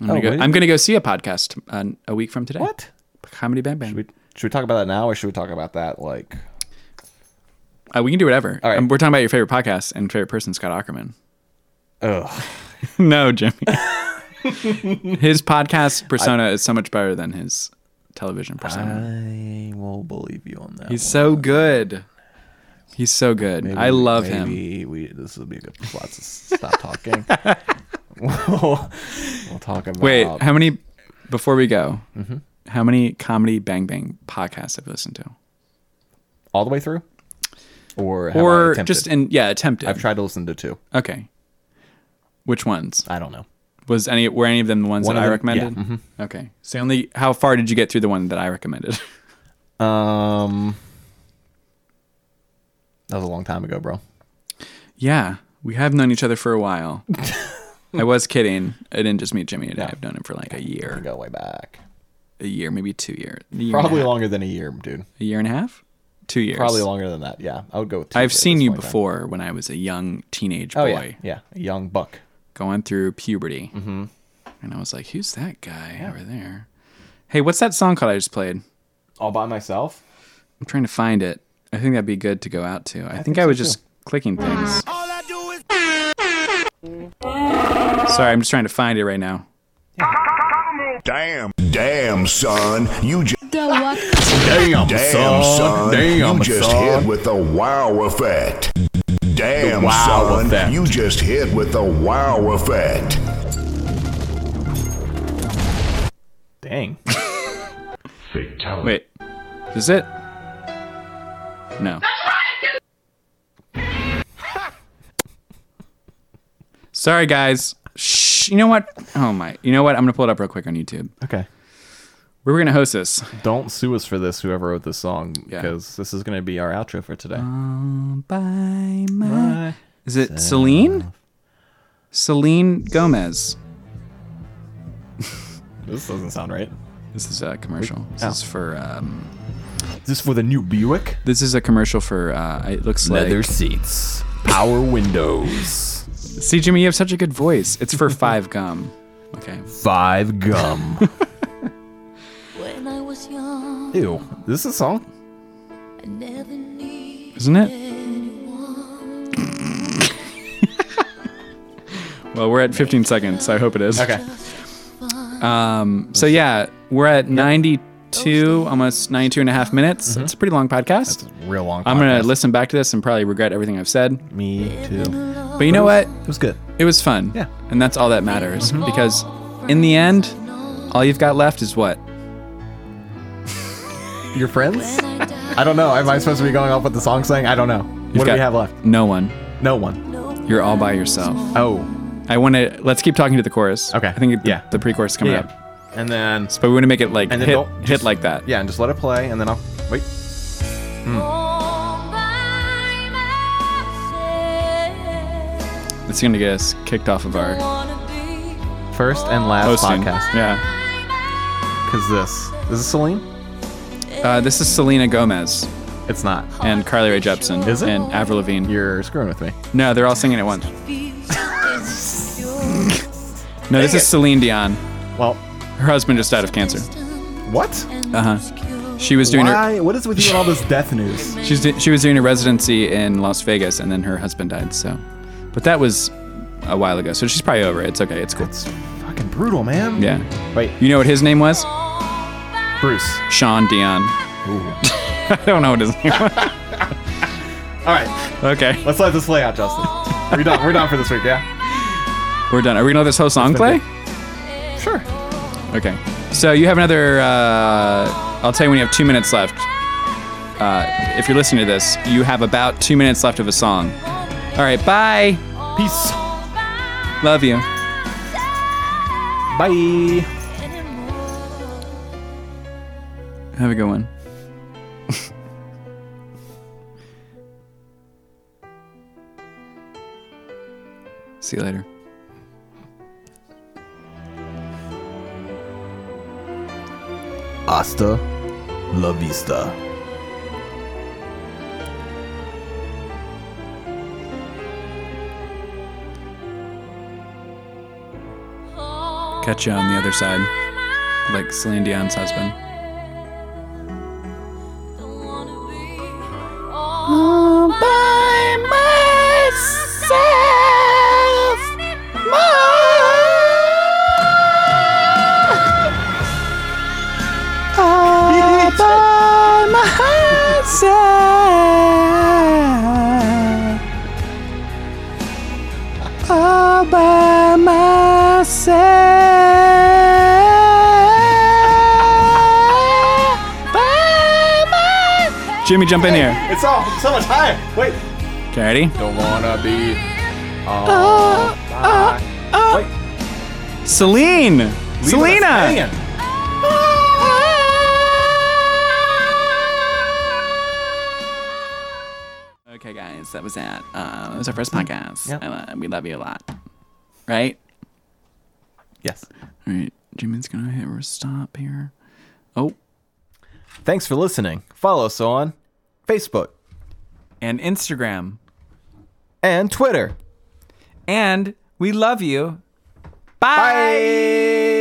Speaker 1: I'm gonna,
Speaker 2: Oh,
Speaker 1: go,
Speaker 2: wait.
Speaker 1: I'm gonna go see a podcast uh, a week from today.
Speaker 2: What?
Speaker 1: Comedy Bang Bang.
Speaker 2: We, should we talk about that now, or should we talk about that like?
Speaker 1: Uh, we can do whatever.
Speaker 2: right.
Speaker 1: Um, we're talking about your favorite podcast and favorite person, Scott Ackerman.
Speaker 2: Ugh.
Speaker 1: no, Jimmy. his podcast persona is so much better than his television
Speaker 2: Ah.
Speaker 1: persona.
Speaker 2: I will believe you on that.
Speaker 1: He's so good. He's so good. I love him.
Speaker 2: him. We, this would be a good spot to stop talking. we'll, we'll talk about.
Speaker 1: Wait, how many? Before we go,
Speaker 2: Mm-hmm.
Speaker 1: how many comedy Bang Bang podcasts have you listened to,
Speaker 2: all the way through, or have I
Speaker 1: or
Speaker 2: attempted?
Speaker 1: just in yeah attempted?
Speaker 2: I've tried to listen to two.
Speaker 1: Okay, which ones
Speaker 2: I don't know.
Speaker 1: was any were any of them the ones
Speaker 2: One
Speaker 1: that
Speaker 2: of
Speaker 1: I
Speaker 2: them-
Speaker 1: recommended?
Speaker 2: yeah, mm-hmm.
Speaker 1: Okay, so only how far did you get through the one that I recommended?
Speaker 2: Um, that was a long time ago, bro.
Speaker 1: yeah, we have known each other for a while. I was kidding. I didn't just meet Jimmy today. I've known him for like a
Speaker 2: We
Speaker 1: year,
Speaker 2: go way back.
Speaker 1: a year, maybe two years, a year
Speaker 2: Probably
Speaker 1: and a, half-
Speaker 2: longer than a year, dude.
Speaker 1: a year and a half, two years.
Speaker 2: Probably longer than that. Yeah, I would go. With two at
Speaker 1: I've
Speaker 2: this
Speaker 1: seen you
Speaker 2: point in time.
Speaker 1: before when I was a young teenage boy.
Speaker 2: Oh yeah, yeah, a young buck.
Speaker 1: going through puberty. Mm-hmm. And I was like, who's that guy over there? Hey, what's that song called I just played?
Speaker 2: All by myself.
Speaker 1: I'm trying to find it. I think that'd be good to go out to. I, think, I was just clicking things. Sorry, I'm just trying to find it right now.
Speaker 9: Damn, damn, son, you just
Speaker 10: Damn,
Speaker 9: damn, son,
Speaker 10: Damn,
Speaker 9: you just
Speaker 10: son.
Speaker 9: hit with the wow effect. Damn,
Speaker 10: The wow
Speaker 9: son,
Speaker 10: effect.
Speaker 9: you just hit with the wow effect.
Speaker 2: Dang.
Speaker 1: Wait, is it? No. Sorry, guys. Shh. You know what? Oh my. You know what? I'm gonna pull it up real quick on YouTube.
Speaker 2: Okay.
Speaker 1: We were gonna host this.
Speaker 2: Don't sue us for this, whoever wrote this song, because this is going to be our outro for today.
Speaker 1: By my. Is it Celine? Celine Gomez.
Speaker 2: This doesn't sound right.
Speaker 1: This is a commercial. This
Speaker 2: Oh.
Speaker 1: is for. Um,
Speaker 2: Is this for the new Buick?
Speaker 1: this is a commercial for. Uh, it looks like.
Speaker 2: seats, power windows,
Speaker 1: See, Jimmy, E, you have such a good voice. It's for Five Gum. Okay.
Speaker 2: five gum.
Speaker 5: When I was young,
Speaker 2: Ew. This is a song?
Speaker 5: I never needed
Speaker 1: Isn't it?
Speaker 5: anyone.
Speaker 1: Well, we're at 15 seconds. So I hope it is. Okay. Um, so yeah, we're at 92, almost 92 and a half minutes. It's a pretty long podcast.
Speaker 2: Real long.
Speaker 1: I'm going
Speaker 2: Mm-hmm. podcast.
Speaker 1: to listen back to this and probably regret everything I've said.
Speaker 2: Me too.
Speaker 1: But you know what?
Speaker 2: It was good.
Speaker 1: It was fun.
Speaker 2: Yeah. Mm-hmm.
Speaker 1: And that's all that matters because in the end, all you've got left is what?
Speaker 2: Your friends? I don't know. Am I supposed to be going off with the song saying? I don't know.
Speaker 1: You've
Speaker 2: what do
Speaker 1: got
Speaker 2: we have left?
Speaker 1: No one.
Speaker 2: No one.
Speaker 1: You're all by yourself.
Speaker 2: Oh,
Speaker 1: I want to let's keep talking to the chorus.
Speaker 2: Okay.
Speaker 1: I think the,
Speaker 2: Yeah.
Speaker 1: the pre-chorus is coming
Speaker 2: yeah.
Speaker 1: up.
Speaker 2: And then
Speaker 1: But we want to make it like
Speaker 2: And
Speaker 1: hit,
Speaker 2: then don't
Speaker 1: hit like that.
Speaker 2: yeah, and just let it play, and then I'll wait.
Speaker 5: All by myself.
Speaker 1: It's going to get us kicked off of our
Speaker 5: Wanna be
Speaker 2: First and last
Speaker 1: hosting.
Speaker 2: podcast.
Speaker 1: Yeah.
Speaker 2: Because this is this Celine?
Speaker 1: Uh, this is Selena Gomez
Speaker 2: It's not.
Speaker 1: and Carly Rae Jepsen
Speaker 2: Is it?
Speaker 1: and Avril Lavigne.
Speaker 2: You're screwing with me.
Speaker 1: No, they're all singing at once.
Speaker 5: feels
Speaker 1: No, this is Celine Dion.
Speaker 2: Well,
Speaker 1: Her husband just died of cancer.
Speaker 2: what?
Speaker 1: Uh huh. She was doing her
Speaker 2: Why? What is with you and all this death news?
Speaker 1: she's do, she was doing a residency in Las Vegas, and then her husband died. So, but that was a while ago. So she's probably over it. It's okay. It's cool.
Speaker 2: It's fucking brutal, man.
Speaker 1: Yeah.
Speaker 2: Wait,
Speaker 1: You know what his name was?
Speaker 2: Bruce.
Speaker 1: Sean Dion. I don't know what his name. was.
Speaker 2: All right,
Speaker 1: Okay,
Speaker 2: let's let this play out, Justin. We're done. We're done for this week. Yeah.
Speaker 1: we're done. Are we gonna let this whole song play?
Speaker 2: been Sure.
Speaker 1: Okay. So you have another. Uh, I'll tell you when you have two minutes left. Uh, if you're listening to this, you have about two minutes left of a song. All right. Bye.
Speaker 2: Peace.
Speaker 1: Love you.
Speaker 2: Bye.
Speaker 1: Have a good one. See you later.
Speaker 2: Hasta la vista.
Speaker 1: Catch you on the other side, like Celine Dion's husband. Jimmy, jump in here.
Speaker 2: It's all so much higher. Wait.
Speaker 1: Okay, ready?
Speaker 2: Don't wanna be.
Speaker 1: Celine! Selena! Okay, guys, that was that. Uh, it was our first podcast.
Speaker 2: Yeah.
Speaker 1: And, uh, we love you a lot. Right?
Speaker 2: Yes.
Speaker 1: All right, Jimmy's gonna hit her stop here. Oh,
Speaker 2: Thanks for listening. Follow us on Facebook
Speaker 1: and Instagram.
Speaker 2: and Twitter.
Speaker 1: And we love you. Bye.
Speaker 2: Bye.